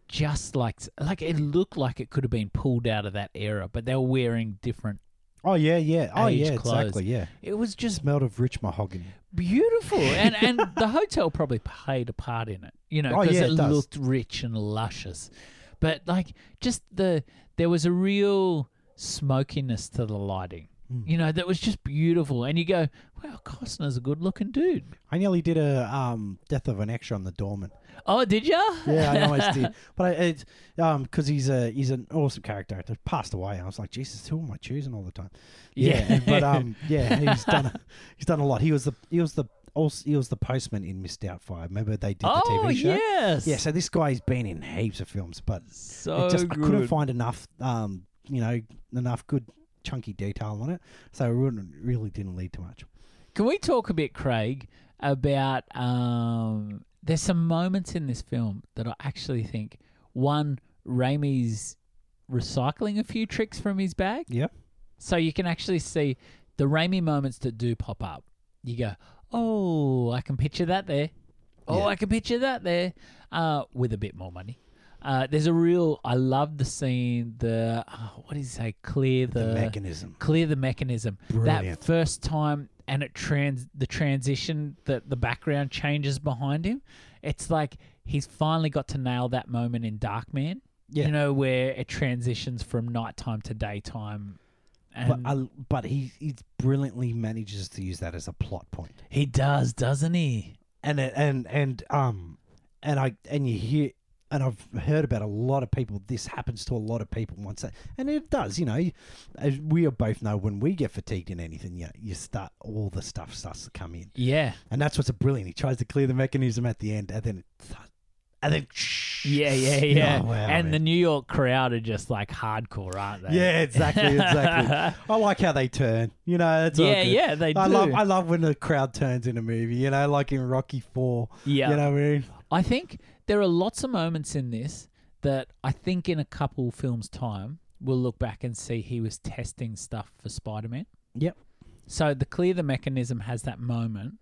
[SPEAKER 1] just like like it looked like it could have been pulled out of that era, but they were wearing different.
[SPEAKER 2] Oh yeah, yeah. Oh
[SPEAKER 1] Age
[SPEAKER 2] yeah,
[SPEAKER 1] clothes.
[SPEAKER 2] exactly. Yeah.
[SPEAKER 1] It was just
[SPEAKER 2] Smelled of rich mahogany. [LAUGHS]
[SPEAKER 1] beautiful, and and the hotel probably played a part in it, you know,
[SPEAKER 2] Oh,
[SPEAKER 1] because
[SPEAKER 2] yeah,
[SPEAKER 1] it,
[SPEAKER 2] it does.
[SPEAKER 1] looked rich and luscious, but like just the there was a real smokiness to the lighting,
[SPEAKER 2] Hmm.
[SPEAKER 1] you know, that was just beautiful, and you go, wow, Costner's a good looking dude.
[SPEAKER 2] I nearly did a um, death of an extra on the doorman.
[SPEAKER 1] Oh, did ya?
[SPEAKER 2] Yeah, I almost did. But I, it's um 'cause because he's a he's an awesome character. He passed away. I was like, Jesus, who am I choosing all the time?
[SPEAKER 1] [LAUGHS] Yeah. [LAUGHS]
[SPEAKER 2] but um, yeah, he's done a, he's done a lot. He was the he was the also, he was the postman in Miss Doubtfire. Remember they did the
[SPEAKER 1] oh
[SPEAKER 2] TV show.
[SPEAKER 1] yes,
[SPEAKER 2] Yeah, so this guy's been in heaps of films, but
[SPEAKER 1] so
[SPEAKER 2] it just
[SPEAKER 1] good.
[SPEAKER 2] I couldn't find enough, um, you know, enough good chunky detail on it. So it wouldn't- really didn't lead to much.
[SPEAKER 1] Can we talk a bit, Craig, about um, there's some moments in this film that I actually think one, Raimi's recycling a few tricks from his bag.
[SPEAKER 2] Yep.
[SPEAKER 1] So you can actually see the Raimi moments that do pop up. You go, oh, I can picture that there. Oh,
[SPEAKER 2] Yeah.
[SPEAKER 1] I can picture that there. Uh, with a bit more money. Uh, there's a real. I love the scene. The oh, what do you say? Clear the,
[SPEAKER 2] The, mechanism.
[SPEAKER 1] clear the mechanism.
[SPEAKER 2] Brilliant.
[SPEAKER 1] That first time and it trans the transition that the background changes behind him. It's like he's finally got to nail that moment in Darkman.
[SPEAKER 2] Yeah.
[SPEAKER 1] You know, where it transitions from nighttime to daytime.
[SPEAKER 2] But,
[SPEAKER 1] And
[SPEAKER 2] I, but he, he brilliantly manages to use that as a plot point.
[SPEAKER 1] he does, doesn't he?
[SPEAKER 2] and it- and and um and I and you hear and I've heard about a lot of people. This happens to a lot of people once, that, and it does. You know, as we both know, when we get fatigued in anything, you you start all the stuff starts to come in,
[SPEAKER 1] Yeah.
[SPEAKER 2] and that's what's brilliant. He tries to clear the mechanism at the end, and then it, th- and then
[SPEAKER 1] Yeah, yeah,
[SPEAKER 2] [LAUGHS]
[SPEAKER 1] yeah.
[SPEAKER 2] Oh, wow,
[SPEAKER 1] and the
[SPEAKER 2] man.
[SPEAKER 1] New York crowd are just like hardcore, aren't they?
[SPEAKER 2] yeah, exactly,
[SPEAKER 1] [LAUGHS]
[SPEAKER 2] exactly. I like how they turn. You know, it's all
[SPEAKER 1] yeah,
[SPEAKER 2] good.
[SPEAKER 1] yeah, they do.
[SPEAKER 2] I love I love when the crowd turns in a movie. You know, like in Rocky Four.
[SPEAKER 1] yeah.
[SPEAKER 2] You know what I mean?
[SPEAKER 1] I think there are lots of moments in this that I think in a couple films' time we'll look back and see he was testing stuff for Spider Man.
[SPEAKER 2] Yep.
[SPEAKER 1] So the clear the mechanism has that moment,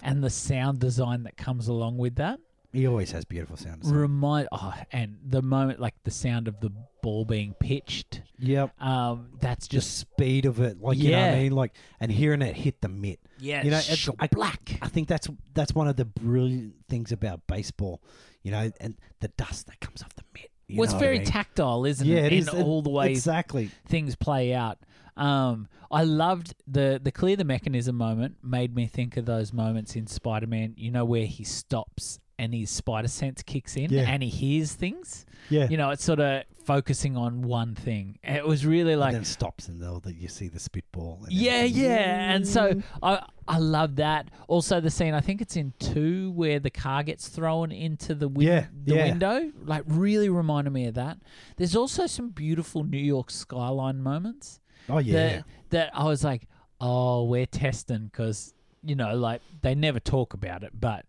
[SPEAKER 1] and the sound design that comes along with that
[SPEAKER 2] He always has beautiful sound. design.
[SPEAKER 1] remind oh, and the moment like the sound of the ball being pitched.
[SPEAKER 2] Yep.
[SPEAKER 1] Um, that's
[SPEAKER 2] just
[SPEAKER 1] just
[SPEAKER 2] speed of it, like you know what
[SPEAKER 1] Yeah.
[SPEAKER 2] I mean, like and hearing it hit the mitt.
[SPEAKER 1] yeah,
[SPEAKER 2] you know,
[SPEAKER 1] it's
[SPEAKER 2] I-
[SPEAKER 1] black.
[SPEAKER 2] I think that's that's one of the brilliant things about baseball, you know, and the dust that comes off the mitt. You
[SPEAKER 1] Well, it's
[SPEAKER 2] know what I
[SPEAKER 1] very
[SPEAKER 2] mean?
[SPEAKER 1] tactile, isn't
[SPEAKER 2] yeah,
[SPEAKER 1] it?
[SPEAKER 2] it
[SPEAKER 1] in
[SPEAKER 2] is It-
[SPEAKER 1] all the ways
[SPEAKER 2] exactly.
[SPEAKER 1] things play out. Um, I loved the the clear the mechanism moment. Made me think of those moments in Spider Man. You know where he stops and his spider sense kicks in
[SPEAKER 2] Yeah.
[SPEAKER 1] and he hears things.
[SPEAKER 2] Yeah,
[SPEAKER 1] You know, it's sort of focusing on one thing. It was really
[SPEAKER 2] like,
[SPEAKER 1] like
[SPEAKER 2] and then stops and though that you see the spitball. and
[SPEAKER 1] yeah,
[SPEAKER 2] everything.
[SPEAKER 1] yeah. And so I
[SPEAKER 2] Mm.
[SPEAKER 1] I love that. Also the scene I think it's in two where the car gets thrown into the, win-
[SPEAKER 2] Yeah,
[SPEAKER 1] the
[SPEAKER 2] yeah.
[SPEAKER 1] window. Like really reminded me of that. There's also some beautiful New York skyline moments
[SPEAKER 2] Oh yeah.
[SPEAKER 1] that that I was like, oh, we're testing because you know, like they never talk about it, but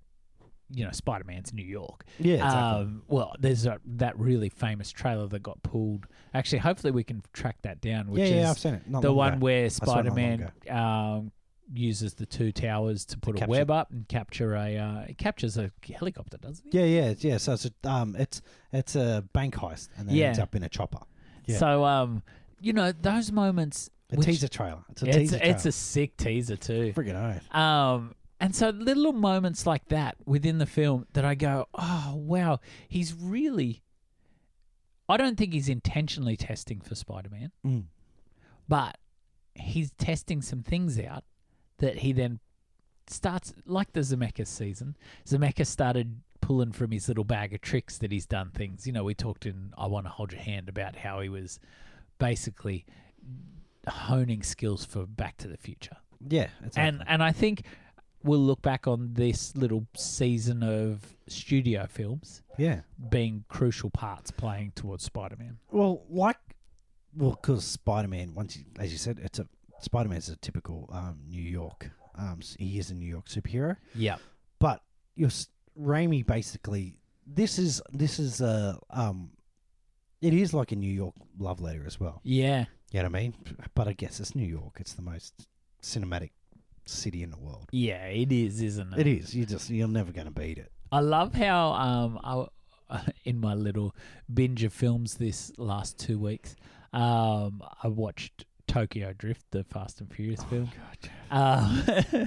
[SPEAKER 1] you know, Spider Man's New York.
[SPEAKER 2] Yeah, exactly.
[SPEAKER 1] Um, well, there's a, that really famous trailer that got pulled. Actually, hopefully we can track that down, which
[SPEAKER 2] yeah,
[SPEAKER 1] is
[SPEAKER 2] yeah, I've seen it. Not
[SPEAKER 1] the
[SPEAKER 2] long
[SPEAKER 1] one
[SPEAKER 2] ago.
[SPEAKER 1] where
[SPEAKER 2] saw it not long
[SPEAKER 1] Spider Man um, uses the two towers to put a
[SPEAKER 2] capture-
[SPEAKER 1] web up and capture a. Uh, it captures a helicopter, doesn't it?
[SPEAKER 2] Yeah, yeah, it's- yeah. So it's a, um, it's it's a bank heist, and then
[SPEAKER 1] Yeah.
[SPEAKER 2] ends up in a chopper. yeah.
[SPEAKER 1] So, um, you know, those moments.
[SPEAKER 2] A
[SPEAKER 1] which-
[SPEAKER 2] teaser trailer. It's a
[SPEAKER 1] It's,
[SPEAKER 2] teaser.
[SPEAKER 1] it's a sick teaser too.
[SPEAKER 2] trailer. friggin' oath.
[SPEAKER 1] Um, and so little moments like that within the film that I go, oh wow, he's really. I don't think he's intentionally testing for Spider Man,
[SPEAKER 2] Mm.
[SPEAKER 1] but he's testing some things out that he then starts like the Zemeckis season. Zemeckis started pulling from his little bag of tricks that he's done things. You know, we talked in I Want to Hold Your Hand about how he was basically honing skills for Back to the Future
[SPEAKER 2] Yeah,
[SPEAKER 1] and and I think we'll look back on this little season of studio films
[SPEAKER 2] yeah.
[SPEAKER 1] being crucial parts playing towards Spider-Man.
[SPEAKER 2] Well, like, well, because Spider Man, once you, as you said, it's a Spider Man's a typical um, New York. Um, s- he is a New York superhero,
[SPEAKER 1] Yeah,
[SPEAKER 2] but your s- Raimi basically this is this is a um, it is like a New York love letter as well.
[SPEAKER 1] yeah,
[SPEAKER 2] You know what I mean? But I guess it's New York. It's the most cinematic city in the world.
[SPEAKER 1] yeah. It is, isn't it?
[SPEAKER 2] It is. You just you're never going to beat it.
[SPEAKER 1] I love how um I, [LAUGHS] in my little binge of films this last two weeks, um I watched Tokyo Drift, the Fast and Furious film. Um,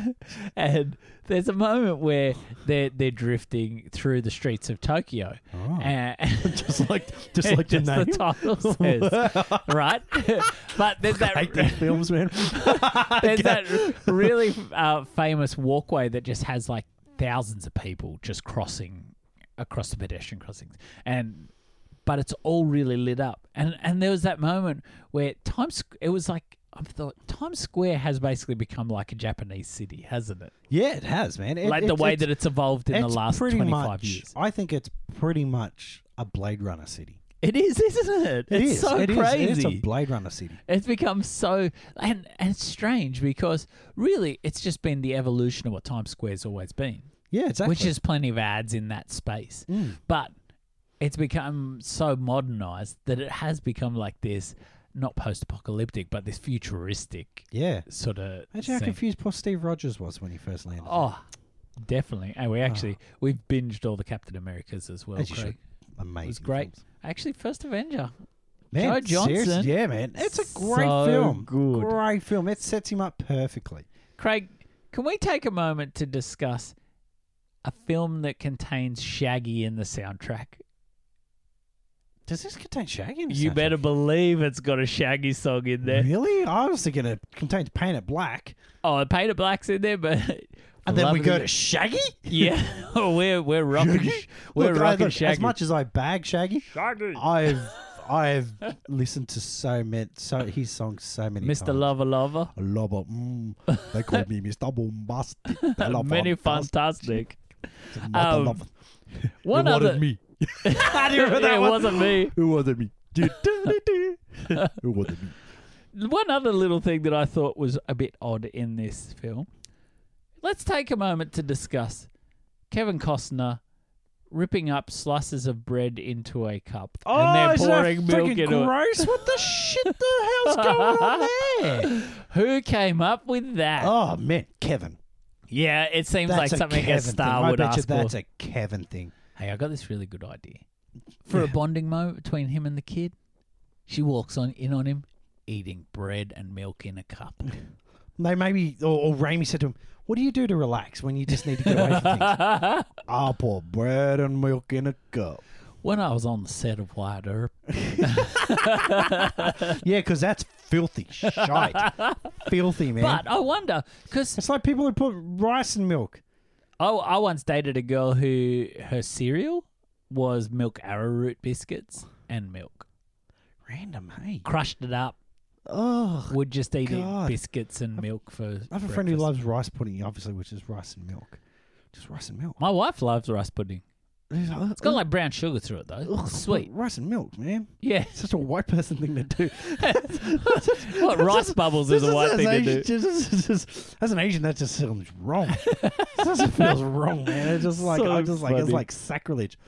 [SPEAKER 1] [LAUGHS] and there's a moment where they're they're drifting through the streets of Tokyo, [LAUGHS] and
[SPEAKER 2] [LAUGHS] just like [LAUGHS]
[SPEAKER 1] [LAUGHS]
[SPEAKER 2] just like the name.
[SPEAKER 1] title
[SPEAKER 2] [LAUGHS]
[SPEAKER 1] says, right? [LAUGHS] but there's
[SPEAKER 2] Hate these [LAUGHS]
[SPEAKER 1] that
[SPEAKER 2] films, man.
[SPEAKER 1] there's that
[SPEAKER 2] [LAUGHS]
[SPEAKER 1] really uh, famous walkway that just has like thousands of people just crossing across the pedestrian crossings, and but it's all really lit up. And and there was that moment where Times Sq- it was like I thought Times Square has basically become like a Japanese city, hasn't it?
[SPEAKER 2] Yeah, it has, man. It-
[SPEAKER 1] like
[SPEAKER 2] it-
[SPEAKER 1] the way
[SPEAKER 2] it's-
[SPEAKER 1] that it's evolved in the
[SPEAKER 2] it's
[SPEAKER 1] last
[SPEAKER 2] pretty
[SPEAKER 1] twenty five
[SPEAKER 2] much-
[SPEAKER 1] years.
[SPEAKER 2] I think it's pretty much a Blade Runner city.
[SPEAKER 1] It is, isn't it?
[SPEAKER 2] It
[SPEAKER 1] it's
[SPEAKER 2] is.
[SPEAKER 1] so
[SPEAKER 2] It is.
[SPEAKER 1] crazy.
[SPEAKER 2] It's a Blade Runner city.
[SPEAKER 1] It's become so and and it's strange because really it's just been the evolution of what Times Square's always been,
[SPEAKER 2] Yeah, exactly.
[SPEAKER 1] which is plenty of ads in that space.
[SPEAKER 2] Mm.
[SPEAKER 1] But it's become so modernized that it has become like this not post-apocalyptic but this futuristic
[SPEAKER 2] yeah.
[SPEAKER 1] sort of
[SPEAKER 2] Imagine how confused poor Steve Rogers was when he first landed.
[SPEAKER 1] Oh, definitely. And we actually we've binged all the Captain Americas as well.
[SPEAKER 2] Ah. As you
[SPEAKER 1] Craig.
[SPEAKER 2] should. amazing.
[SPEAKER 1] It was great.
[SPEAKER 2] films.
[SPEAKER 1] Actually, First Avenger.
[SPEAKER 2] Man,
[SPEAKER 1] Joe Johnson.
[SPEAKER 2] seriously, Yeah, man. It's a great
[SPEAKER 1] So
[SPEAKER 2] film.
[SPEAKER 1] good.
[SPEAKER 2] Great film. It sets him up perfectly.
[SPEAKER 1] Craig, can we take a moment to discuss a film that contains Shaggy in the soundtrack?
[SPEAKER 2] Does this contain Shaggy? in the
[SPEAKER 1] You
[SPEAKER 2] soundtrack?
[SPEAKER 1] better believe it's got a Shaggy song in there.
[SPEAKER 2] Really? I was thinking it contains Paint It Black.
[SPEAKER 1] Oh, Painter Black's in there, but
[SPEAKER 2] [LAUGHS] And then we
[SPEAKER 1] Love
[SPEAKER 2] go
[SPEAKER 1] it.
[SPEAKER 2] to Shaggy?
[SPEAKER 1] yeah, [LAUGHS] oh, we're we're rocking,
[SPEAKER 2] Shaggy?
[SPEAKER 1] we're
[SPEAKER 2] [LAUGHS] Look, I-
[SPEAKER 1] rocking
[SPEAKER 2] look,
[SPEAKER 1] Shaggy.
[SPEAKER 2] As much as I bag Shaggy, I've I've listened to so many so his songs so many
[SPEAKER 1] Mr.
[SPEAKER 2] times.
[SPEAKER 1] Lover Lover,
[SPEAKER 2] Lover, mm, they call me Mr. Bombastic.
[SPEAKER 1] [LAUGHS]
[SPEAKER 2] They love
[SPEAKER 1] many
[SPEAKER 2] bombastic,
[SPEAKER 1] fantastic.
[SPEAKER 2] not
[SPEAKER 1] um,
[SPEAKER 2] love-
[SPEAKER 1] One
[SPEAKER 2] it
[SPEAKER 1] other,
[SPEAKER 2] wasn't me.
[SPEAKER 1] [LAUGHS] I
[SPEAKER 2] remember that
[SPEAKER 1] it
[SPEAKER 2] one.
[SPEAKER 1] wasn't me.
[SPEAKER 2] It wasn't me. it
[SPEAKER 1] [LAUGHS]
[SPEAKER 2] wasn't me.
[SPEAKER 1] One other little thing that I thought was a bit odd in this film. Let's take a moment to discuss Kevin Costner ripping up slices of bread into a cup
[SPEAKER 3] Oh,
[SPEAKER 1] and
[SPEAKER 2] Oh, is
[SPEAKER 1] then
[SPEAKER 2] that
[SPEAKER 1] pouring milk
[SPEAKER 2] friggin'
[SPEAKER 1] into [LAUGHS]
[SPEAKER 2] gross? What the shit the hell's going on there?
[SPEAKER 1] it. Who came up with that?
[SPEAKER 2] Oh man, Kevin.
[SPEAKER 1] Yeah, it seems
[SPEAKER 2] That's
[SPEAKER 1] like
[SPEAKER 2] a
[SPEAKER 1] something
[SPEAKER 2] Kevin
[SPEAKER 1] a star
[SPEAKER 2] thing.
[SPEAKER 1] would
[SPEAKER 2] I bet you
[SPEAKER 1] ask for.
[SPEAKER 2] that's a Kevin thing.
[SPEAKER 1] hey, I got this really good idea for a bonding moment between him and the kid. She walks on in on him, eating bread and milk in a
[SPEAKER 2] [LAUGHS]
[SPEAKER 1] cup.
[SPEAKER 2] They maybe or, or Raimi said to him, What do you do to relax when you just need to
[SPEAKER 1] [LAUGHS]
[SPEAKER 2] get away from things? I'll pour bread and milk in a cup.
[SPEAKER 1] when I was on the set of Wyatt Earp,
[SPEAKER 2] Yeah, because that's filthy shite.
[SPEAKER 1] [LAUGHS]
[SPEAKER 2] filthy, man.
[SPEAKER 1] But I wonder because
[SPEAKER 2] it's like people who put rice in milk.
[SPEAKER 1] I, I once dated a girl who her cereal was milk arrowroot biscuits and milk.
[SPEAKER 2] Random, hey.
[SPEAKER 1] Crushed it up,
[SPEAKER 2] Oh,
[SPEAKER 1] would just eat it
[SPEAKER 2] God.
[SPEAKER 1] biscuits and milk for.
[SPEAKER 2] I have a friend who loves rice pudding, obviously, which is rice and milk. Just rice and milk.
[SPEAKER 1] My wife loves rice pudding. It's got like brown sugar through it though.
[SPEAKER 2] [LAUGHS]
[SPEAKER 1] Sweet.
[SPEAKER 2] oh, rice and milk, man.
[SPEAKER 1] Yeah.
[SPEAKER 2] It's such a white person thing to do.
[SPEAKER 1] What rice bubbles is a white thing to do.
[SPEAKER 2] as an Asian, that just sounds wrong.
[SPEAKER 1] [LAUGHS]
[SPEAKER 2] It just feels wrong, man. It's just like
[SPEAKER 1] So
[SPEAKER 2] I just like it's
[SPEAKER 1] funny. Um,
[SPEAKER 2] like sacrilege,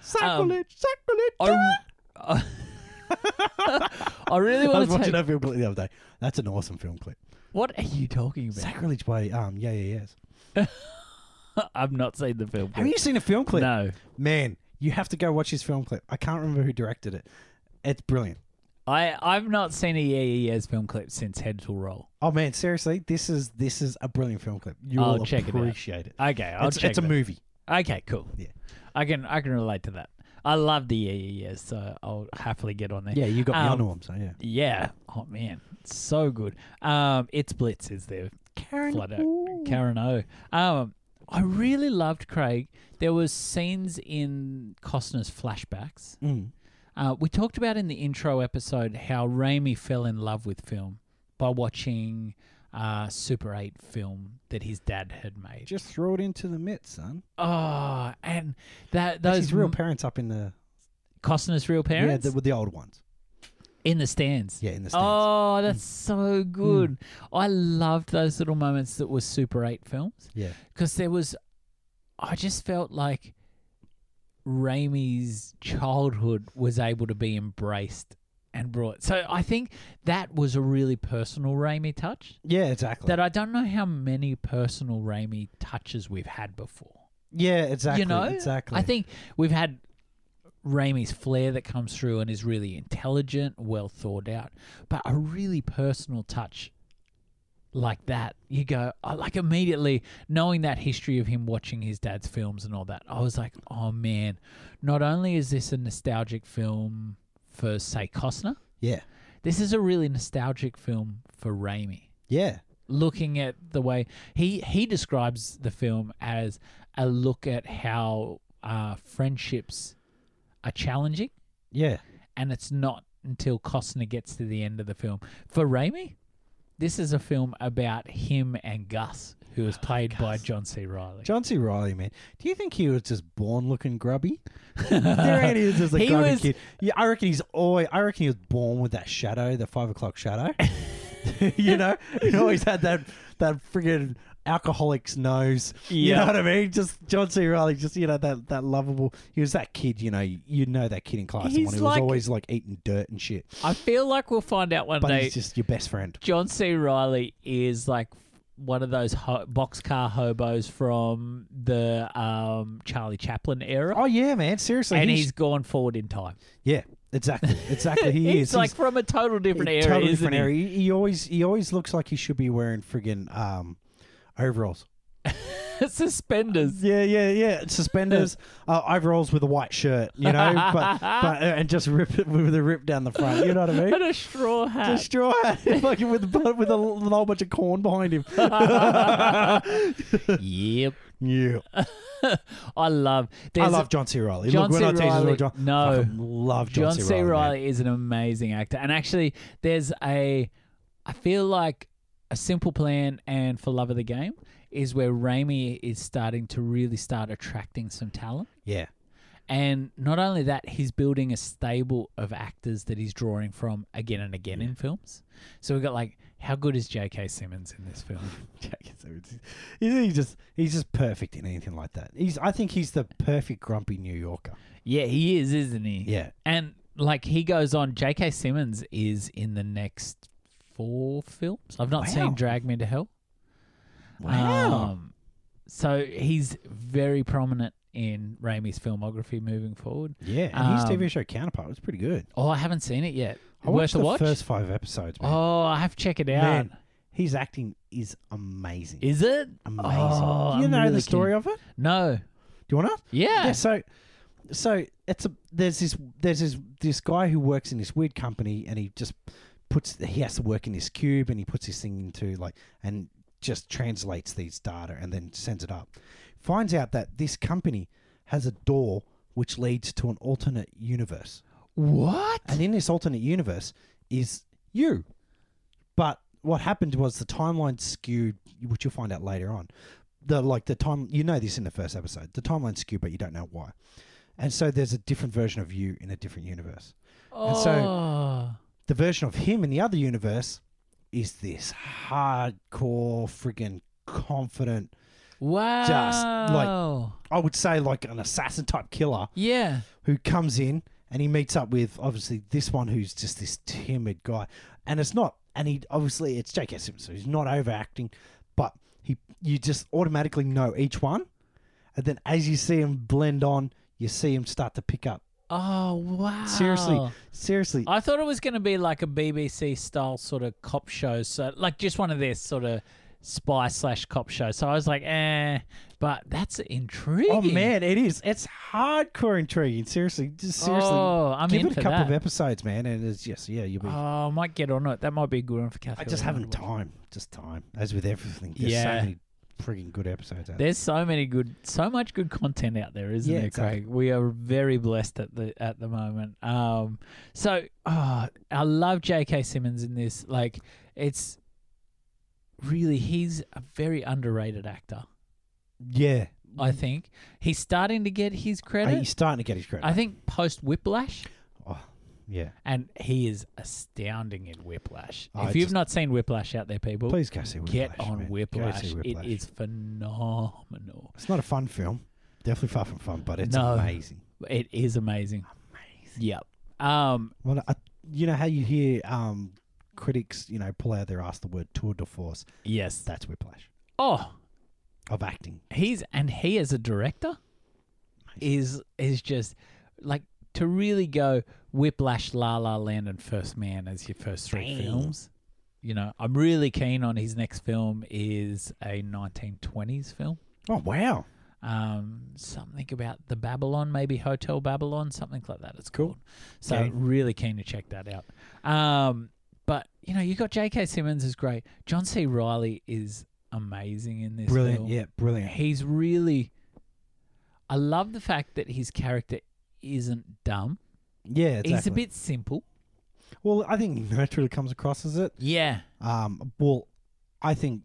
[SPEAKER 2] sacrilege, sacrilege.
[SPEAKER 1] I, [LAUGHS] I really
[SPEAKER 2] I
[SPEAKER 1] want
[SPEAKER 2] was
[SPEAKER 1] to
[SPEAKER 2] watching
[SPEAKER 1] take.
[SPEAKER 2] that film clip the other day. That's an awesome film clip.
[SPEAKER 1] What are you talking about?
[SPEAKER 2] Sacrilege by um yeah yeah yes.
[SPEAKER 1] [LAUGHS] I've not seen the film.
[SPEAKER 2] Have you seen a film clip?
[SPEAKER 1] No,
[SPEAKER 2] Man, you have to go watch his film clip. I can't remember who directed it. It's brilliant.
[SPEAKER 1] I I've not seen a Yeah Yeah Yeahs film clip since Head to Roll.
[SPEAKER 2] Oh man, seriously, this is this is a brilliant film clip. You
[SPEAKER 1] I'll
[SPEAKER 2] will
[SPEAKER 1] check it out.
[SPEAKER 2] appreciate it.
[SPEAKER 1] Okay, I'll
[SPEAKER 2] it's,
[SPEAKER 1] check.
[SPEAKER 2] it's a
[SPEAKER 1] that.
[SPEAKER 2] movie.
[SPEAKER 1] Okay, cool.
[SPEAKER 2] Yeah.
[SPEAKER 1] I can I can relate to that. I love the Yeah Yeah Yeahs, so I'll happily get on there.
[SPEAKER 2] Yeah, you got me
[SPEAKER 1] Um,
[SPEAKER 2] onto him, so yeah.
[SPEAKER 1] Yeah. Oh man, it's so good. Um, it's Blitz is there. Karen flat out.
[SPEAKER 2] Oh.
[SPEAKER 1] Karen O. Um, I really loved Craig. There was scenes in Costner's flashbacks.
[SPEAKER 2] Mm.
[SPEAKER 1] Uh, we talked about in the intro episode how Raimi fell in love with film by watching uh, Super 8 film that his dad had made.
[SPEAKER 2] Just throw it into the mitt, son.
[SPEAKER 1] Oh, and that those
[SPEAKER 2] That's his real
[SPEAKER 1] m-
[SPEAKER 2] parents up in the
[SPEAKER 1] Costner's real parents
[SPEAKER 2] Yeah, the, with the old ones.
[SPEAKER 1] in the stands.
[SPEAKER 2] Yeah, in the stands. Hmm.
[SPEAKER 1] Oh, that's so good. I loved those little moments that were Super 8 films
[SPEAKER 2] Yeah.
[SPEAKER 1] because there was, I just felt like Raimi's childhood was able to be embraced and brought. So I think that was a really personal Raimi touch
[SPEAKER 2] Yeah, exactly.
[SPEAKER 1] that I don't know how many personal Raimi touches we've had before.
[SPEAKER 2] yeah, exactly.
[SPEAKER 1] You know,
[SPEAKER 2] exactly.
[SPEAKER 1] I think we've had Raimi's flair that comes through and is really intelligent, well thought out, but a really personal touch like that. You go I- like immediately knowing that history of him watching his dad's films and all that. I was like, oh man, not only is this a nostalgic film for say Costner,
[SPEAKER 2] Yeah.
[SPEAKER 1] this is a really nostalgic film for Raimi
[SPEAKER 2] Yeah.
[SPEAKER 1] looking at the way he he describes the film as a look at how uh, friendships are challenging,
[SPEAKER 2] Yeah.
[SPEAKER 1] and it's not until Costner gets to the end of the film. For Raimi, this is a film about him and Gus, who
[SPEAKER 2] Ah,
[SPEAKER 1] was played by John C. Riley.
[SPEAKER 2] John C. Riley, man. Do you think he was just born looking grubby? [LAUGHS] there ain't he was just a
[SPEAKER 1] He
[SPEAKER 2] grubby
[SPEAKER 1] was-
[SPEAKER 2] kid. Yeah, I reckon he's always. I reckon he was born with that shadow, the five o'clock [LAUGHS] shadow. you know, he always had that that friggin' alcoholic's nose. You
[SPEAKER 1] Yeah.
[SPEAKER 2] know what I mean? Just John C. Riley, just you know that that lovable. He was that kid. You know, you know that kid in class. and
[SPEAKER 1] He's
[SPEAKER 2] when he
[SPEAKER 1] like-
[SPEAKER 2] was always like eating dirt and shit.
[SPEAKER 1] I feel like we'll find out one
[SPEAKER 2] But
[SPEAKER 1] day.
[SPEAKER 2] he's just your best friend.
[SPEAKER 1] John C. Riley is like one of those ho- boxcar hobos from the um, Charlie Chaplin era.
[SPEAKER 2] Oh yeah, man. Seriously,
[SPEAKER 1] and he's gone forward in time.
[SPEAKER 2] yeah, exactly, exactly. He
[SPEAKER 1] he's
[SPEAKER 2] is.
[SPEAKER 1] like
[SPEAKER 2] [LAUGHS] He's-
[SPEAKER 1] from a total different era,
[SPEAKER 2] Totally
[SPEAKER 1] isn't
[SPEAKER 2] different era. He, he always he always looks like he should be wearing friggin' um, overalls.
[SPEAKER 1] he? [LAUGHS]
[SPEAKER 2] [LAUGHS]
[SPEAKER 1] Suspenders.
[SPEAKER 2] Yeah, yeah, yeah. [LAUGHS] Suspenders, uh, overalls with a white shirt, you [LAUGHS] know, but, but uh, and just rip it with a rip down the front. You know what I [LAUGHS] mean?
[SPEAKER 1] And a straw hat.
[SPEAKER 2] Just [LAUGHS] straw hat, fucking with but with a, l- whole bunch of corn behind [LAUGHS] him.
[SPEAKER 1] [LAUGHS] yep.
[SPEAKER 2] yeah,
[SPEAKER 1] I love.
[SPEAKER 2] I
[SPEAKER 1] there's
[SPEAKER 2] love John C. Riley.
[SPEAKER 1] John
[SPEAKER 2] Look,
[SPEAKER 1] C.
[SPEAKER 2] when I tease
[SPEAKER 1] Reilly-
[SPEAKER 2] John,
[SPEAKER 1] no.
[SPEAKER 2] fucking love John,
[SPEAKER 1] John C. Riley, is an amazing actor. And actually, there's a. I feel like A Simple Plan and For Love of the Game is where Raimi is starting to really start attracting some talent.
[SPEAKER 2] Yeah, [LAUGHS]
[SPEAKER 1] And not only that, he's building a stable of actors that he's drawing from again and again in films. So we've got like, how good is J.K. Simmons in this film?
[SPEAKER 2] Jack is so- isn't he just he's just perfect in anything like that. He's I think he's the perfect grumpy New Yorker.
[SPEAKER 1] yeah, he is, isn't he?
[SPEAKER 2] Yeah,
[SPEAKER 1] And like he goes on, J.K. Simmons is in the next four films. I've not
[SPEAKER 2] Wow.
[SPEAKER 1] seen Drag Me to Hell. Um, so he's very prominent in Raimi's filmography moving forward.
[SPEAKER 2] yeah, and his
[SPEAKER 1] um,
[SPEAKER 2] TV show counterpart was pretty good.
[SPEAKER 1] Oh, I haven't seen it yet.
[SPEAKER 2] I
[SPEAKER 1] Worth
[SPEAKER 2] watched
[SPEAKER 1] a
[SPEAKER 2] the
[SPEAKER 1] watch?
[SPEAKER 2] first five episodes. Man.
[SPEAKER 1] Oh, I have to check it out.
[SPEAKER 2] Man, his acting is amazing.
[SPEAKER 1] Is it?
[SPEAKER 2] amazing.
[SPEAKER 1] Oh,
[SPEAKER 2] you
[SPEAKER 1] I'm
[SPEAKER 2] know
[SPEAKER 1] really
[SPEAKER 2] the story of it?
[SPEAKER 1] No.
[SPEAKER 2] Do you want to?
[SPEAKER 1] Yeah.
[SPEAKER 2] So, so it's a there's this there's this this guy who works in this weird company, and he just puts he has to work in this cube, and he puts this thing into like and just translates these data and then sends it up. Finds out that this company has a door which leads to an alternate universe.
[SPEAKER 1] What?
[SPEAKER 2] And in this alternate universe is you. But what happened was the timeline skewed, which you'll find out later on. The like the time you know this in the first episode. The timeline skewed, but you don't know why. And so there's a different version of you in a different universe.
[SPEAKER 1] Oh.
[SPEAKER 2] And The version of him in the other universe is this hardcore, friggin' confident,
[SPEAKER 1] wow.
[SPEAKER 2] I would say like an assassin type killer
[SPEAKER 1] yeah.
[SPEAKER 2] who comes in and he meets up with obviously this one who's just this timid guy. And it's not, and he obviously, it's J.K. Simmons, so he's not overacting, but he you just automatically know each one. And then as you see him blend on, you see him start to pick up.
[SPEAKER 1] Oh wow.
[SPEAKER 2] Seriously, seriously.
[SPEAKER 1] I thought it was going to be like a BBC style sort of cop show, so like just one of their sort of spy slash cop show. So I was like, eh, but that's intriguing.
[SPEAKER 2] Oh man, it is. It's hardcore intriguing. Seriously, just seriously.
[SPEAKER 1] Oh, I'm
[SPEAKER 2] Give
[SPEAKER 1] in
[SPEAKER 2] it a
[SPEAKER 1] for
[SPEAKER 2] couple
[SPEAKER 1] that.
[SPEAKER 2] of episodes, man, and it's just yeah, you'll be.
[SPEAKER 1] Oh, I might get on it. That might be a good one for Kathy.
[SPEAKER 2] I just
[SPEAKER 1] Lee
[SPEAKER 2] haven't
[SPEAKER 1] to watch.
[SPEAKER 2] time. Just time, as with everything. There's
[SPEAKER 1] Yeah.
[SPEAKER 2] so many frigging good episodes. Out there.
[SPEAKER 1] There's so many good, so much good content out there, isn't
[SPEAKER 2] Yeah,
[SPEAKER 1] there,
[SPEAKER 2] exactly.
[SPEAKER 1] Craig? We are very blessed at the at the moment. Um, so oh, I love J.K. Simmons in this. Like, it's really he's a very underrated actor.
[SPEAKER 2] Yeah,
[SPEAKER 1] I think he's starting to get his
[SPEAKER 2] Uh,
[SPEAKER 1] credit.
[SPEAKER 2] he's starting to get his credit.
[SPEAKER 1] I think post Whiplash,
[SPEAKER 2] oh, yeah,
[SPEAKER 1] and he is astounding in Whiplash.
[SPEAKER 2] I
[SPEAKER 1] if you've
[SPEAKER 2] just-
[SPEAKER 1] not seen Whiplash out there, people,
[SPEAKER 2] please go see Whiplash.
[SPEAKER 1] get on
[SPEAKER 2] man. Go
[SPEAKER 1] Whiplash.
[SPEAKER 2] see Whiplash.
[SPEAKER 1] It is phenomenal.
[SPEAKER 2] It's not a fun film. Definitely far from fun, but it's
[SPEAKER 1] No.
[SPEAKER 2] amazing.
[SPEAKER 1] It is amazing. Amazing. Yep. Um.
[SPEAKER 2] Well, I, you know how you hear um, critics, you know, pull out their ass the word tour de force.
[SPEAKER 1] Yes.
[SPEAKER 2] That's Whiplash
[SPEAKER 1] Oh,
[SPEAKER 2] of acting.
[SPEAKER 1] he's and he as a director is is just like to really go Whiplash, La La Land, and First Man as your first three
[SPEAKER 2] Bang.
[SPEAKER 1] films. You know, I'm really keen on his next film is a 1920s film.
[SPEAKER 2] Oh wow.
[SPEAKER 1] Um, something about the Babylon, maybe Hotel Babylon, something like that. It's cool. So
[SPEAKER 2] Okay.
[SPEAKER 1] really keen to check that out. Um, but you know, you got J.K. Simmons is great. John C. Riley is amazing in this.
[SPEAKER 2] Brilliant,
[SPEAKER 1] film.
[SPEAKER 2] yeah, brilliant.
[SPEAKER 1] He's really. I love the fact that his character isn't dumb.
[SPEAKER 2] Yeah, exactly.
[SPEAKER 1] He's a bit simple.
[SPEAKER 2] Well, I think [LAUGHS] naturally comes across as it.
[SPEAKER 1] Yeah.
[SPEAKER 2] Um, well, I think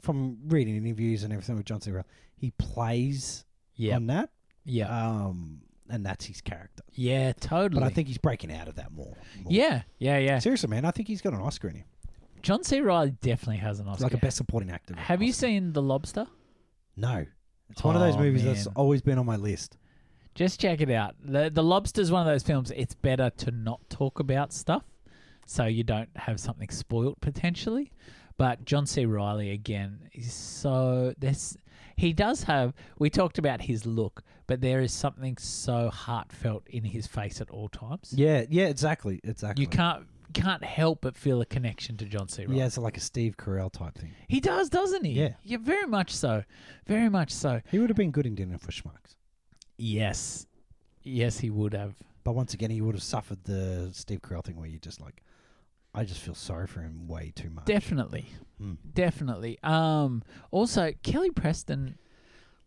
[SPEAKER 2] from reading interviews and everything with John C. Reilly, he plays
[SPEAKER 1] Yeah.
[SPEAKER 2] on that.
[SPEAKER 1] yeah.
[SPEAKER 2] Um, and that's his character.
[SPEAKER 1] yeah. Totally.
[SPEAKER 2] But I think he's breaking out of that more. more.
[SPEAKER 1] Yeah. Yeah. Yeah.
[SPEAKER 2] Seriously, man, I think he's got an Oscar in him.
[SPEAKER 1] John C. Riley definitely has an
[SPEAKER 2] It's
[SPEAKER 1] Oscar.
[SPEAKER 2] like a best supporting actor.
[SPEAKER 1] Have you
[SPEAKER 2] Oscar.
[SPEAKER 1] seen The Lobster?
[SPEAKER 2] No. It's one of those
[SPEAKER 1] Oh,
[SPEAKER 2] movies that's
[SPEAKER 1] man.
[SPEAKER 2] always been on my list.
[SPEAKER 1] Just check it out. The, the Lobster's one of those films. It's better to not talk about stuff, so you don't have something spoilt potentially. But John C. Riley again is so this. He does have. We talked about his look, but there is something so heartfelt in his face at all times.
[SPEAKER 2] Yeah, yeah, exactly, exactly.
[SPEAKER 1] You can't can't help but feel a connection to John C. Riley.
[SPEAKER 2] Yeah, it's like a Steve Carell type thing.
[SPEAKER 1] He does, doesn't he?
[SPEAKER 2] Yeah.
[SPEAKER 1] Yeah, very much so. Very much so.
[SPEAKER 2] He would have been good in Dinner for Schmucks,
[SPEAKER 1] Yes. Yes, he would have.
[SPEAKER 2] but once again, he would have suffered the Steve Carell thing where you just like, I just feel sorry for him way too much.
[SPEAKER 1] Definitely.
[SPEAKER 2] Mm.
[SPEAKER 1] Definitely. Um also Kelly Preston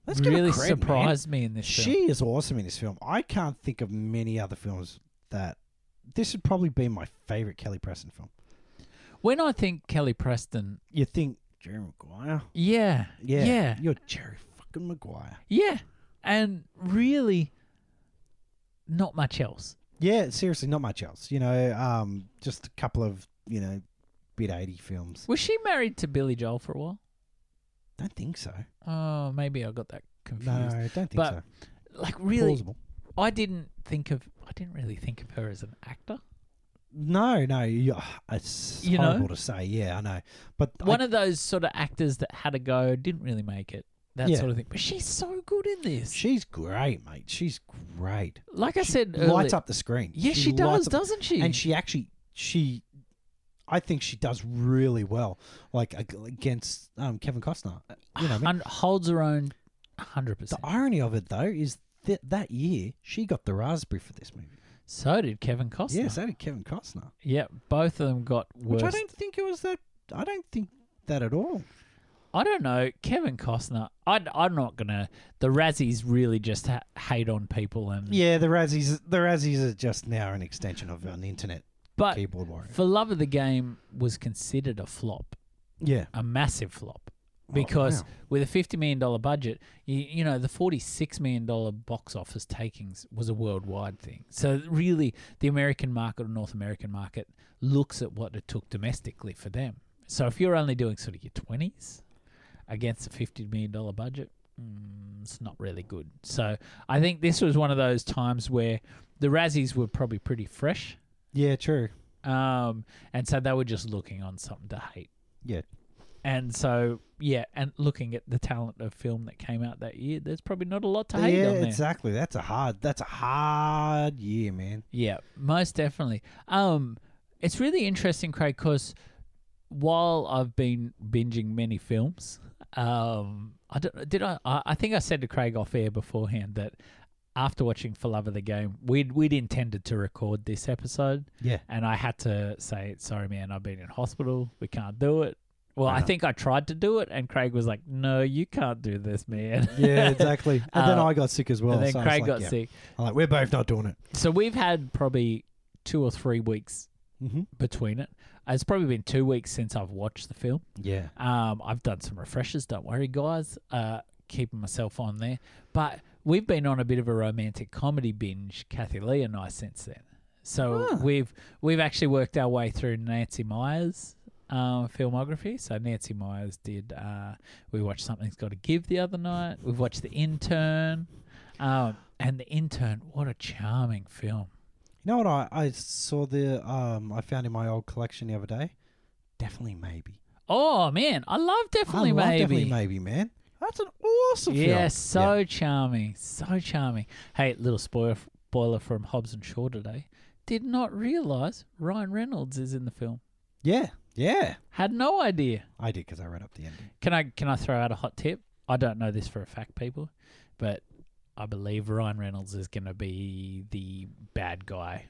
[SPEAKER 2] Let's give her
[SPEAKER 1] really
[SPEAKER 2] cred, man.
[SPEAKER 1] surprised me in this film.
[SPEAKER 2] She is awesome in this film. I can't think of many other films that this would probably be my favorite Kelly Preston film.
[SPEAKER 1] When I think Kelly Preston,
[SPEAKER 2] You think Jerry Maguire?
[SPEAKER 1] yeah.
[SPEAKER 2] Yeah,
[SPEAKER 1] Yeah.
[SPEAKER 2] You're Jerry fucking Maguire.
[SPEAKER 1] Yeah. And really not much else.
[SPEAKER 2] Yeah, seriously, not much else. You know, um, just a couple of you know, bit eighty films.
[SPEAKER 1] Was she married to Billy Joel for a while?
[SPEAKER 2] Don't think so.
[SPEAKER 1] Oh, maybe I got that
[SPEAKER 2] No,
[SPEAKER 1] confused.
[SPEAKER 2] I don't think
[SPEAKER 1] But
[SPEAKER 2] so.
[SPEAKER 1] Like really
[SPEAKER 2] Plausible.
[SPEAKER 1] I didn't think of I didn't really think of her as an actor.
[SPEAKER 2] No, no. You, ah, it's
[SPEAKER 1] You know?
[SPEAKER 2] horrible to say. Yeah, I know. But I-
[SPEAKER 1] One of those sort of actors that had a go, didn't really make it. That
[SPEAKER 2] Yeah.
[SPEAKER 1] sort of thing. But she's so good in this.
[SPEAKER 2] she's great, mate. She's great.
[SPEAKER 1] like I
[SPEAKER 2] She
[SPEAKER 1] said
[SPEAKER 2] lights
[SPEAKER 1] earlier-
[SPEAKER 2] up the screen.
[SPEAKER 1] Yeah, she,
[SPEAKER 2] lights
[SPEAKER 1] does,
[SPEAKER 2] up-
[SPEAKER 1] doesn't she?
[SPEAKER 2] And she actually she I think she does really well like ag- against um, Kevin Costner. You know, what I mean?
[SPEAKER 1] Hun- holds her own 100%.
[SPEAKER 2] the irony of it though is that that year she got the raspberry for this movie.
[SPEAKER 1] So did Kevin Costner.
[SPEAKER 2] Yeah, so did Kevin Costner,
[SPEAKER 1] Yeah, both of them got worse.
[SPEAKER 2] which I don't think it was that. I don't think that at all.
[SPEAKER 1] I don't know. Kevin Costner, I, I'm not going to. The Razzies really just ha- hate on people. and
[SPEAKER 2] Yeah, the Razzies, the Razzies are just now an extension of an internet
[SPEAKER 1] But
[SPEAKER 2] keyboard warrior.
[SPEAKER 1] For Love of the Game was considered a flop,
[SPEAKER 2] Yeah,
[SPEAKER 1] a massive flop. because
[SPEAKER 2] wow.
[SPEAKER 1] with a fifty million dollar budget, you, you know the forty six million dollar box office takings was a worldwide thing. So really, the American market or North American market looks at what it took domestically for them. So if you're only doing sort of your twenties against a fifty million dollar budget, mm, it's not really good. So I think this was one of those times where the Razzies were probably pretty fresh,
[SPEAKER 2] Yeah, true.
[SPEAKER 1] um, and so they were just looking on something to hate.
[SPEAKER 2] Yeah.
[SPEAKER 1] And so, yeah, and looking at the talent of film that came out that year, there's probably not a lot to hate
[SPEAKER 2] yeah,
[SPEAKER 1] on there.
[SPEAKER 2] exactly. That's a hard. That's a hard year, man.
[SPEAKER 1] Yeah, most definitely. Um, it's really interesting, Craig, because while I've been binging many films, um, I don't, did I, I? I think I said to Craig off air beforehand that after watching For Love of the Game, we'd we'd intended to record this episode,
[SPEAKER 2] Yeah.
[SPEAKER 1] and I had to say, "Sorry, man, I've been in hospital. We can't do it." Well,
[SPEAKER 2] Uh-huh.
[SPEAKER 1] I think I tried to do it, and Craig was like, "No, you can't do this, man."
[SPEAKER 2] [LAUGHS] [LAUGHS] Yeah, exactly. And then
[SPEAKER 1] Uh,
[SPEAKER 2] I got sick as well.
[SPEAKER 1] and then
[SPEAKER 2] so I was
[SPEAKER 1] Craig
[SPEAKER 2] like,
[SPEAKER 1] got
[SPEAKER 2] yeah.
[SPEAKER 1] sick.
[SPEAKER 2] I'm like, we're both not doing it.
[SPEAKER 1] So we've had probably two or three weeks
[SPEAKER 2] Mm-hmm.
[SPEAKER 1] between it. It's probably been two weeks since I've watched the film.
[SPEAKER 2] Yeah.
[SPEAKER 1] Um, I've done some refreshers. Don't worry, guys. Uh, keeping myself on there. But we've been on a bit of a romantic comedy binge, Kathy Lee and I, since then. So
[SPEAKER 2] Ah.
[SPEAKER 1] we've we've actually worked our way through Nancy Myers' um, filmography. So Nancy Myers did. Uh, we watched Something's Got to Give the other night. We've watched The Intern. Um, and The Intern, what a charming film.
[SPEAKER 2] You know what I, I saw the um I found in my old collection the other day? Definitely maybe.
[SPEAKER 1] Oh man, I love definitely
[SPEAKER 2] I love
[SPEAKER 1] maybe.
[SPEAKER 2] definitely maybe, man. That's an awesome film.
[SPEAKER 1] Yeah, so charming, so charming. Hey, little spoiler spoiler from Hobbs and Shaw today. Did not realize Ryan Reynolds is in the film.
[SPEAKER 2] Yeah. Yeah.
[SPEAKER 1] Had no idea.
[SPEAKER 2] I did because I read up the ending.
[SPEAKER 1] Can I can I throw out a hot tip? I don't know this for a fact, people, but I believe Ryan Reynolds is going to be the bad guy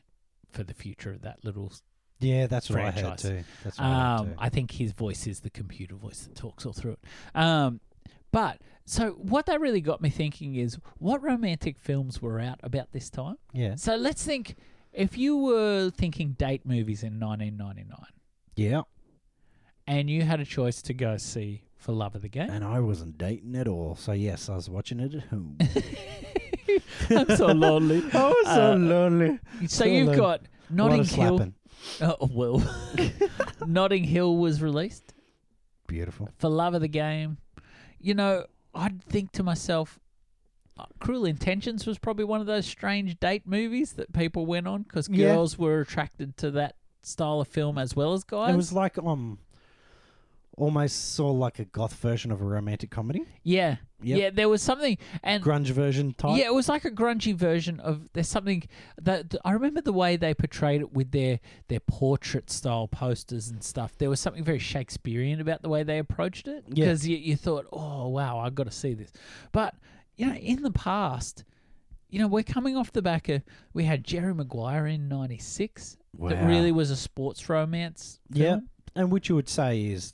[SPEAKER 1] for the future of that little.
[SPEAKER 2] Yeah, that's what
[SPEAKER 1] Franchise.
[SPEAKER 2] I heard too. That's what I heard
[SPEAKER 1] Um,
[SPEAKER 2] too.
[SPEAKER 1] I think his voice is the computer voice that talks all through it. Um, but so what that really got me thinking is what romantic films were out about this time.
[SPEAKER 2] yeah.
[SPEAKER 1] So let's think if you were thinking date movies in 1999
[SPEAKER 2] Yeah.
[SPEAKER 1] and you had a choice to go see For Love of the Game.
[SPEAKER 2] [LAUGHS] And I wasn't dating at all. So yes, I was watching it at home.
[SPEAKER 1] [LAUGHS] I'm so
[SPEAKER 2] [LAUGHS]
[SPEAKER 1] [LAUGHS] lonely.
[SPEAKER 2] oh,
[SPEAKER 1] Uh,
[SPEAKER 2] lonely.
[SPEAKER 1] So
[SPEAKER 2] so
[SPEAKER 1] you've
[SPEAKER 2] lonely.
[SPEAKER 1] got Notting
[SPEAKER 2] what a
[SPEAKER 1] Hill.
[SPEAKER 2] slapping.
[SPEAKER 1] [LAUGHS] Oh, well, [LAUGHS] Notting Hill was released.
[SPEAKER 2] Beautiful.
[SPEAKER 1] For Love of the Game. You know, I'd think to myself, uh, Cruel Intentions was probably one of those strange date movies that people went on because
[SPEAKER 2] Yeah.
[SPEAKER 1] girls were attracted to that style of film as well as guys.
[SPEAKER 2] It was like um almost saw like a goth version of a romantic comedy.
[SPEAKER 1] yeah.
[SPEAKER 2] Yep.
[SPEAKER 1] Yeah, there was something. And
[SPEAKER 2] Grunge version type.
[SPEAKER 1] Yeah, it was like a grungy version of there's something that I remember the way they portrayed it with their their portrait style posters and stuff. There was something very Shakespearean about the way they approached it
[SPEAKER 2] Yeah.
[SPEAKER 1] because you, you thought, oh wow, I've got to see this. But you know, in the past, you know, we're coming off the back of we had Jerry Maguire in '96 that
[SPEAKER 2] Wow.
[SPEAKER 1] really was a sports romance.
[SPEAKER 2] Yeah.
[SPEAKER 1] film.
[SPEAKER 2] And which you would say is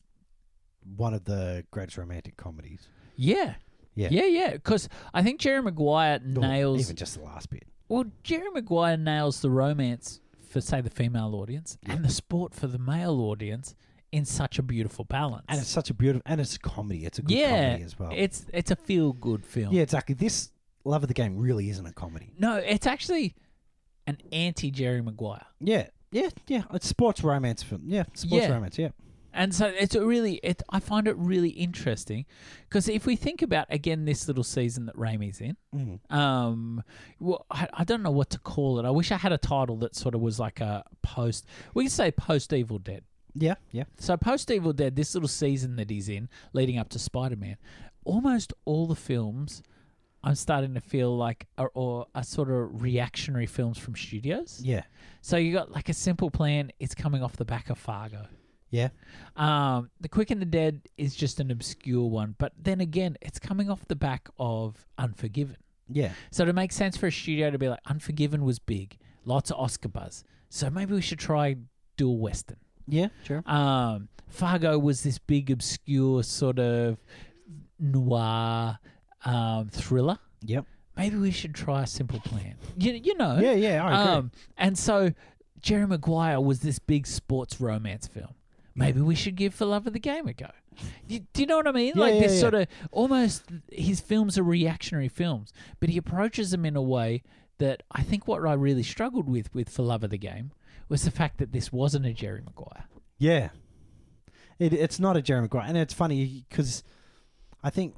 [SPEAKER 2] one of the greatest romantic comedies.
[SPEAKER 1] yeah.
[SPEAKER 2] Yeah.
[SPEAKER 1] yeah, yeah, because I think Jerry Maguire
[SPEAKER 2] Or
[SPEAKER 1] nails
[SPEAKER 2] even just the last bit.
[SPEAKER 1] Well, Jerry Maguire nails the romance for, say, the female audience and the sport for the male audience in such a beautiful balance.
[SPEAKER 2] And it's such a beautiful and it's a comedy. It's a good
[SPEAKER 1] yeah,
[SPEAKER 2] comedy as well.
[SPEAKER 1] it's it's a feel good film.
[SPEAKER 2] yeah, exactly. This Love of the Game really isn't a comedy.
[SPEAKER 1] No, it's actually an anti Jerry Maguire,
[SPEAKER 2] Yeah. Yeah, yeah. It's sports romance film. Yeah, sports
[SPEAKER 1] Yeah.
[SPEAKER 2] romance, yeah.
[SPEAKER 1] and so it's a really it. I find it really interesting because if we think about again this little season that Raimi's in,
[SPEAKER 2] Mm.
[SPEAKER 1] um, well, I, I don't know what to call it. I wish I had a title that sort of was like a post. We could say post Evil Dead.
[SPEAKER 2] Yeah, yeah.
[SPEAKER 1] So post Evil Dead, this little season that he's in, leading up to Spider Man, almost all the films I'm starting to feel like are or are sort of reactionary films from studios.
[SPEAKER 2] Yeah.
[SPEAKER 1] So you got like a simple plan. It's coming off the back of Fargo.
[SPEAKER 2] Yeah.
[SPEAKER 1] Um, the Quick and the Dead is just an obscure one, but then again, it's coming off the back of Unforgiven.
[SPEAKER 2] Yeah.
[SPEAKER 1] So to make sense for a studio to be like Unforgiven was big, lots of Oscar buzz. So maybe we should try dual western.
[SPEAKER 2] Yeah, sure.
[SPEAKER 1] Um, Fargo was this big, obscure sort of noir um, thriller.
[SPEAKER 2] Yep.
[SPEAKER 1] Maybe we should try a simple plan. You, you know.
[SPEAKER 2] Yeah, yeah, I agree.
[SPEAKER 1] Um, and so Jerry Maguire was this big sports romance film. Maybe we should give For Love of the Game a go. You, do you know what I mean?
[SPEAKER 2] Yeah,
[SPEAKER 1] like
[SPEAKER 2] yeah,
[SPEAKER 1] this
[SPEAKER 2] yeah.
[SPEAKER 1] sort of almost his films are reactionary films, but he approaches them in a way that I think what I really struggled with with For Love of the Game was the fact that this wasn't a Jerry Maguire.
[SPEAKER 2] Yeah, it, it's not a Jerry Maguire, and it's funny because I think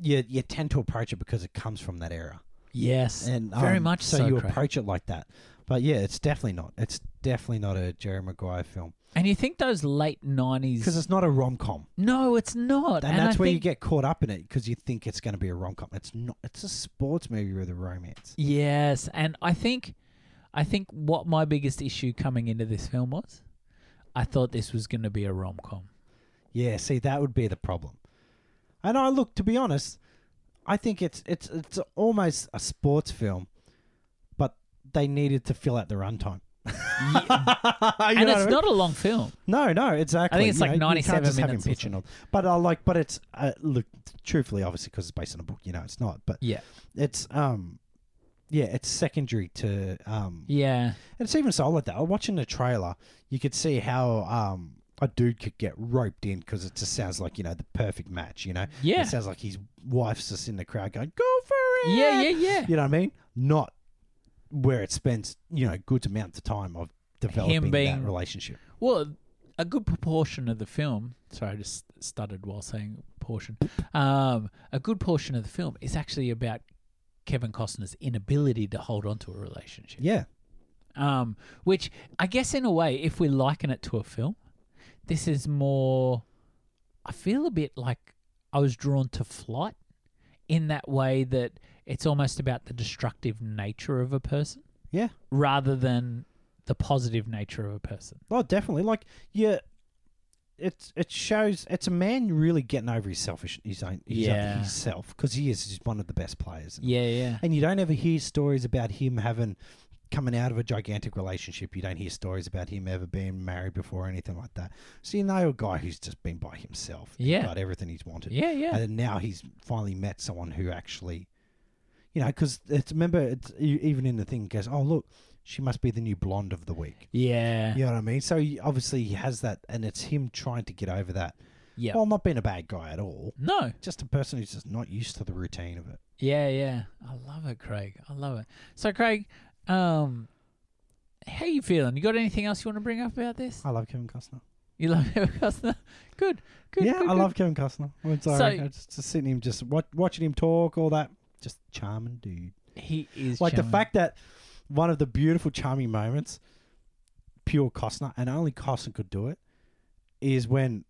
[SPEAKER 2] you you tend to approach it because it comes from that era,
[SPEAKER 1] Yes,
[SPEAKER 2] and
[SPEAKER 1] very
[SPEAKER 2] um,
[SPEAKER 1] much so.
[SPEAKER 2] So, you
[SPEAKER 1] Craig.
[SPEAKER 2] approach it like that, but yeah, it's definitely not. It's definitely not a Jerry Maguire film
[SPEAKER 1] and you think those late
[SPEAKER 2] because
[SPEAKER 1] nineties?
[SPEAKER 2] it's not a rom com,
[SPEAKER 1] No, it's not.
[SPEAKER 2] and, that's
[SPEAKER 1] I
[SPEAKER 2] where you
[SPEAKER 1] think,
[SPEAKER 2] get caught up in it because you think it's going to be a rom com. It's not. It's a sports movie with a romance.
[SPEAKER 1] Yes, and I think, I think what my biggest issue coming into this film was, I thought this was going to be a rom com.
[SPEAKER 2] Yeah, see, that would be the problem. And I look, to be honest, I think it's it's it's almost a sports film, but they needed to fill out the runtime. [LAUGHS] You
[SPEAKER 1] and
[SPEAKER 2] know
[SPEAKER 1] it's
[SPEAKER 2] what I mean?
[SPEAKER 1] not a long film.
[SPEAKER 2] No, no, exactly.
[SPEAKER 1] it's
[SPEAKER 2] You
[SPEAKER 1] like
[SPEAKER 2] know, you can't
[SPEAKER 1] 97
[SPEAKER 2] just have him
[SPEAKER 1] minutes or
[SPEAKER 2] pitching all- But I like, but it's uh, look, truthfully, obviously, because it's based on a book. You know, it's not. But
[SPEAKER 1] Yeah.
[SPEAKER 2] it's um, yeah, it's secondary to um,
[SPEAKER 1] Yeah.
[SPEAKER 2] and it's even so like that. Watching the trailer, you could see how um a dude could get roped in because it just sounds like you know the perfect match. You know,
[SPEAKER 1] Yeah.
[SPEAKER 2] it sounds like his wife's just in the crowd going, "Go for it!"
[SPEAKER 1] Yeah, yeah, yeah.
[SPEAKER 2] You know what I mean? Not where it spends you know good amount of time of developing
[SPEAKER 1] being-
[SPEAKER 2] that relationship.
[SPEAKER 1] Well, a good proportion of the film. Sorry, I just stuttered while saying portion. Um, a good portion of the film is actually about Kevin Costner's inability to hold on to a relationship.
[SPEAKER 2] Yeah,
[SPEAKER 1] Um, which I guess in a way, if we liken it to a film, this is more. I feel a bit like I was drawn to Flight, in that way that it's almost about the destructive nature of a person.
[SPEAKER 2] Yeah.
[SPEAKER 1] Rather than the positive nature of a person.
[SPEAKER 2] oh, definitely. Like yeah. It, it shows it's a man really getting over his selfish his own his own-
[SPEAKER 1] Yeah.
[SPEAKER 2] himself because he is just one of the best players.
[SPEAKER 1] Yeah, yeah.
[SPEAKER 2] And you don't ever hear stories about him having coming out of a gigantic relationship. You don't hear stories about him ever being married before or anything like that. So you know a guy who's just been by himself. and
[SPEAKER 1] Yeah.
[SPEAKER 2] Got everything he's wanted.
[SPEAKER 1] Yeah, yeah.
[SPEAKER 2] And then now he's finally met someone who actually, you know, because it's remember it's e- even in the thing it goes, oh look, she must be the new blonde of the week.
[SPEAKER 1] Yeah.
[SPEAKER 2] You know what I mean? So he, obviously he has that, and it's him trying to get over that.
[SPEAKER 1] Yeah.
[SPEAKER 2] Well, not being a bad guy at all,
[SPEAKER 1] no.
[SPEAKER 2] just a person who's just not used to the routine of it.
[SPEAKER 1] Yeah, yeah. I love it, Craig. I love it. So, Craig, um, how you feeling? You got anything else you want to bring up about this?
[SPEAKER 2] I love Kevin Costner.
[SPEAKER 1] You love [LAUGHS] Kevin Costner? Good. Good.
[SPEAKER 2] yeah,
[SPEAKER 1] good,
[SPEAKER 2] I
[SPEAKER 1] good.
[SPEAKER 2] love Kevin Costner. I'm sorry,
[SPEAKER 1] So-
[SPEAKER 2] I just, just sitting him, just wat watching him talk, all that. Just charming dude.
[SPEAKER 1] He is
[SPEAKER 2] Like
[SPEAKER 1] charming.
[SPEAKER 2] the fact that one of the beautiful, charming moments, pure Costner, and only Costner could do it, is when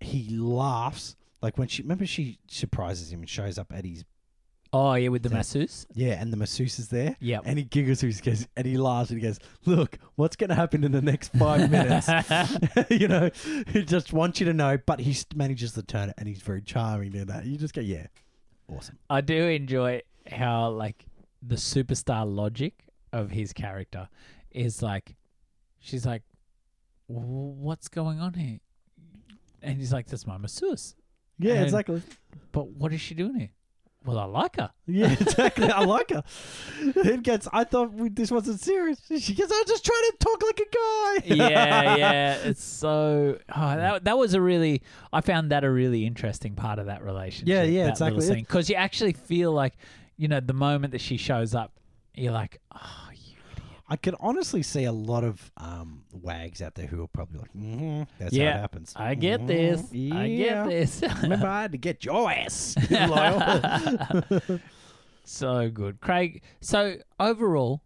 [SPEAKER 2] he laughs. Like when she remember she surprises him and shows up at his
[SPEAKER 1] Oh yeah, with the
[SPEAKER 2] Yeah.
[SPEAKER 1] masseuse.
[SPEAKER 2] yeah, and the masseuse is there.
[SPEAKER 1] [LAUGHS] Yeah.
[SPEAKER 2] And he giggles to his kids and he laughs and he goes, Look, what's going to happen in the next
[SPEAKER 1] [LAUGHS]
[SPEAKER 2] five minutes? [LAUGHS] you know, he just wants you to know, but he s- manages to turn it and he's very charming in that. You just go, Yeah, awesome.
[SPEAKER 1] I do enjoy how like the superstar logic of his character is like, she's like, "W- what's going on here? And he's like, that's my masseuse.
[SPEAKER 2] Yeah,
[SPEAKER 1] And-
[SPEAKER 2] exactly.
[SPEAKER 1] But what is she doing here? Well, I like her.
[SPEAKER 2] [LAUGHS]
[SPEAKER 1] [LAUGHS]
[SPEAKER 2] Yeah, exactly. I like her. It gets, I thought we, this wasn't serious. [LAUGHS] She goes, I'm just trying to talk like a guy.
[SPEAKER 1] yeah, yeah. It's so oh, that that was a really I found that a really interesting part of that relationship.
[SPEAKER 2] Yeah, yeah,
[SPEAKER 1] that little
[SPEAKER 2] exactly.
[SPEAKER 1] scene. Because you actually feel like you know the moment that she shows up, you're like, oh, you
[SPEAKER 2] [LAUGHS] I can honestly see a lot of um, wags out there who are probably like, mm-hmm, That's
[SPEAKER 1] Yeah,
[SPEAKER 2] how it happens. Mm-hmm,
[SPEAKER 1] I get this, I
[SPEAKER 2] Yeah. [LAUGHS]
[SPEAKER 1] get this. [LAUGHS]
[SPEAKER 2] Remember, I had to get your ass, [LAUGHS] Lyle.
[SPEAKER 1] so good, Craig. So overall,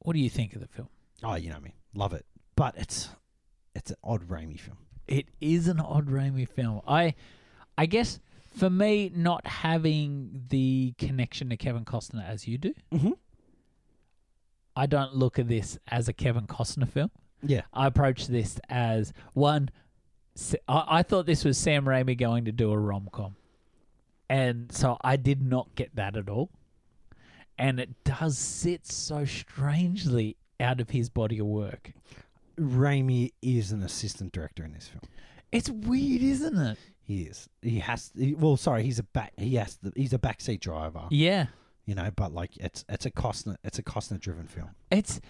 [SPEAKER 1] what do you think of the film?
[SPEAKER 2] oh, you know me. Love it. But it's it's an odd Raimi film.
[SPEAKER 1] It is an odd Raimi film. I, I guess for me, not having the connection to Kevin Costner as you do,
[SPEAKER 2] Mhm.
[SPEAKER 1] I don't look at this as a Kevin Costner film.
[SPEAKER 2] Yeah.
[SPEAKER 1] I approach this as one. S- I, I thought this was Sam Raimi going to do a rom com, and so I did not get that at all. And it does sit so strangely out of his body of work.
[SPEAKER 2] Raimi is an assistant director in this film.
[SPEAKER 1] It's weird, isn't it?
[SPEAKER 2] He is. He has. He, well, sorry, he's a back. He has. The, he's a backseat driver.
[SPEAKER 1] Yeah.
[SPEAKER 2] You know, but like it's it's a Costner it's a Costner driven film.
[SPEAKER 1] It's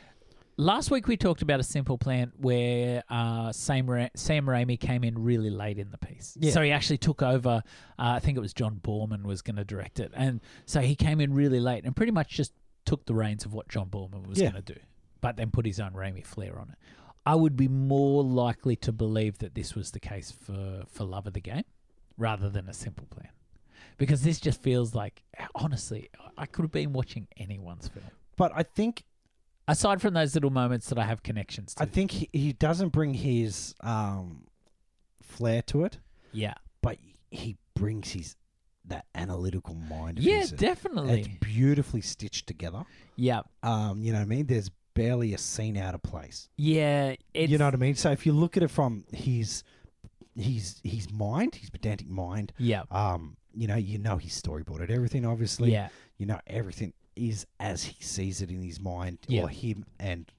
[SPEAKER 1] Last week we talked about a simple plan where uh, Sam, Ra- Sam Raimi came in really late in the piece,
[SPEAKER 2] Yeah.
[SPEAKER 1] so he actually took over. Uh, I think it was John Borman was going to direct it, and so he came in really late and pretty much just took the reins of what John Borman was
[SPEAKER 2] Yeah.
[SPEAKER 1] going to do, but then put his own Raimi flair on it. I would be more likely to believe that this was the case for for Love of the Game rather than a simple plan, because this just feels like honestly I could have been watching anyone's film
[SPEAKER 2] But I think
[SPEAKER 1] aside from those little moments that I have connections to.
[SPEAKER 2] I think he, he doesn't bring his um, flair to it,
[SPEAKER 1] yeah.
[SPEAKER 2] but he brings his that analytical mind. of
[SPEAKER 1] Yeah,
[SPEAKER 2] his. It's
[SPEAKER 1] definitely.
[SPEAKER 2] beautifully stitched together.
[SPEAKER 1] Yeah.
[SPEAKER 2] Um, you know what I mean? There's barely a scene out of place.
[SPEAKER 1] Yeah. It's,
[SPEAKER 2] you know what I mean? So if you look at it from his his his mind, his pedantic mind,
[SPEAKER 1] Yeah.
[SPEAKER 2] um, you know, you know he's storyboarded everything obviously.
[SPEAKER 1] Yeah.
[SPEAKER 2] You know everything is as he sees it in his mind
[SPEAKER 1] Yeah.
[SPEAKER 2] or him and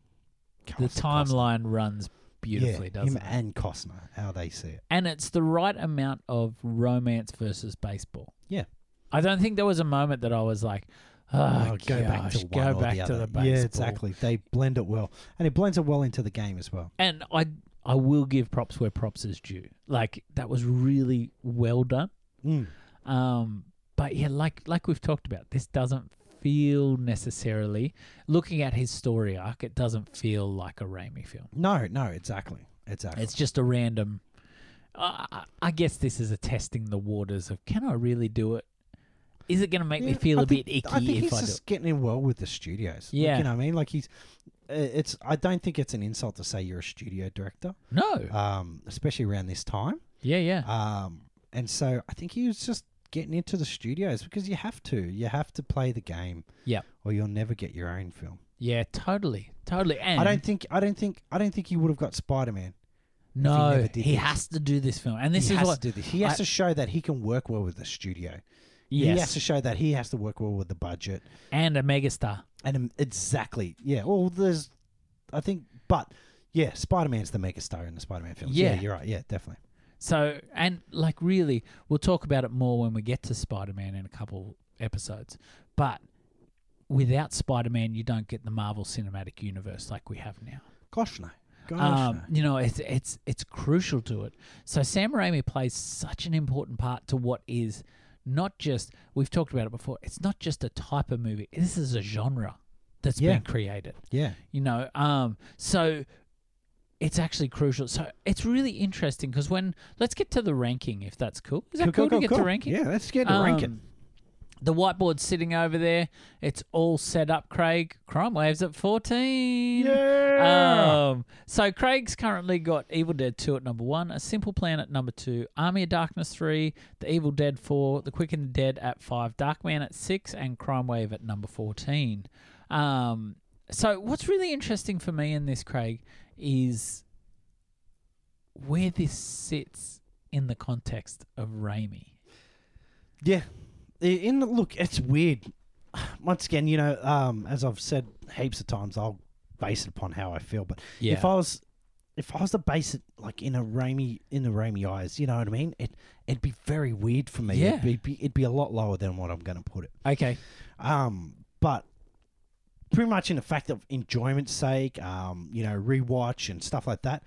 [SPEAKER 1] The
[SPEAKER 2] Cos- Costner.
[SPEAKER 1] timeline runs beautifully,
[SPEAKER 2] yeah,
[SPEAKER 1] doesn't
[SPEAKER 2] him
[SPEAKER 1] it? And-,
[SPEAKER 2] and Costner, how they see it.
[SPEAKER 1] it's the right amount of romance versus baseball.
[SPEAKER 2] Yeah.
[SPEAKER 1] I don't think there was a moment that I was like, oh,
[SPEAKER 2] go back
[SPEAKER 1] gosh,
[SPEAKER 2] to one
[SPEAKER 1] go
[SPEAKER 2] or
[SPEAKER 1] back
[SPEAKER 2] the
[SPEAKER 1] to
[SPEAKER 2] other.
[SPEAKER 1] the baseball.
[SPEAKER 2] Yeah, exactly. They blend it well, and it blends it well into the game as well.
[SPEAKER 1] and I I will give props where props is due. Like that was really well done.
[SPEAKER 2] Mm.
[SPEAKER 1] Um, but yeah, like like we've talked about, this doesn't feel necessarily looking at his story arc. It doesn't feel like a Raimi film.
[SPEAKER 2] No, no, exactly, exactly.
[SPEAKER 1] It's just a random. I I- I guess this is a testing the waters of can I really do it? Is it going to make me
[SPEAKER 2] Yeah,
[SPEAKER 1] feel
[SPEAKER 2] I
[SPEAKER 1] a
[SPEAKER 2] think-
[SPEAKER 1] bit icky
[SPEAKER 2] I think
[SPEAKER 1] if
[SPEAKER 2] he's
[SPEAKER 1] I do?
[SPEAKER 2] just
[SPEAKER 1] It?
[SPEAKER 2] getting in well with the studios. Like,
[SPEAKER 1] Yeah.
[SPEAKER 2] you know what I mean. Like he's, uh, it's. I don't think it's an insult to say you're a studio director,
[SPEAKER 1] No.
[SPEAKER 2] um, especially around this time.
[SPEAKER 1] yeah, yeah,
[SPEAKER 2] Um, and so I think he was just getting into the studios because you have to. You have to play the game.
[SPEAKER 1] Yep.
[SPEAKER 2] Or you'll never get your own film.
[SPEAKER 1] yeah. Totally, totally. And
[SPEAKER 2] I don't think. I don't think. I don't think he would have got Spider Man.
[SPEAKER 1] no.
[SPEAKER 2] never
[SPEAKER 1] He,
[SPEAKER 2] did this.
[SPEAKER 1] has to do this film, and this
[SPEAKER 2] he
[SPEAKER 1] is
[SPEAKER 2] has
[SPEAKER 1] what.
[SPEAKER 2] to do this. He has
[SPEAKER 1] I-
[SPEAKER 2] to show that he can work well with the studio. He has
[SPEAKER 1] Yes,
[SPEAKER 2] to show that he has to work well with the budget.
[SPEAKER 1] and a megastar.
[SPEAKER 2] And um, exactly, yeah. Well, there's, I think, but yeah, Spider Man's the megastar in the Spider Man films. Yeah.
[SPEAKER 1] Yeah.
[SPEAKER 2] you're right. Yeah, definitely.
[SPEAKER 1] So, and like, really, we'll talk about it more when we get to Spider Man in a couple episodes. But without Spider Man, you don't get the Marvel Cinematic Universe like we have now.
[SPEAKER 2] Gosh no, gosh
[SPEAKER 1] Um, you know, it's it's it's crucial to it. So Sam Raimi plays such an important part to what is not just we've talked about it before. It's not just a type of movie. This is a genre that's
[SPEAKER 2] Yeah.
[SPEAKER 1] been created
[SPEAKER 2] no. Yeah,
[SPEAKER 1] you know um so it's actually crucial so it's really interesting because when let's get to the ranking if that's cool is that cool, to get to ranking
[SPEAKER 2] Yeah, let's get to ranking.
[SPEAKER 1] Um, the whiteboard's sitting over there it's all set up craig crime waves at 14
[SPEAKER 3] Yeah.
[SPEAKER 1] um, so Craig's currently got Evil Dead 2 at number 1, A Simple Plan at number 2, Army of Darkness 3, The Evil Dead 4, The Quick and the Dead at 5, Darkman at 6, and Crime Wave at number 14. Um, so what's really interesting for me in this, Craig, is where this sits in the context of Raimi.
[SPEAKER 2] Yeah, I- in the- look, it's weird. [SIGHS] Once again, you know, um, as I've said heaps of times, I'll base it upon how I feel. But if I was, if I was to base it like in a Raimi in the Raimi eyes, you know what I mean? It it'd be very weird for me.
[SPEAKER 1] Yeah.
[SPEAKER 2] it'd be, be it'd be a lot lower than what I'm going to put it.
[SPEAKER 1] okay.
[SPEAKER 2] Um, but pretty much in the fact of enjoyment's sake, um, you know, rewatch and stuff like that.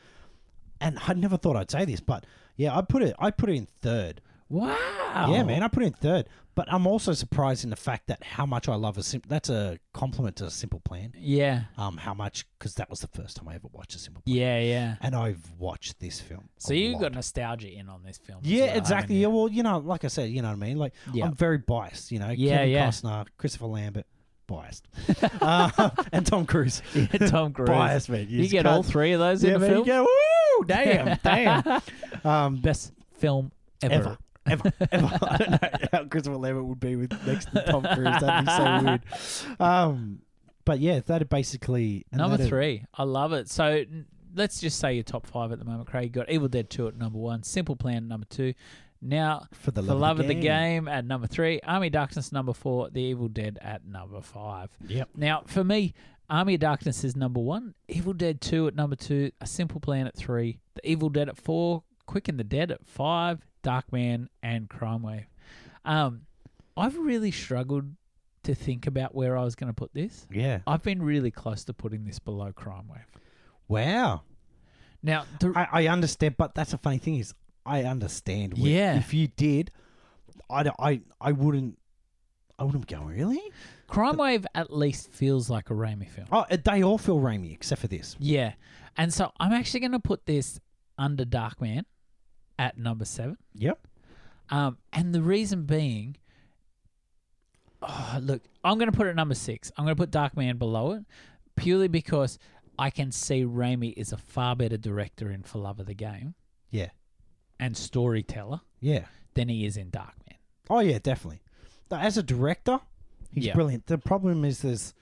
[SPEAKER 2] And I never thought I'd say this, but yeah, I put it I put it in third.
[SPEAKER 1] Wow.
[SPEAKER 2] Yeah, man, I put it in third. But I'm also surprised in the fact that how much I love a simple. That's a compliment to a simple plan.
[SPEAKER 1] Yeah.
[SPEAKER 2] Um, how much because that was the first time I ever watched a simple plan.
[SPEAKER 1] Yeah, yeah.
[SPEAKER 2] And I've watched this film.
[SPEAKER 1] So
[SPEAKER 2] a
[SPEAKER 1] you
[SPEAKER 2] lot.
[SPEAKER 1] got nostalgia in on this film. as
[SPEAKER 2] Yeah,
[SPEAKER 1] well, haven't
[SPEAKER 2] exactly.
[SPEAKER 1] you?
[SPEAKER 2] Yeah, well, you know, like I said, you know what I mean. Like,
[SPEAKER 1] Yeah.
[SPEAKER 2] I'm very biased. You know,
[SPEAKER 1] Yeah,
[SPEAKER 2] Kevin
[SPEAKER 1] yeah.
[SPEAKER 2] Costner, Christopher Lambert, biased, [LAUGHS] uh, and Tom Cruise,
[SPEAKER 1] [LAUGHS] Tom Cruise.
[SPEAKER 2] biased. Man,
[SPEAKER 1] You
[SPEAKER 2] just
[SPEAKER 1] get all
[SPEAKER 2] can't-
[SPEAKER 1] three of those
[SPEAKER 2] Yeah,
[SPEAKER 1] in the
[SPEAKER 2] man, you
[SPEAKER 1] film.
[SPEAKER 2] go, woo, damn, [LAUGHS] damn,
[SPEAKER 1] [LAUGHS]
[SPEAKER 2] um,
[SPEAKER 1] Best film ever.
[SPEAKER 2] ever. Ever, [LAUGHS] ever. I don't know how Christopher Lambert would be with next to Tom Cruise. That'd be so
[SPEAKER 1] [LAUGHS]
[SPEAKER 2] weird. Um, but yeah, that basically and
[SPEAKER 1] Number
[SPEAKER 2] that'd-
[SPEAKER 1] three. I love it. So n- let's just say your top five at the moment, Craig. You got Evil Dead 2 at number one, Simple Plan at number two. Now,
[SPEAKER 2] for the
[SPEAKER 1] The
[SPEAKER 2] love,
[SPEAKER 1] Love, of the game. at number three, Army of Darkness number four, The Evil Dead at number five.
[SPEAKER 2] Yep.
[SPEAKER 1] Now, for me, Army of Darkness is number one, Evil Dead 2 at number two, A Simple Plan at three, The Evil Dead at four, Quick and the Dead at five, Darkman and Crime Wave. Um, I've really struggled to think about where I was going to put this.
[SPEAKER 2] Yeah.
[SPEAKER 1] I've been really close to putting this below Crime Wave.
[SPEAKER 2] Wow.
[SPEAKER 1] Now, the,
[SPEAKER 2] I, I understand, but that's the funny thing is, I understand. where-
[SPEAKER 1] Yeah.
[SPEAKER 2] If you did, I, don't- I, I wouldn't. I wouldn't go really.
[SPEAKER 1] Crime Wave at least feels like a Raimi film.
[SPEAKER 2] Oh, they all feel Raimi except for this.
[SPEAKER 1] Yeah. And so I'm actually going to put this under Darkman at number seven.
[SPEAKER 2] Yep.
[SPEAKER 1] Um, and the reason being, oh, look, I'm going to put it at number six. I'm going to put Darkman below it purely because I can see Raimi is a far better director in For Love of the Game
[SPEAKER 2] Yeah.
[SPEAKER 1] and storyteller
[SPEAKER 2] Yeah.
[SPEAKER 1] than he is in Darkman.
[SPEAKER 2] Oh yeah, definitely. But As a director, he's
[SPEAKER 1] Yeah.
[SPEAKER 2] brilliant. The problem is there's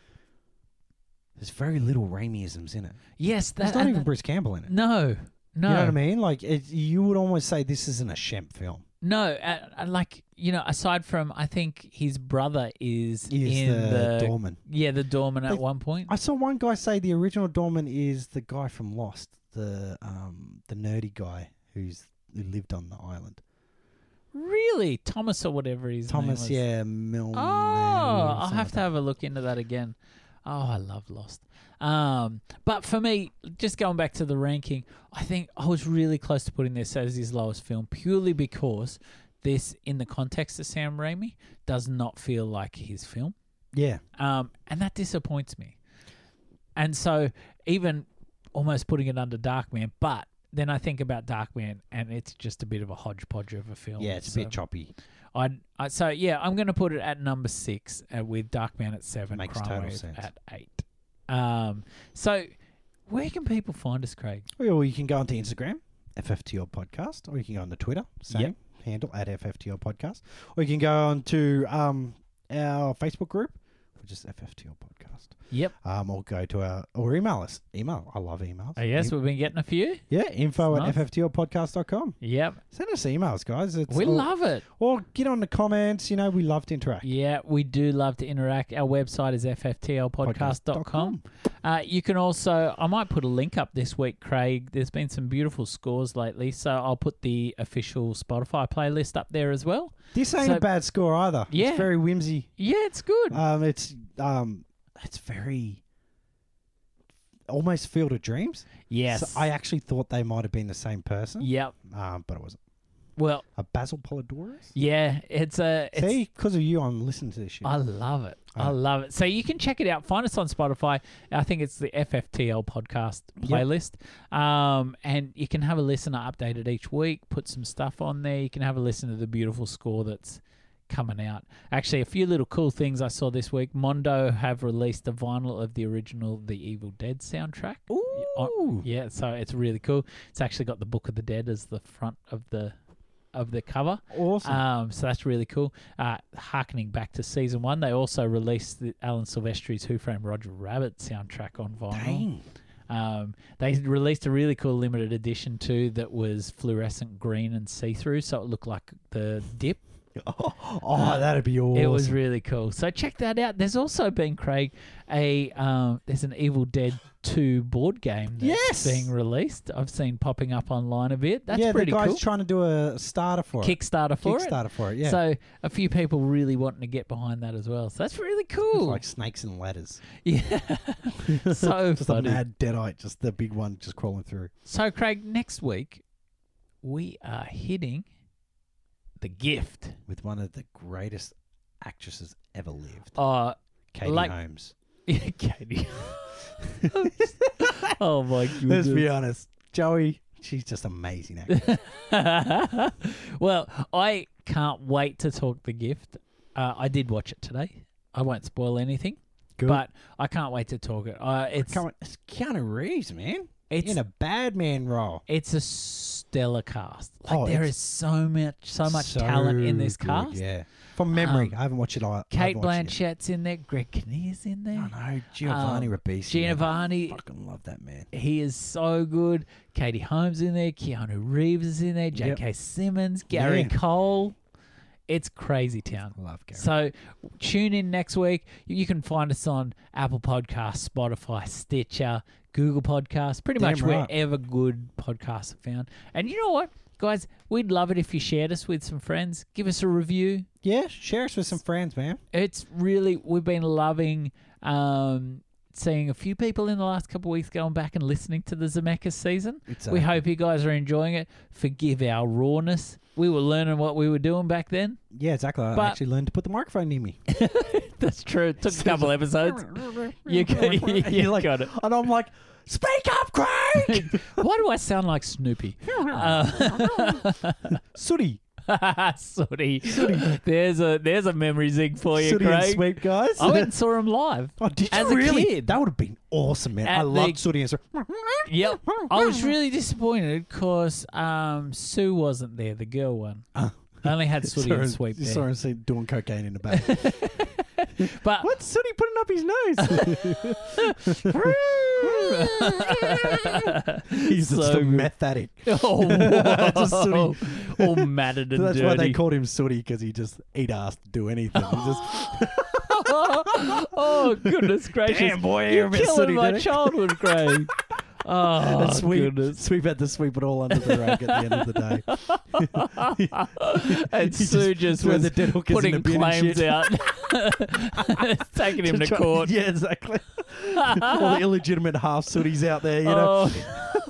[SPEAKER 2] there's very little Raimiisms in it.
[SPEAKER 1] Yes, that,
[SPEAKER 2] There's not
[SPEAKER 1] and
[SPEAKER 2] even
[SPEAKER 1] that-
[SPEAKER 2] Bruce Campbell in it.
[SPEAKER 1] no, no,
[SPEAKER 2] You know what I mean? Like it, you would almost say this isn't a Shemp film.
[SPEAKER 1] no. Uh, uh, like you know, aside from I think his brother is
[SPEAKER 2] Is
[SPEAKER 1] in
[SPEAKER 2] the,
[SPEAKER 1] the,
[SPEAKER 2] Dorman?
[SPEAKER 1] yeah the doorman at
[SPEAKER 2] Like,
[SPEAKER 1] one point.
[SPEAKER 2] I saw one guy say the original Dorman is the guy from Lost, the um the nerdy guy who's who lived on the island.
[SPEAKER 1] Really, Thomas or whatever his name
[SPEAKER 2] Thomas,
[SPEAKER 1] was.
[SPEAKER 2] yeah, Milne.
[SPEAKER 1] Oh, I'll have to have a look into that again. Oh, I love Lost. Um, but for me, just going back to the ranking, I think I was really close to putting this as his lowest film purely because this, in the context of Sam Raimi, does not feel like his film,
[SPEAKER 2] Yeah,
[SPEAKER 1] um, and that disappoints me. And so, even almost putting it under Darkman, but then I think about Darkman, and it's just a bit of a hodgepodge of a film.
[SPEAKER 2] yeah, it's a
[SPEAKER 1] so-
[SPEAKER 2] bit choppy.
[SPEAKER 1] I, I so yeah, I'm going to put it at number six uh, with Darkman at seven,
[SPEAKER 2] Makes
[SPEAKER 1] Crime
[SPEAKER 2] total
[SPEAKER 1] Wave
[SPEAKER 2] sense.
[SPEAKER 1] at eight. Um, so where can people find us, Craig?
[SPEAKER 2] Or you can go onto Instagram, FFTL Podcast, or you can go onto Twitter, same
[SPEAKER 1] Yep.
[SPEAKER 2] handle at FFTL Podcast, or you can go on to um, our Facebook group, which is FFTL Podcast,
[SPEAKER 1] Yep.
[SPEAKER 2] um, or go to our or email us. Email, I love emails.
[SPEAKER 1] Oh, yes, we've been getting a few.
[SPEAKER 2] yeah, info
[SPEAKER 1] Nice.
[SPEAKER 2] at FFTLpodcast.com.
[SPEAKER 1] Yep.
[SPEAKER 2] Send us emails, guys. It's
[SPEAKER 1] We
[SPEAKER 2] all-
[SPEAKER 1] love it.
[SPEAKER 2] or get on the comments. You know, we love to interact.
[SPEAKER 1] Yeah, we do love to interact. Our website is fftlpodcast.com. Uh, you can also, I might put a link up this week, Craig. There's been some beautiful scores lately, so I'll put the official Spotify playlist up there as well.
[SPEAKER 2] This ain't
[SPEAKER 1] So-
[SPEAKER 2] a bad score either.
[SPEAKER 1] Yeah.
[SPEAKER 2] It's very whimsy.
[SPEAKER 1] Yeah, it's good.
[SPEAKER 2] Um, it's um, it's very almost Field of Dreams.
[SPEAKER 1] yes.
[SPEAKER 2] So I actually thought they might have been the same person,
[SPEAKER 1] Yep.
[SPEAKER 2] um, but it wasn't.
[SPEAKER 1] Well,
[SPEAKER 2] A Basil Polidorus?
[SPEAKER 1] Yeah, it's a. It's,
[SPEAKER 2] See, because of you, I'm listening to this shit.
[SPEAKER 1] I love it. I
[SPEAKER 2] Yeah.
[SPEAKER 1] love it. So you can check it out. Find us on Spotify. I think it's the FFTL podcast
[SPEAKER 2] Yep.
[SPEAKER 1] playlist. Um, and you can have a listener updated each week. Put some stuff on there. You can have a listen to the beautiful score that's coming out. Actually, a few little cool things I saw this week. Mondo have released a vinyl of the original The Evil Dead soundtrack.
[SPEAKER 2] Ooh.
[SPEAKER 1] Oh, Yeah, so it's really cool. It's actually got the Book of the Dead as the front of the of the cover.
[SPEAKER 2] Awesome.
[SPEAKER 1] Um, so that's really cool. Uh, harkening back to season one, they also released the Alan Silvestri's Who Framed Roger Rabbit soundtrack on vinyl.
[SPEAKER 2] Dang.
[SPEAKER 1] Um, they released a really cool limited edition too that was fluorescent green and see through, so it looked like the dip.
[SPEAKER 2] [LAUGHS] Oh,
[SPEAKER 1] Uh,
[SPEAKER 2] that'd be awesome.
[SPEAKER 1] It was really cool. So check that out. There's also been Craig a um, there's an Evil Dead Two board game that's
[SPEAKER 2] Yes!
[SPEAKER 1] being released. I've seen popping up online a bit. That's
[SPEAKER 2] yeah,
[SPEAKER 1] pretty
[SPEAKER 2] the guy's
[SPEAKER 1] cool.
[SPEAKER 2] trying to do a starter for
[SPEAKER 1] Kickstarter
[SPEAKER 2] it.
[SPEAKER 1] for it.
[SPEAKER 2] Kickstarter for it, yeah.
[SPEAKER 1] So a few people really wanting to get behind that as well. So that's really
[SPEAKER 2] It's
[SPEAKER 1] cool.
[SPEAKER 2] like snakes and ladders.
[SPEAKER 1] yeah. [LAUGHS]
[SPEAKER 2] [LAUGHS]
[SPEAKER 1] so
[SPEAKER 2] Just a
[SPEAKER 1] funny.
[SPEAKER 2] mad deadite, just the big one just crawling through.
[SPEAKER 1] So Craig, next week we are hitting the gift.
[SPEAKER 2] With one of the greatest actresses ever lived,
[SPEAKER 1] Uh [LAUGHS]
[SPEAKER 2] Katie
[SPEAKER 1] Like-
[SPEAKER 2] Holmes. [LAUGHS]
[SPEAKER 1] Katie. [LAUGHS] oh my goodness.
[SPEAKER 2] Let's be honest. Joey, she's just amazing actress.
[SPEAKER 1] [LAUGHS] well, I can't wait to talk the gift. Uh, I did watch it today. I won't spoil anything, [LAUGHS]
[SPEAKER 2] Good.
[SPEAKER 1] but I can't wait to talk it. Uh, it's
[SPEAKER 2] Come on, it's Keanu Reeves, man.
[SPEAKER 1] it's
[SPEAKER 2] in a bad man role.
[SPEAKER 1] it's a stellar cast. Like
[SPEAKER 2] Oh,
[SPEAKER 1] there is
[SPEAKER 2] it's
[SPEAKER 1] so much, so much talent in this
[SPEAKER 2] good,
[SPEAKER 1] cast.
[SPEAKER 2] Yeah, from memory,
[SPEAKER 1] Um,
[SPEAKER 2] I haven't watched it. all.
[SPEAKER 1] Kate Blanchett's in there. Greg Kinnear's in
[SPEAKER 2] I
[SPEAKER 1] there.
[SPEAKER 2] know Giovanni
[SPEAKER 1] Um,
[SPEAKER 2] Ribisi.
[SPEAKER 1] Giovanni.
[SPEAKER 2] I fucking love that man.
[SPEAKER 1] He is so good. Katie Holmes in there. Keanu Reeves is in there.
[SPEAKER 2] Yep.
[SPEAKER 1] J.K. Simmons. Gary
[SPEAKER 2] Yeah.
[SPEAKER 1] Cole. It's crazy town.
[SPEAKER 2] I love Gary.
[SPEAKER 1] So tune in next week. You you can find us on Apple Podcasts, Spotify, Stitcher, Google Podcasts, pretty
[SPEAKER 2] Damn
[SPEAKER 1] much
[SPEAKER 2] right.
[SPEAKER 1] wherever good podcasts are found. And you know what? Guys, we'd love it if you shared us with some friends. Give us a review.
[SPEAKER 2] Yeah, share us with some friends, man.
[SPEAKER 1] It's really, we've been loving um, seeing a few people in the last couple of weeks going back and listening to the Zemeckis season.
[SPEAKER 2] It's uh,
[SPEAKER 1] We hope you guys are enjoying it. Forgive our rawness. We were learning what we were doing back then.
[SPEAKER 2] yeah, exactly. I
[SPEAKER 1] But-
[SPEAKER 2] actually learned to put the microphone near me,
[SPEAKER 1] That's true. It took a [LAUGHS] couple episodes. You [LAUGHS] got, you
[SPEAKER 2] You're like-
[SPEAKER 1] got it.
[SPEAKER 2] and I'm like, "Speak up,
[SPEAKER 1] [LAUGHS]
[SPEAKER 2] Craig!"
[SPEAKER 1] Why do I sound like [LAUGHS] Snoopy? Uh,
[SPEAKER 2] Sooty,
[SPEAKER 1] [LAUGHS] Sorry. Uh, There's a there's a memory zig for you,
[SPEAKER 2] Sooty, and
[SPEAKER 1] Craig.
[SPEAKER 2] Sweep guys.
[SPEAKER 1] I went and saw him [LAUGHS] live.
[SPEAKER 2] [LAUGHS] Oh, did you
[SPEAKER 1] As a
[SPEAKER 2] really?
[SPEAKER 1] kid.
[SPEAKER 2] That would have been awesome, man.
[SPEAKER 1] At
[SPEAKER 2] I
[SPEAKER 1] the-
[SPEAKER 2] loved Sooty and Sweep.
[SPEAKER 1] Yep. I was really disappointed because um, Sue wasn't there, the girl one.
[SPEAKER 2] Oh.
[SPEAKER 1] I only had Sooty
[SPEAKER 2] Sorry,
[SPEAKER 1] and Sweep there.
[SPEAKER 2] Sorry, see- doing cocaine in the back.
[SPEAKER 1] [LAUGHS] But [LAUGHS]
[SPEAKER 2] What's Sooty putting up his nose? [LAUGHS] He's
[SPEAKER 1] So
[SPEAKER 2] just a
[SPEAKER 1] good.
[SPEAKER 2] meth addict.
[SPEAKER 1] [LAUGHS] oh,
[SPEAKER 2] Just
[SPEAKER 1] whoa.
[SPEAKER 2] [LAUGHS] Sooty.
[SPEAKER 1] all matted and
[SPEAKER 2] That's
[SPEAKER 1] dirty.
[SPEAKER 2] why they called him Sooty because he just eat ass to do anything. He just
[SPEAKER 1] oh
[SPEAKER 2] [LAUGHS]
[SPEAKER 1] goodness gracious!
[SPEAKER 3] Damn, boy,
[SPEAKER 1] You're
[SPEAKER 3] you're a bit
[SPEAKER 1] killing
[SPEAKER 2] sooty,
[SPEAKER 1] my
[SPEAKER 2] didn't it?
[SPEAKER 1] childhood,
[SPEAKER 2] [LAUGHS]
[SPEAKER 1] Craig. [LAUGHS] Oh
[SPEAKER 2] and sweep, [LAUGHS]
[SPEAKER 1] goodness!
[SPEAKER 2] sweep had to sweep it all under the rug at the end of the day.
[SPEAKER 1] [LAUGHS]
[SPEAKER 2] [LAUGHS]
[SPEAKER 1] And
[SPEAKER 2] He
[SPEAKER 1] Sue just,
[SPEAKER 2] threw
[SPEAKER 1] was
[SPEAKER 2] the dead hookers in
[SPEAKER 1] putting
[SPEAKER 2] the bin and
[SPEAKER 1] claims
[SPEAKER 2] [LAUGHS] shit.
[SPEAKER 1] out, [LAUGHS] taking
[SPEAKER 2] [LAUGHS]
[SPEAKER 1] him to,
[SPEAKER 2] Try-
[SPEAKER 1] court. [LAUGHS]
[SPEAKER 2] Yeah, exactly. all the illegitimate half Sooties out there, you know.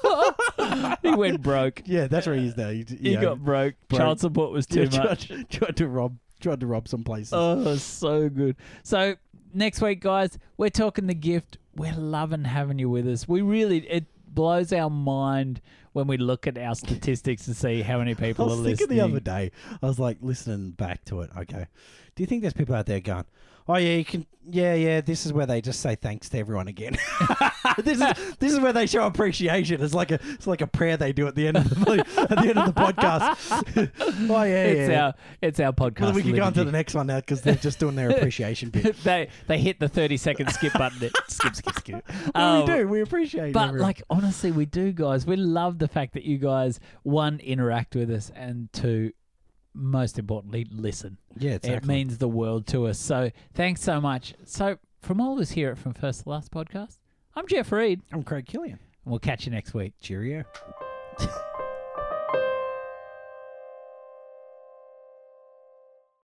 [SPEAKER 1] Oh. [LAUGHS] he went broke.
[SPEAKER 2] [LAUGHS] Yeah, that's where he is now. He,
[SPEAKER 1] He got broke.
[SPEAKER 2] broke.
[SPEAKER 1] Child support was too
[SPEAKER 2] yeah, tried,
[SPEAKER 1] much.
[SPEAKER 2] [LAUGHS] tried to rob, tried to rob some places.
[SPEAKER 1] Oh, so good. So next week, guys, we're talking the gift. We're loving having you with us. We really it blows our mind when we look at our statistics and see how many
[SPEAKER 2] I
[SPEAKER 1] people
[SPEAKER 2] was
[SPEAKER 1] are
[SPEAKER 2] thinking
[SPEAKER 1] listening.
[SPEAKER 2] the other day. I was like listening back to it. Okay, do you think there's people out there going, "Oh yeah, you can, yeah, yeah"? This is where they just say thanks to everyone again. [LAUGHS] this is this is where they show appreciation. It's like a it's like a prayer they do at the end of the at the end of the podcast. [LAUGHS] oh yeah,
[SPEAKER 1] It's
[SPEAKER 2] yeah.
[SPEAKER 1] our it's our podcast.
[SPEAKER 2] well, we can go on to
[SPEAKER 1] liturgy.
[SPEAKER 2] the next one now because they're just
[SPEAKER 1] [LAUGHS]
[SPEAKER 2] doing their appreciation bit.
[SPEAKER 1] they they hit the thirty second skip [LAUGHS] button. skip, skip, skip.
[SPEAKER 2] Well,
[SPEAKER 1] Um,
[SPEAKER 2] we do. We appreciate.
[SPEAKER 1] But
[SPEAKER 2] everyone.
[SPEAKER 1] like honestly, we do, guys. We love the fact that you guys one interact with us, and two, most importantly, listen.
[SPEAKER 2] yeah, exactly.
[SPEAKER 1] It means the world to us. So thanks so much. So from all of us here at From First to Last podcast, I'm Jeff Reed,
[SPEAKER 2] I'm Craig Killian.
[SPEAKER 1] and we'll catch you next week.
[SPEAKER 2] Cheerio.